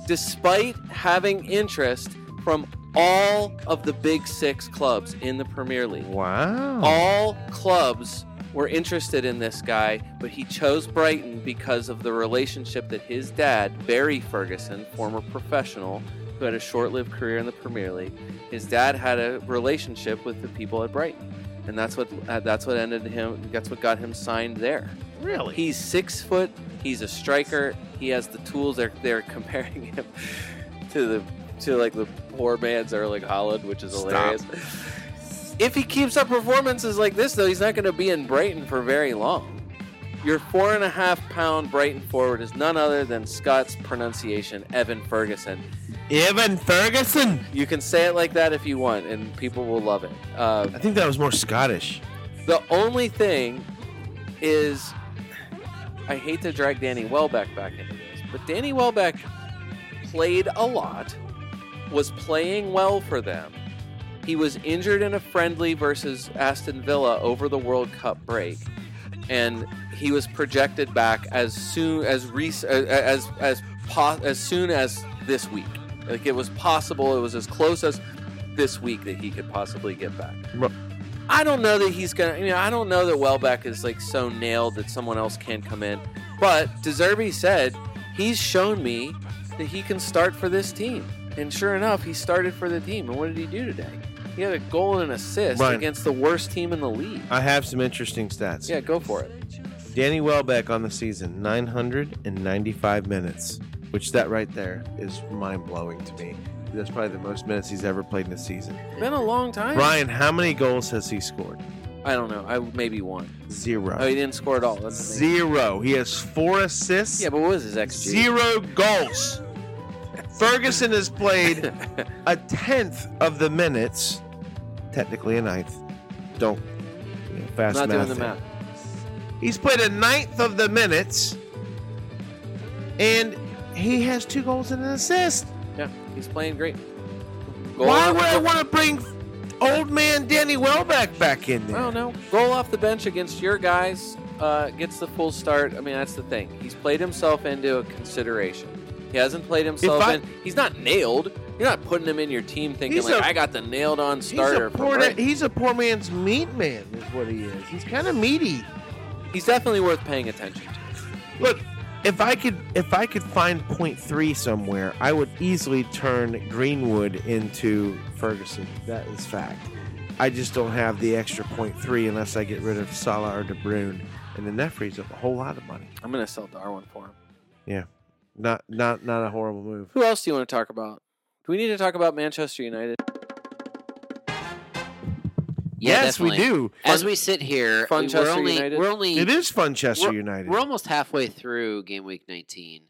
[SPEAKER 8] despite having interest from all of the big six clubs in the Premier League.
[SPEAKER 7] Wow.
[SPEAKER 8] All clubs were interested in this guy, but he chose Brighton because of the relationship that his dad, Barry Ferguson, former professional who had a short lived career in the Premier League, his dad had a relationship with the people at Brighton. and that's what uh, that's what ended him. That's what got him signed there.
[SPEAKER 7] Really?
[SPEAKER 8] He's six foot. He's a striker. He has the tools. They're they're *laughs* comparing him to the to like the poor man's Erling Holland, which is
[SPEAKER 7] Stop.
[SPEAKER 8] hilarious. If he keeps up performances like this, though, he's not going to be in Brighton for very long. Your four and a half pound Brighton forward is none other than Scott's pronunciation, Evan Ferguson.
[SPEAKER 7] Evan Ferguson.
[SPEAKER 8] You can say it like that if you want, and people will love it. Uh,
[SPEAKER 7] I think that was more Scottish.
[SPEAKER 8] The only thing is, I hate to drag Danny Welbeck back into this, but Danny Welbeck played a lot, was playing well for them. He was injured in a friendly versus Aston Villa over the World Cup break, and he was projected back as soon as rec- uh, as as po- as soon as this week. Like it was possible, it was as close as this week that he could possibly get back. I don't know that he's gonna. You know, I don't know that Welbeck is like so nailed that someone else can come in. But Deserby said he's shown me that he can start for this team, and sure enough, he started for the team. And what did he do today? He had a goal and an assist
[SPEAKER 7] Right.
[SPEAKER 8] against the worst team in the league.
[SPEAKER 7] I have some interesting stats.
[SPEAKER 8] Yeah, go for it.
[SPEAKER 7] Danny Welbeck on the season, 995 minutes, which that right there is mind blowing to me. That's probably the most minutes he's ever played in a season.
[SPEAKER 8] Been a long time.
[SPEAKER 7] Ryan, how many goals has he scored?
[SPEAKER 8] I don't know. I maybe one.
[SPEAKER 7] Zero.
[SPEAKER 8] Oh, he didn't score at all. That's the thing.
[SPEAKER 7] Uh, Zero. He has four assists,
[SPEAKER 8] Yeah, but what was his XG?
[SPEAKER 7] zero goals. Ferguson has
[SPEAKER 8] *laughs*
[SPEAKER 7] played a tenth of the minutes, technically a ninth. Don't you know, fast
[SPEAKER 8] Not
[SPEAKER 7] math
[SPEAKER 8] doing the
[SPEAKER 7] there.
[SPEAKER 8] math.
[SPEAKER 7] He's played a ninth of the minutes, and he has two goals and an assist.
[SPEAKER 8] Yeah, he's playing great. Goal
[SPEAKER 7] Why
[SPEAKER 8] off
[SPEAKER 7] would I
[SPEAKER 8] the-
[SPEAKER 7] want to bring old man Danny Welbeck back in there?
[SPEAKER 8] I don't know. Roll off the bench against your guys, uh, gets the full start. I mean, that's the thing. He's played himself into a consideration. He hasn't played himself
[SPEAKER 7] I-
[SPEAKER 8] in. He's not nailed. You're not putting him in your team thinking,
[SPEAKER 7] He's
[SPEAKER 8] like,
[SPEAKER 7] a-
[SPEAKER 8] I got the nailed on
[SPEAKER 7] He's a,
[SPEAKER 8] starter. for
[SPEAKER 7] poor,
[SPEAKER 8] Brighton."
[SPEAKER 7] he's a poor man's meat man, is what he is. He's kind of meaty.
[SPEAKER 8] He's definitely worth paying attention to.
[SPEAKER 7] Look, if I could if I could find point three somewhere, I would easily turn Greenwood into Ferguson. That is fact. I just don't have the extra point three unless I get rid of Salah or De Bruyne, and then that frees up a whole lot of money.
[SPEAKER 8] I'm going to sell Darwin for him.
[SPEAKER 7] Not not not a horrible move.
[SPEAKER 8] Who else do you want to talk about? Do we need to talk about Manchester United?
[SPEAKER 3] Yeah,
[SPEAKER 7] yes,
[SPEAKER 3] definitely.
[SPEAKER 7] we do.
[SPEAKER 3] As we sit here, we- we're
[SPEAKER 8] Funchester
[SPEAKER 3] only
[SPEAKER 8] United.
[SPEAKER 3] we're only
[SPEAKER 7] It is Funchester United.
[SPEAKER 3] We're almost halfway through game week 19.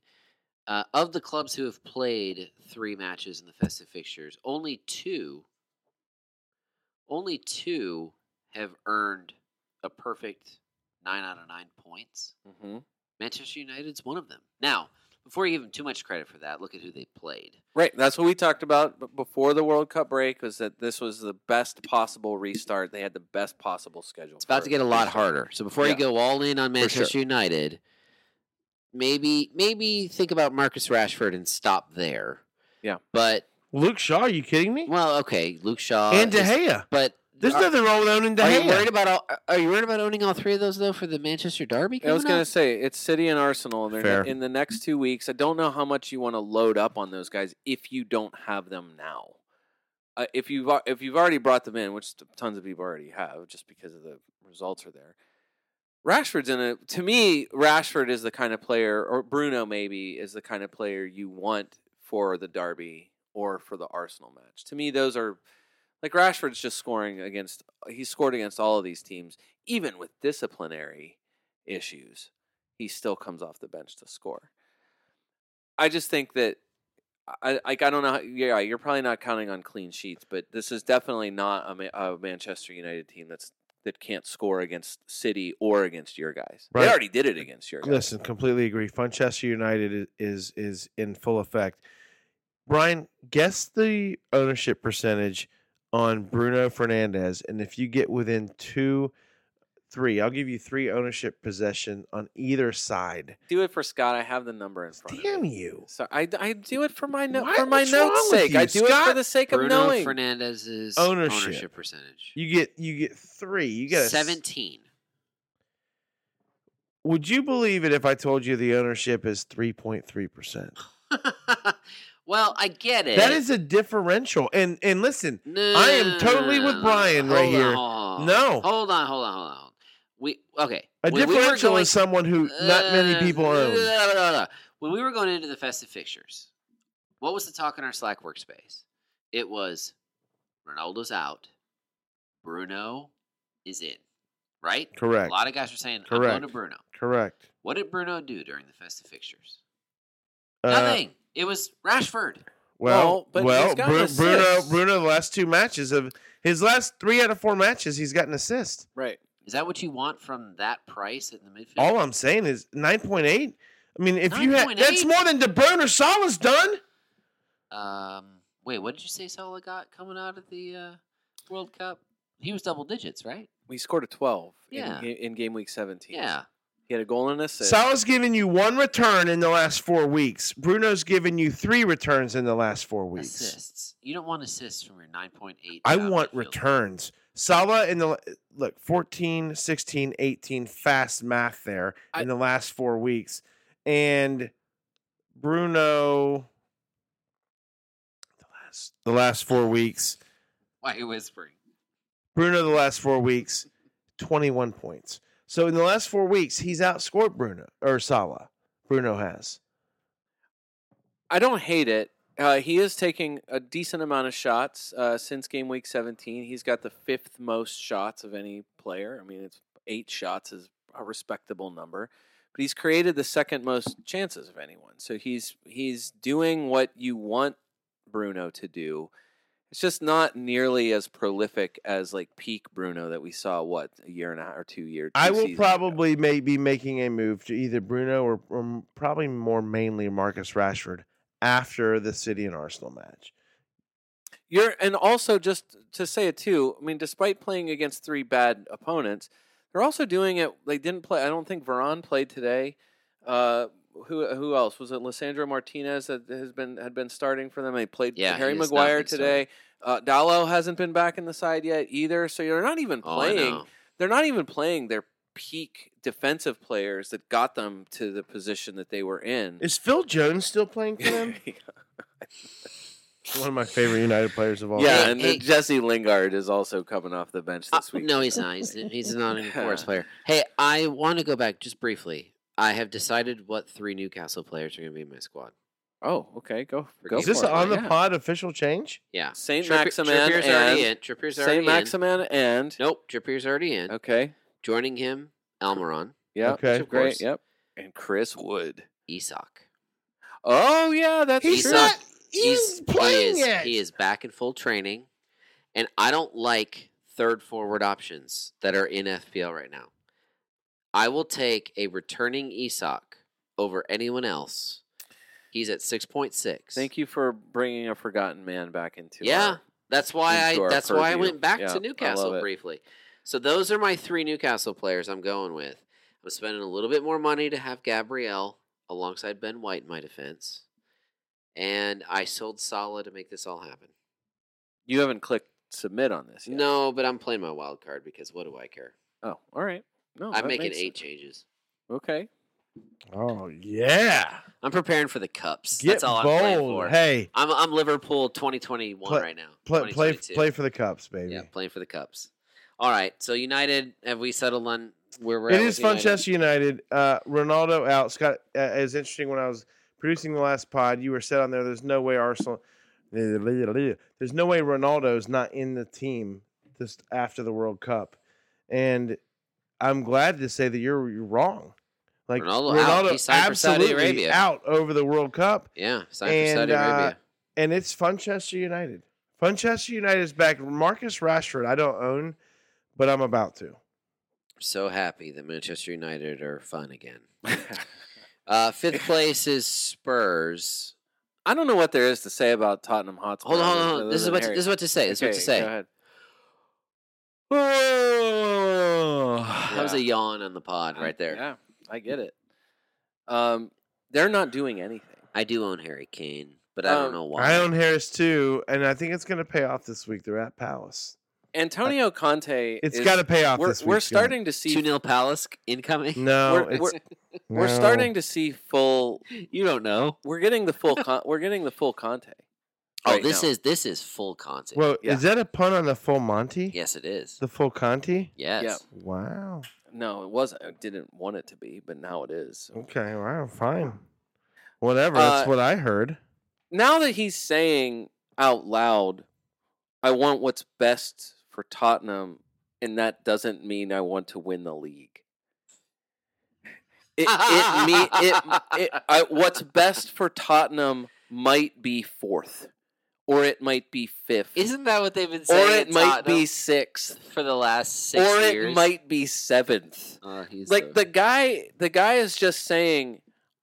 [SPEAKER 3] Uh, of the clubs who have played three matches in the festive fixtures, only two, only two have earned a perfect nine out of nine points.
[SPEAKER 8] Mm-hmm.
[SPEAKER 3] Manchester United's one of them. Now, before you give them too much credit for that, look at who they played.
[SPEAKER 8] Right, that's what we talked about b- before the World Cup break. Was that this was the best possible restart? They had the best possible schedule.
[SPEAKER 3] It's about to get a lot harder. So before you
[SPEAKER 8] Yeah.
[SPEAKER 3] go all in on
[SPEAKER 8] For sure.
[SPEAKER 3] Manchester United, maybe maybe think about Marcus Rashford and stop there.
[SPEAKER 8] Yeah.
[SPEAKER 3] But
[SPEAKER 7] Luke Shaw, are you kidding me?
[SPEAKER 3] well, okay, Luke Shaw
[SPEAKER 7] and De
[SPEAKER 3] uh, is-
[SPEAKER 7] Gea.
[SPEAKER 3] But
[SPEAKER 7] There's
[SPEAKER 3] are,
[SPEAKER 7] nothing wrong with owning De
[SPEAKER 3] are you
[SPEAKER 7] Gea.
[SPEAKER 3] worried about all, are you worried about owning all three of those though for the Manchester Derby?
[SPEAKER 8] I was
[SPEAKER 3] coming
[SPEAKER 8] going to
[SPEAKER 3] up?
[SPEAKER 8] say it's City and Arsenal, and
[SPEAKER 7] Fair.
[SPEAKER 8] they're in the next two weeks. I don't know how much you want to load up on those guys if you don't have them now. Uh, if you've al- if you've already brought them in, which t- tons of people already have, just because of the results are there. Rashford's in a to me. Rashford is the kind of player, or Bruno maybe is the kind of player you want for the derby or for the Arsenal match. To me, those are like Rashford's just scoring against. He scored against all of these teams, even with disciplinary issues he still comes off the bench to score. I just think that I like I don't know. how- Yeah, you're probably not counting on clean sheets, but this is definitely not a, Ma- a Manchester United team that's that can't score against City or against your guys.
[SPEAKER 7] Right.
[SPEAKER 8] They already did it against your guys.
[SPEAKER 7] Listen, completely agree. Funchester United i- is is in full effect. Brian, guess the ownership percentage on Bruno Fernandez, and if you get within two, three, I'll give you three ownership possession on either side.
[SPEAKER 8] Do it for Scott. I have the number in front. of
[SPEAKER 7] Damn
[SPEAKER 8] me.
[SPEAKER 7] you!
[SPEAKER 8] So I, I do it for my no,
[SPEAKER 7] Why-
[SPEAKER 8] for my
[SPEAKER 7] what's wrong
[SPEAKER 8] notes
[SPEAKER 7] with
[SPEAKER 8] sake.
[SPEAKER 7] you,
[SPEAKER 8] I do it for
[SPEAKER 7] Scott?
[SPEAKER 8] the sake of
[SPEAKER 3] Bruno
[SPEAKER 8] knowing.
[SPEAKER 3] Fernandez's
[SPEAKER 7] Ownership.
[SPEAKER 3] percentage.
[SPEAKER 7] You get you get three. You get a s-
[SPEAKER 3] seventeen. *laughs*
[SPEAKER 7] Would you believe it if I told you the ownership is three point three percent?
[SPEAKER 3] well, I get it.
[SPEAKER 7] That is a differential. And and listen,
[SPEAKER 3] No,
[SPEAKER 7] I am totally with Brian right
[SPEAKER 3] hold on,
[SPEAKER 7] here.
[SPEAKER 3] hold on, on.
[SPEAKER 7] No.
[SPEAKER 3] Hold on, hold on, hold on. hold on. We okay.
[SPEAKER 7] A
[SPEAKER 3] when we were
[SPEAKER 7] differential
[SPEAKER 3] going-
[SPEAKER 7] is someone who not many
[SPEAKER 3] Uh,
[SPEAKER 7] people own.
[SPEAKER 3] blah, blah, blah, blah. *laughs* When we were going into the festive fixtures, what was the talk in our Slack workspace? It was Ronaldo's out, Bruno is in, right?
[SPEAKER 7] Correct.
[SPEAKER 3] A lot of guys were saying, I'm going
[SPEAKER 7] Correct.
[SPEAKER 3] to Bruno.
[SPEAKER 7] Correct.
[SPEAKER 3] What did Bruno do during the festive fixtures?
[SPEAKER 7] Uh,
[SPEAKER 3] Nothing. It was Rashford.
[SPEAKER 7] Well,
[SPEAKER 8] Well, but
[SPEAKER 7] well,
[SPEAKER 8] he's gotten
[SPEAKER 7] Bru- Bruno,
[SPEAKER 8] assists.
[SPEAKER 7] Bruno, the last two matches of his last three out of four matches, he's got an assist.
[SPEAKER 8] Right.
[SPEAKER 3] Is that what you want from that price in the midfield?
[SPEAKER 7] All I'm saying is nine point eight. I mean, if you had
[SPEAKER 3] 9.8?
[SPEAKER 7] that's more than De Bruyne or Salah's done.
[SPEAKER 3] Um, wait, what did you say Salah got coming out of the uh, World Cup? He was double digits, right?
[SPEAKER 8] We scored a 12
[SPEAKER 3] Yeah.
[SPEAKER 8] in, ga- in game week 17.
[SPEAKER 3] Yeah.
[SPEAKER 8] He had a goal and an assist.
[SPEAKER 7] Salah's given you one return in the last four weeks. Bruno's given you three returns in the last four weeks.
[SPEAKER 3] Assists. You don't want assists from your 9.8.
[SPEAKER 7] I
[SPEAKER 3] top
[SPEAKER 7] want
[SPEAKER 3] midfielder.
[SPEAKER 7] returns. Salah in the look 14, 16, 18 fast math there in the last 4 weeks and Bruno the last the last 4 weeks.
[SPEAKER 3] Why are you whispering?
[SPEAKER 7] Bruno the last 4 weeks 21 points. So in the last 4 weeks he's outscored Bruno or Salah. Bruno has.
[SPEAKER 8] I don't hate it. Uh, he is taking a decent amount of shots uh, since game week 17. He's got the fifth most shots of any player. I mean, it's eight shots is a respectable number, but he's created the second most chances of anyone. So he's he's doing what you want Bruno to do. It's just not nearly as prolific as like peak Bruno that we saw what a year and a half or two year.
[SPEAKER 7] I
[SPEAKER 8] two
[SPEAKER 7] will
[SPEAKER 8] seasons ago.
[SPEAKER 7] probably may be making a move to either Bruno or, or m- probably more mainly Marcus Rashford after the City and Arsenal match.
[SPEAKER 8] You're and also just to say it too. I mean, despite playing against three bad opponents, they're also doing it. They didn't play. I don't think Veron played today. Uh, who who else was it? Lissandro Martinez that has been had been starting for them. They played
[SPEAKER 3] Yeah,
[SPEAKER 8] Harry
[SPEAKER 3] he has not
[SPEAKER 8] Maguire
[SPEAKER 3] been
[SPEAKER 8] today. Uh, Dallo hasn't been back in the side yet either. So you're not even
[SPEAKER 3] Oh, I
[SPEAKER 8] playing.
[SPEAKER 3] know.
[SPEAKER 8] they're not even playing their peak defensive players that got them to the position that they were in.
[SPEAKER 7] Is Phil Jones still playing for
[SPEAKER 8] *laughs*
[SPEAKER 7] them? *laughs* One of my favorite United players of all
[SPEAKER 8] yeah,
[SPEAKER 7] time.
[SPEAKER 8] and
[SPEAKER 3] Hey,
[SPEAKER 8] then Jesse Lingard is also coming off the bench
[SPEAKER 3] Uh,
[SPEAKER 8] this week.
[SPEAKER 3] no, he's not. He's, *laughs* he's not an
[SPEAKER 8] *laughs*
[SPEAKER 3] forest player. Hey, I want to go back just briefly. I have decided what three Newcastle players are going to be in my squad.
[SPEAKER 8] Oh, okay. Go.
[SPEAKER 3] Forget
[SPEAKER 8] go
[SPEAKER 7] Is this
[SPEAKER 8] for it.
[SPEAKER 7] on the
[SPEAKER 8] Yeah.
[SPEAKER 7] pod official change?
[SPEAKER 3] Yeah.
[SPEAKER 8] Saint
[SPEAKER 3] Trippi-
[SPEAKER 8] Maximin
[SPEAKER 3] Trippier's already in.
[SPEAKER 8] and
[SPEAKER 3] Trippier's already
[SPEAKER 8] Saint
[SPEAKER 3] in.
[SPEAKER 8] Maximin and
[SPEAKER 3] Nope. Trippier's already in.
[SPEAKER 8] okay.
[SPEAKER 3] Joining him, Almiron,
[SPEAKER 8] Yeah.
[SPEAKER 7] Okay.
[SPEAKER 3] Of course.
[SPEAKER 8] Great. Yep. And Chris Wood.
[SPEAKER 3] Isak.
[SPEAKER 8] Oh yeah, that's
[SPEAKER 3] He's
[SPEAKER 8] true.
[SPEAKER 3] not-
[SPEAKER 7] He's
[SPEAKER 3] he is, He is back in full training, and I don't like third forward options that are in FPL right now. I will take a returning Isak over anyone else. He's at six point six.
[SPEAKER 8] Thank you for bringing a forgotten man back into.
[SPEAKER 3] Yeah,
[SPEAKER 8] our-
[SPEAKER 3] That's why
[SPEAKER 8] into
[SPEAKER 3] I.
[SPEAKER 8] our
[SPEAKER 3] That's why I
[SPEAKER 8] purview.
[SPEAKER 3] went back
[SPEAKER 8] Yeah, I
[SPEAKER 3] to
[SPEAKER 8] love
[SPEAKER 3] Newcastle
[SPEAKER 8] it.
[SPEAKER 3] briefly. So those are my three Newcastle players I'm going with. I'm spending a little bit more money to have Gabrielle alongside Ben White in my defense, and I sold Salah to make this all happen.
[SPEAKER 8] you haven't clicked submit on this. Yet.
[SPEAKER 3] No, but I'm playing my wild card because what do I care?
[SPEAKER 8] Oh, all right. No,
[SPEAKER 3] I'm
[SPEAKER 8] that
[SPEAKER 3] making
[SPEAKER 8] makes-
[SPEAKER 3] eight changes. *laughs*
[SPEAKER 8] Okay.
[SPEAKER 7] Oh yeah.
[SPEAKER 3] I'm preparing for the cups.
[SPEAKER 7] Get
[SPEAKER 3] That's all I'm playing
[SPEAKER 7] bold.
[SPEAKER 3] for.
[SPEAKER 7] Hey,
[SPEAKER 3] I'm I'm Liverpool 2021
[SPEAKER 7] Play-
[SPEAKER 3] right now.
[SPEAKER 7] play, play
[SPEAKER 3] 2022.
[SPEAKER 7] play for the cups, baby.
[SPEAKER 3] yeah, playing for the cups. All right. So United, have we settled on where we're
[SPEAKER 7] It
[SPEAKER 3] at?
[SPEAKER 7] is
[SPEAKER 3] with United?
[SPEAKER 7] Funchester United. Uh, Ronaldo out. Scott, uh, it was interesting when I was producing the last pod. You were set on there. There's no way Arsenal. There's no way Ronaldo's not in the team just after the World Cup, and I'm glad to say that you're, you're wrong. Like
[SPEAKER 3] Ronaldo out. He signed for Saudi
[SPEAKER 7] absolutely
[SPEAKER 3] Arabia.
[SPEAKER 7] out over the World Cup,
[SPEAKER 3] Yeah, signed for
[SPEAKER 7] And,
[SPEAKER 3] Saudi
[SPEAKER 7] uh,
[SPEAKER 3] Arabia.
[SPEAKER 7] and it's Funchester United. Funchester United is back. Marcus Rashford, I don't own, but I'm about to.
[SPEAKER 3] So happy that Manchester United are fun again. Uh, fifth place is Spurs.
[SPEAKER 8] I don't know what there is to say about Tottenham Hotspur.
[SPEAKER 3] Hold on, hold
[SPEAKER 8] other
[SPEAKER 3] on.
[SPEAKER 8] than
[SPEAKER 3] Hold on. This is what to,
[SPEAKER 8] Harry.
[SPEAKER 3] this is what to say. This is what to
[SPEAKER 8] Okay,
[SPEAKER 3] say.
[SPEAKER 8] Go ahead.
[SPEAKER 3] *sighs* That was
[SPEAKER 8] Yeah.
[SPEAKER 3] a yawn on the pod
[SPEAKER 8] I-
[SPEAKER 3] right there.
[SPEAKER 8] Yeah, I get it. Um, they're not doing anything.
[SPEAKER 3] I do own Harry Kane, but I don't
[SPEAKER 8] Um,
[SPEAKER 3] know why.
[SPEAKER 7] I own Harris too, and I think it's going to pay off this week. They're at Palace.
[SPEAKER 8] Antonio Conte.
[SPEAKER 7] It's
[SPEAKER 8] is-
[SPEAKER 7] got to pay off
[SPEAKER 8] We're,
[SPEAKER 7] this week.
[SPEAKER 8] we're
[SPEAKER 7] Scott.
[SPEAKER 8] starting to see.
[SPEAKER 3] two 0 Palace incoming.
[SPEAKER 7] No,
[SPEAKER 8] we're,
[SPEAKER 7] it's,
[SPEAKER 8] we're, we're
[SPEAKER 7] no.
[SPEAKER 8] starting to see full.
[SPEAKER 7] Mm.
[SPEAKER 3] You don't know.
[SPEAKER 7] *laughs*
[SPEAKER 8] We're getting the full. Con, we're getting the full Conte.
[SPEAKER 3] Oh,
[SPEAKER 8] right
[SPEAKER 3] this
[SPEAKER 8] now.
[SPEAKER 3] is this is full contact.
[SPEAKER 7] Well,
[SPEAKER 8] Yeah.
[SPEAKER 7] is that a pun on the full Monty?
[SPEAKER 3] yes, it is.
[SPEAKER 7] The full Conti?
[SPEAKER 3] Yes.
[SPEAKER 7] Wow.
[SPEAKER 8] No, it wasn't. I didn't want it to be, but now it is. so.
[SPEAKER 7] Okay. Wow. Fine. Whatever. That's
[SPEAKER 8] Uh,
[SPEAKER 7] what I heard.
[SPEAKER 8] Now that he's saying out loud, I want what's best for Tottenham, and that doesn't mean I want to win the league. It, it, me, it, it, I, what's best for Tottenham might be fourth, or it might be fifth,
[SPEAKER 3] Isn't that what they've been
[SPEAKER 8] or
[SPEAKER 3] saying?
[SPEAKER 8] it
[SPEAKER 3] at
[SPEAKER 8] might be
[SPEAKER 3] Tottenham
[SPEAKER 8] sixth,
[SPEAKER 3] for the last six
[SPEAKER 8] or
[SPEAKER 3] years.
[SPEAKER 8] it might be seventh.
[SPEAKER 3] Oh, he's
[SPEAKER 8] like the guy the guy is just saying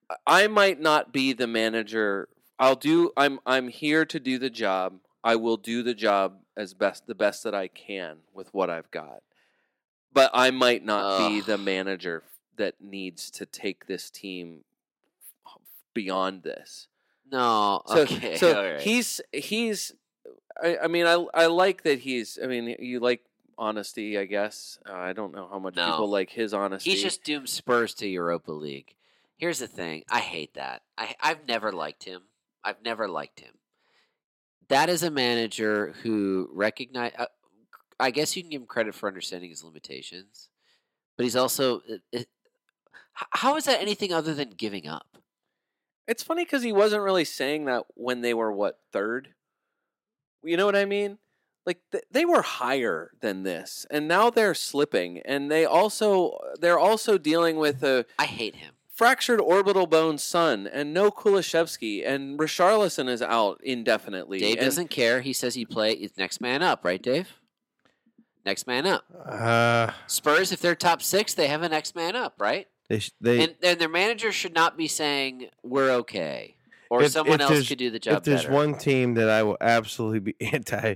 [SPEAKER 8] "I- i might not be the manager i'll do i'm i'm here to do the job i will do the job as best the best that i can with what i've got but i might not be
[SPEAKER 3] Ugh.
[SPEAKER 8] the manager that needs to take this team beyond this
[SPEAKER 3] no.
[SPEAKER 8] so,
[SPEAKER 3] okay.
[SPEAKER 8] so
[SPEAKER 3] *laughs* all right.
[SPEAKER 8] he's he's. I, I mean, I I like that he's. I mean, you like honesty, I guess. Uh, I don't know how much
[SPEAKER 3] No.
[SPEAKER 8] people like his honesty.
[SPEAKER 3] He's just doomed Spurs to Europa League. Here's the thing. I hate that. I I've never liked him. I've never liked him. That is a manager who recognize. Uh, I guess you can give him credit for understanding his limitations, but he's also. It, it, h- how is that anything other than giving up?
[SPEAKER 8] It's funny because he wasn't really saying that when they were what third. You know what I mean? Like th- they were higher than this, and now they're slipping, and they also they're also dealing with a
[SPEAKER 3] I hate him.
[SPEAKER 8] fractured orbital bone son and no Kulishevsky and Richarlison is out indefinitely.
[SPEAKER 3] Dave
[SPEAKER 8] and-
[SPEAKER 3] doesn't care. He says he play. It's next man up, right, Dave? Next man up.
[SPEAKER 7] Uh,
[SPEAKER 3] Spurs, if they're top six, they have a next man up, right?
[SPEAKER 7] they sh- they
[SPEAKER 3] and, and their manager should not be saying we're okay or
[SPEAKER 7] If-
[SPEAKER 3] someone
[SPEAKER 7] if
[SPEAKER 3] else
[SPEAKER 7] there's-
[SPEAKER 3] could do the job
[SPEAKER 7] if there's
[SPEAKER 3] better.
[SPEAKER 7] one team that I will absolutely be *laughs* anti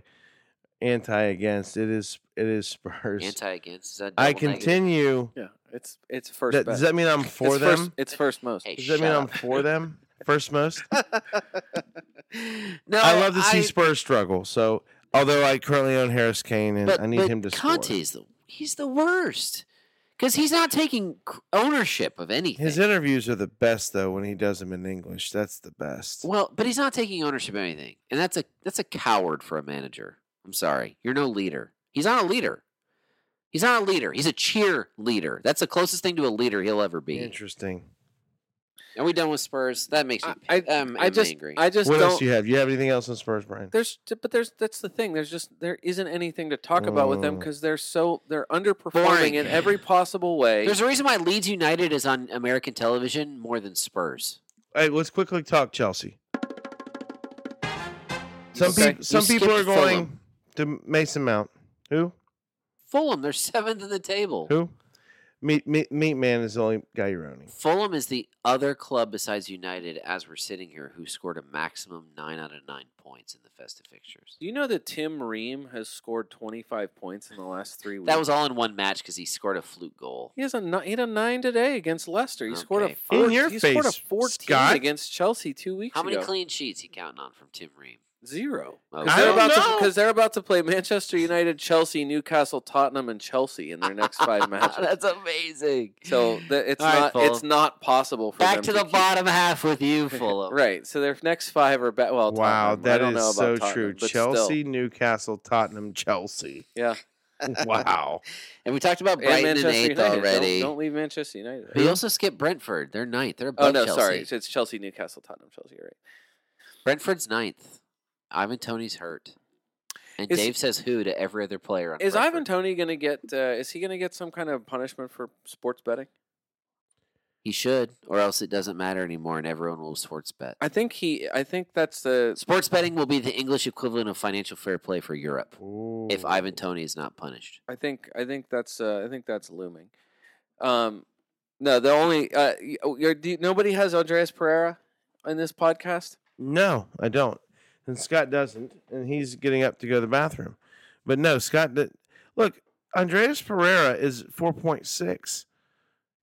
[SPEAKER 7] anti against, it is it is Spurs.
[SPEAKER 3] anti against. Is that
[SPEAKER 7] I
[SPEAKER 3] double negative?
[SPEAKER 7] continue.
[SPEAKER 8] Yeah, it's it's first.
[SPEAKER 7] That, does
[SPEAKER 8] best.
[SPEAKER 7] that mean I'm for
[SPEAKER 8] it's
[SPEAKER 7] them?
[SPEAKER 8] First, it's first most.
[SPEAKER 3] Hey,
[SPEAKER 7] does that
[SPEAKER 3] shut
[SPEAKER 7] mean I'm
[SPEAKER 3] up.
[SPEAKER 7] for them? First most. *laughs*
[SPEAKER 3] no,
[SPEAKER 7] I love to see
[SPEAKER 3] I-
[SPEAKER 7] Spurs struggle. So although I currently own Harris Kane and
[SPEAKER 3] But,
[SPEAKER 7] I need
[SPEAKER 3] but
[SPEAKER 7] him to score.
[SPEAKER 3] Conte's the he's the worst because he's not taking c- ownership of anything.
[SPEAKER 7] His interviews are the best though when he does them in English. That's the best.
[SPEAKER 3] well, but he's not taking ownership of anything, and that's a that's a coward for a manager. I'm sorry, you're no leader. He's not a leader. He's not a leader. He's a cheerleader. That's the closest thing to a leader he'll ever be.
[SPEAKER 7] Interesting.
[SPEAKER 3] Are we done with Spurs? That makes me.
[SPEAKER 8] I-
[SPEAKER 3] I, um,
[SPEAKER 8] I
[SPEAKER 3] I'm
[SPEAKER 8] just
[SPEAKER 3] angry.
[SPEAKER 8] I just
[SPEAKER 7] What
[SPEAKER 8] don't.
[SPEAKER 7] else do you have? You have anything else on Spurs, Brian?
[SPEAKER 8] There's, but there's that's the thing. There's just there isn't anything to talk about with them
[SPEAKER 7] Mm.
[SPEAKER 8] because they're so they're underperforming
[SPEAKER 3] Boring.
[SPEAKER 8] in every possible way.
[SPEAKER 3] There's a reason why Leeds United is on American television more than Spurs.
[SPEAKER 7] All right, let's quickly talk Chelsea. Some
[SPEAKER 8] Okay.
[SPEAKER 7] people, some
[SPEAKER 3] You
[SPEAKER 7] people
[SPEAKER 3] skipped
[SPEAKER 7] are going to Mason Mount. Who?
[SPEAKER 3] Fulham, they're *laughs* seventh in the table.
[SPEAKER 7] Who? Meat, meat, meat man is the only guy you're owning.
[SPEAKER 3] Fulham is the other club besides United, as we're sitting here, who scored a maximum nine out of nine points in the festive fixtures.
[SPEAKER 8] Do you know that Tim Ream has scored 25 points in the last three weeks?
[SPEAKER 3] That was all in one match because he scored a flute goal.
[SPEAKER 8] He has a ni- he had a nine today against Leicester. He scored a
[SPEAKER 3] Okay,
[SPEAKER 8] four,
[SPEAKER 7] In your
[SPEAKER 8] he scored a
[SPEAKER 7] face,
[SPEAKER 8] 14
[SPEAKER 7] Scott.
[SPEAKER 8] against Chelsea two weeks
[SPEAKER 3] How many
[SPEAKER 8] ago.
[SPEAKER 3] clean sheets he counting on from Tim Ream?
[SPEAKER 8] Zero.
[SPEAKER 7] I
[SPEAKER 3] Okay.
[SPEAKER 8] Because they're,
[SPEAKER 7] don't
[SPEAKER 8] about to-
[SPEAKER 7] know.
[SPEAKER 8] 'cause they're about to play Manchester United, Chelsea, Newcastle, Tottenham, and Chelsea in their
[SPEAKER 3] *laughs*
[SPEAKER 8] next five matches.
[SPEAKER 3] That's amazing.
[SPEAKER 8] So the, it's
[SPEAKER 3] All right,
[SPEAKER 8] not it's
[SPEAKER 3] Fulham.
[SPEAKER 8] not possible for
[SPEAKER 3] back
[SPEAKER 8] them
[SPEAKER 3] to the
[SPEAKER 8] keep-
[SPEAKER 3] bottom half with you, Fulham.
[SPEAKER 8] *laughs* Right. So their next five are bet. Well,
[SPEAKER 7] Wow,
[SPEAKER 8] Tottenham. I
[SPEAKER 7] that
[SPEAKER 8] don't know
[SPEAKER 7] is
[SPEAKER 8] about
[SPEAKER 7] so
[SPEAKER 8] Tottenham,
[SPEAKER 7] true.
[SPEAKER 8] but
[SPEAKER 7] Chelsea, Newcastle, Tottenham, Chelsea.
[SPEAKER 8] Still, yeah.
[SPEAKER 7] Wow.
[SPEAKER 3] And we talked about
[SPEAKER 8] And
[SPEAKER 3] Brighton and
[SPEAKER 8] Manchester
[SPEAKER 3] eighth
[SPEAKER 8] United. Don't-
[SPEAKER 3] already.
[SPEAKER 8] Don't, leave Manchester United.
[SPEAKER 3] But you also skipped Brentford. They're ninth. They're above
[SPEAKER 8] Oh no,
[SPEAKER 3] Chelsea.
[SPEAKER 8] sorry. It's Chelsea, Newcastle, Tottenham, Chelsea. Right.
[SPEAKER 3] Brentford's ninth. Ivan Tony's hurt. And
[SPEAKER 8] Is-
[SPEAKER 3] Dave says who to every other player on
[SPEAKER 8] Is Ivan
[SPEAKER 3] Brentford.
[SPEAKER 8] Tony going to get? Uh, is he going to get some kind of punishment for sports betting?
[SPEAKER 3] He should, or else it doesn't matter anymore and everyone will sports bet.
[SPEAKER 8] I think he. I think that's the.
[SPEAKER 3] Sports betting will be the English equivalent of financial fair play for Europe if
[SPEAKER 7] Ooh.
[SPEAKER 3] Ivan Tony is not punished.
[SPEAKER 8] I think. I think that's. Uh, I think that's looming. Um, no, the only. Uh, y- oh, you're, do you- nobody has Andreas Pereira in this podcast.
[SPEAKER 7] No, I don't. And Scott doesn't, and he's getting up to go to the bathroom. But no, Scott. Did, look, Andreas Pereira is 4.6,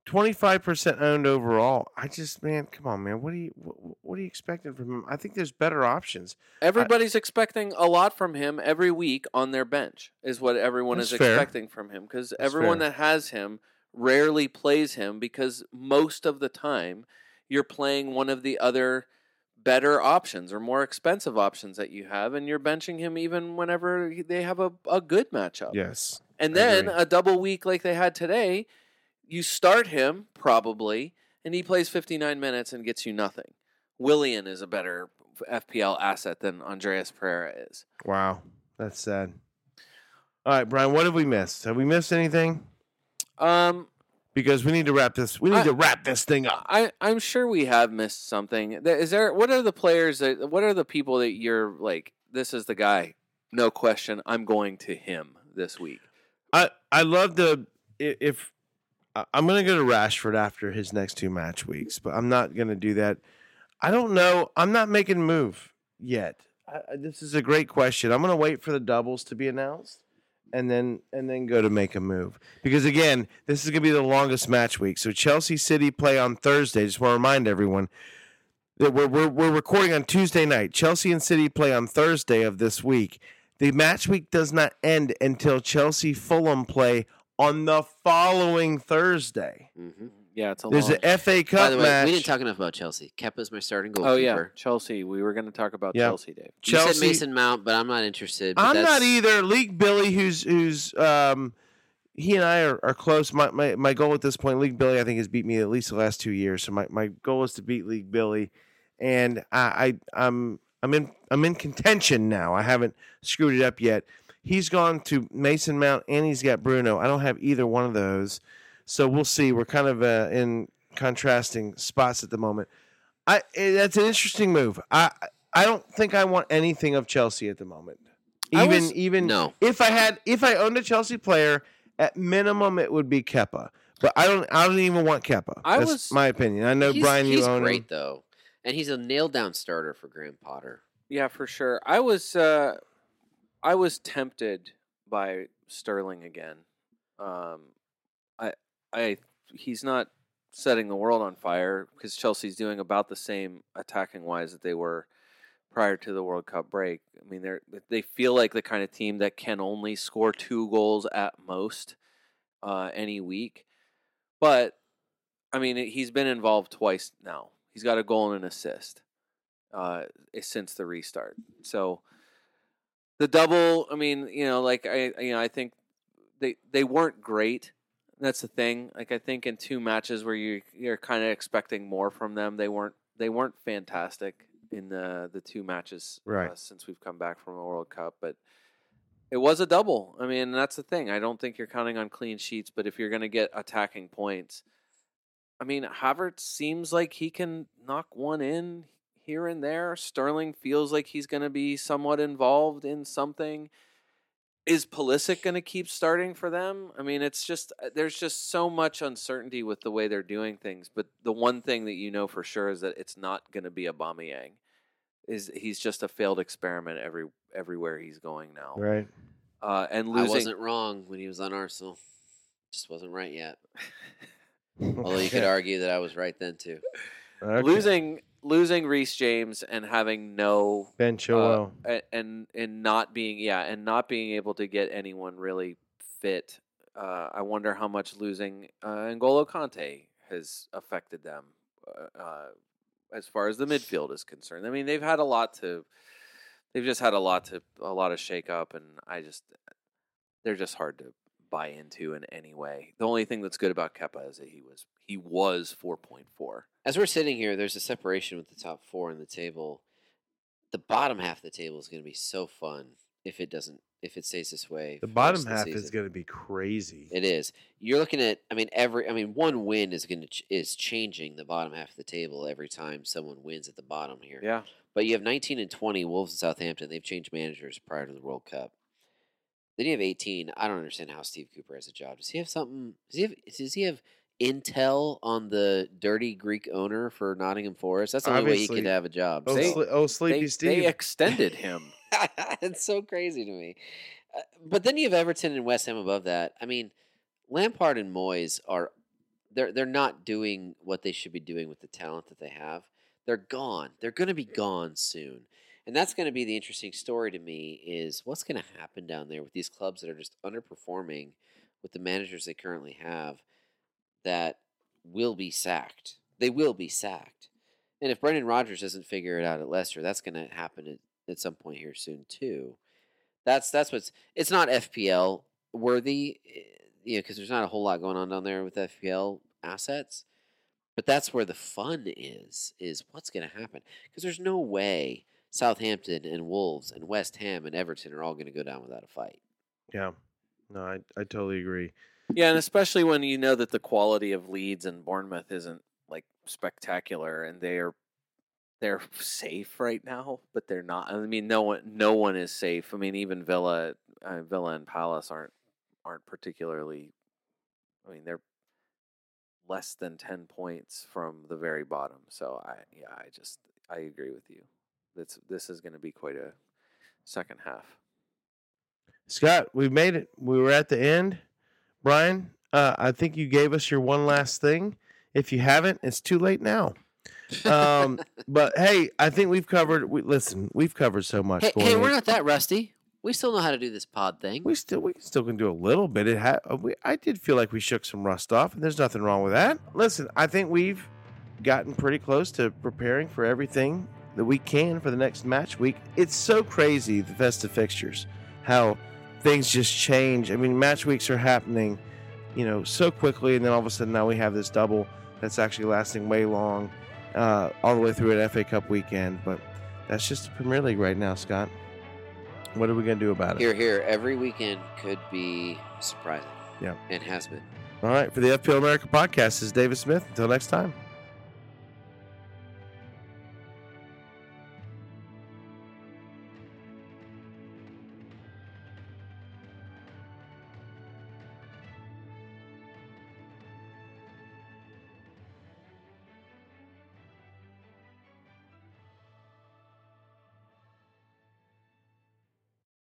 [SPEAKER 7] 25% owned overall. I just, man, come on, man. What do you what, what are you expecting from him? I think there's better options.
[SPEAKER 8] Everybody's expecting a lot from him every week on their bench, is what everyone is
[SPEAKER 7] That's fair.
[SPEAKER 8] expecting from him. Because
[SPEAKER 7] That's
[SPEAKER 8] everyone
[SPEAKER 7] fair.
[SPEAKER 8] that has him rarely plays him because most of the time you're playing one of the other better options or more expensive options that you have, and you're benching him even whenever he- they have a, a good matchup.
[SPEAKER 7] Yes.
[SPEAKER 8] And
[SPEAKER 7] I
[SPEAKER 8] then
[SPEAKER 7] agree.
[SPEAKER 8] a double week like they had today, you start him probably, and he plays 59 minutes and gets you nothing. Willian is a better FPL asset than Andreas Pereira is.
[SPEAKER 7] Wow. That's sad. All right, Brian, what have we missed? Have we missed anything?
[SPEAKER 8] Um,
[SPEAKER 7] Because we need to wrap this. We need
[SPEAKER 8] I-
[SPEAKER 7] to wrap this thing up.
[SPEAKER 8] I I'm sure we have missed something. Th- Is there? What are the players that? What are the people that you're like? This is the guy. No question. I'm going to him this week.
[SPEAKER 7] I I love the i- if I- I'm gonna go to Rashford after his next two match weeks, but I'm not gonna do that. I don't know. I'm not making a move yet. I, I- this is a great question. I'm gonna wait for the doubles to be announced, and then and then go to make a move because again, this is gonna be the longest match week. So Chelsea City play on Thursday. Just want to remind everyone that we're, we're we're recording on Tuesday night. Chelsea and City play on Thursday of this week. The match week does not end until Chelsea Fulham play on the following Thursday.
[SPEAKER 3] Mhm.
[SPEAKER 8] Yeah, it's a
[SPEAKER 7] There's
[SPEAKER 8] long.
[SPEAKER 7] a FA Cup
[SPEAKER 3] By the way,
[SPEAKER 7] match.
[SPEAKER 3] we didn't talk enough about Chelsea. Kepa's my starting goalkeeper.
[SPEAKER 8] oh yeah, Chelsea. We were going to talk about
[SPEAKER 7] Yeah.
[SPEAKER 8] Chelsea, Dave.
[SPEAKER 3] You said Mason Mount, but I'm not interested. but
[SPEAKER 7] I'm
[SPEAKER 3] that's-
[SPEAKER 7] not either. League Billy, who's who's um, he and I are, are close. My, my my goal at this point, League Billy, I think has beat me at least the last two years. So my, my goal is to beat League Billy, and I, I I'm I'm in I'm in contention now. I haven't screwed it up yet. He's gone to Mason Mount and he's got Bruno. I don't have either one of those, so we'll see. We're kind of uh, in contrasting spots at the moment. I eh, that's an interesting move. I I don't think I want anything of Chelsea at the moment.
[SPEAKER 8] I
[SPEAKER 7] Even
[SPEAKER 8] was-
[SPEAKER 7] even
[SPEAKER 3] No.
[SPEAKER 7] if I had if I owned a Chelsea player, at minimum it would be Keppa. But I don't I don't even want Keppa.
[SPEAKER 8] I
[SPEAKER 7] that's
[SPEAKER 8] was-
[SPEAKER 7] my opinion. I know
[SPEAKER 3] he's,
[SPEAKER 7] Brian, you
[SPEAKER 3] he's
[SPEAKER 7] own
[SPEAKER 3] great
[SPEAKER 7] him.
[SPEAKER 3] though, and he's a nailed down starter for Graham Potter.
[SPEAKER 8] Yeah, for sure. I was uh, I was tempted by Sterling again. Um, I I he's not setting the world on fire because Chelsea's doing about the same attacking wise that they were prior to the World Cup break. I mean, they're they feel like the kind of team that can only score two goals at most uh, any week. But I mean, he's been involved twice now. He's got a goal and an assist uh, i- since the restart. So the double, I mean, you know, like I, you know, I think they they weren't great. That's the thing. Like I think in two matches where you you're kind of expecting more from them, they weren't they weren't fantastic in the the two matches
[SPEAKER 7] Right.
[SPEAKER 8] uh, since we've come back from a World Cup, but. It was a double. I mean, that's the thing. I don't think you're counting on clean sheets, but if you're going to get attacking points, I mean, Havertz seems like he can knock one in here and there. Sterling feels like he's going to be somewhat involved in something. Is Pulisic going to keep starting for them? I mean, it's just uh, there's just so much uncertainty with the way they're doing things. But the one thing that you know for sure is that it's not going to be Aubameyang. Is he's just a failed experiment every everywhere he's going now,
[SPEAKER 7] Right.
[SPEAKER 8] uh, and
[SPEAKER 3] I
[SPEAKER 8] losing.
[SPEAKER 3] wasn't wrong when he was on Arsenal. Just wasn't right yet.
[SPEAKER 7] Oh,
[SPEAKER 3] Although you could argue that I was right then too.
[SPEAKER 7] Okay.
[SPEAKER 8] losing losing Reese James and having no
[SPEAKER 7] Ben Chilwell.
[SPEAKER 3] uh,
[SPEAKER 8] a- and and not being yeah and not being able to get anyone really fit uh, i wonder how much losing uh, N'Golo Conte has affected them uh, uh, as far as the midfield is concerned i mean they've had a lot to they've just had a lot to a lot of shake up and i just they're just hard to buy into in any way the only thing that's good about Kepa is that he was he was 4.4
[SPEAKER 3] As we're sitting here, there's a separation with the top four in the table. The bottom half of the table is going to be so fun if it doesn't if it stays this way.
[SPEAKER 7] the
[SPEAKER 3] for
[SPEAKER 7] bottom
[SPEAKER 3] rest of the
[SPEAKER 7] half is
[SPEAKER 3] season.
[SPEAKER 7] going to be crazy.
[SPEAKER 3] It is. You're looking at. I mean, every. I mean, one win is going to ch- is changing the bottom half of the table every time someone wins at the bottom here.
[SPEAKER 8] yeah
[SPEAKER 3] But you have 19 and 20 Wolves and Southampton. They've changed managers prior to the World Cup. Then you have 18. I don't understand how Steve Cooper has a job. Does he have something? Does he have? Does he have intel on the dirty Greek owner for Nottingham Forest? That's the only way he could
[SPEAKER 7] Obviously.
[SPEAKER 3] have a job.
[SPEAKER 7] Oh,
[SPEAKER 8] They-
[SPEAKER 3] so-
[SPEAKER 7] sle- oh, sleepy
[SPEAKER 8] they,
[SPEAKER 7] Steve.
[SPEAKER 8] they extended him
[SPEAKER 3] *laughs* it's so crazy to me. Uh, but then you have Everton and West Ham above that. I mean, Lampard and Moyes are they're they're not doing what they should be doing with the talent that they have. They're gone. They're going to be gone soon. And that's going to be the interesting story to me is what's going to happen down there with these clubs that are just underperforming with the managers they currently have that will be sacked. They will be sacked. And if Brendan Rodgers doesn't figure it out at Leicester, that's going to happen at, at some point here soon too. That's that's what's it's not FPL worthy, eh, you know, because there's not a whole lot going on down there with FPL assets. But that's where the fun is is what's going to happen because there's no way Southampton and Wolves and West Ham and Everton are all going to go down without a fight.
[SPEAKER 7] Yeah. No, I, I totally agree.
[SPEAKER 8] Yeah, and especially when you know that the quality of Leeds and Bournemouth isn't like spectacular, and they are they're *laughs* safe right now, but they're not. I mean, no one no one is safe. I mean, even Villa uh, Villa and Palace aren't aren't particularly. I mean, they're less than ten points from the very bottom. So I yeah, I just I agree with you. That's this is going to be quite a second half.
[SPEAKER 7] Scott, we made it. We were at the end. Brian, uh, I think you gave us your one last thing. If you haven't, it's too late now. Um, *laughs* but hey, I think we've covered. We, listen, we've covered so much.
[SPEAKER 3] Hey,
[SPEAKER 7] going
[SPEAKER 3] hey,
[SPEAKER 7] in.
[SPEAKER 3] we're not that rusty. We still know how to do this pod thing.
[SPEAKER 7] We still we still can do a little bit. It ha- uh, we, I did feel like we shook some rust off, and there's nothing wrong with that. Listen, I think we've gotten pretty close to preparing for everything that we can for the next match week. It's so crazy the festive fixtures, how things just change. I mean, match weeks are happening, you know, so quickly, and then all of a sudden now we have this double that's actually lasting way long, uh, all the way through an FA Cup weekend. But that's just the Premier League right now, Scott. What are we gonna do about it?
[SPEAKER 3] Here, here. Every weekend could be surprising.
[SPEAKER 7] Yeah.
[SPEAKER 3] And has been.
[SPEAKER 7] All right. For the FPL America podcast, this is David Smith. Until next time.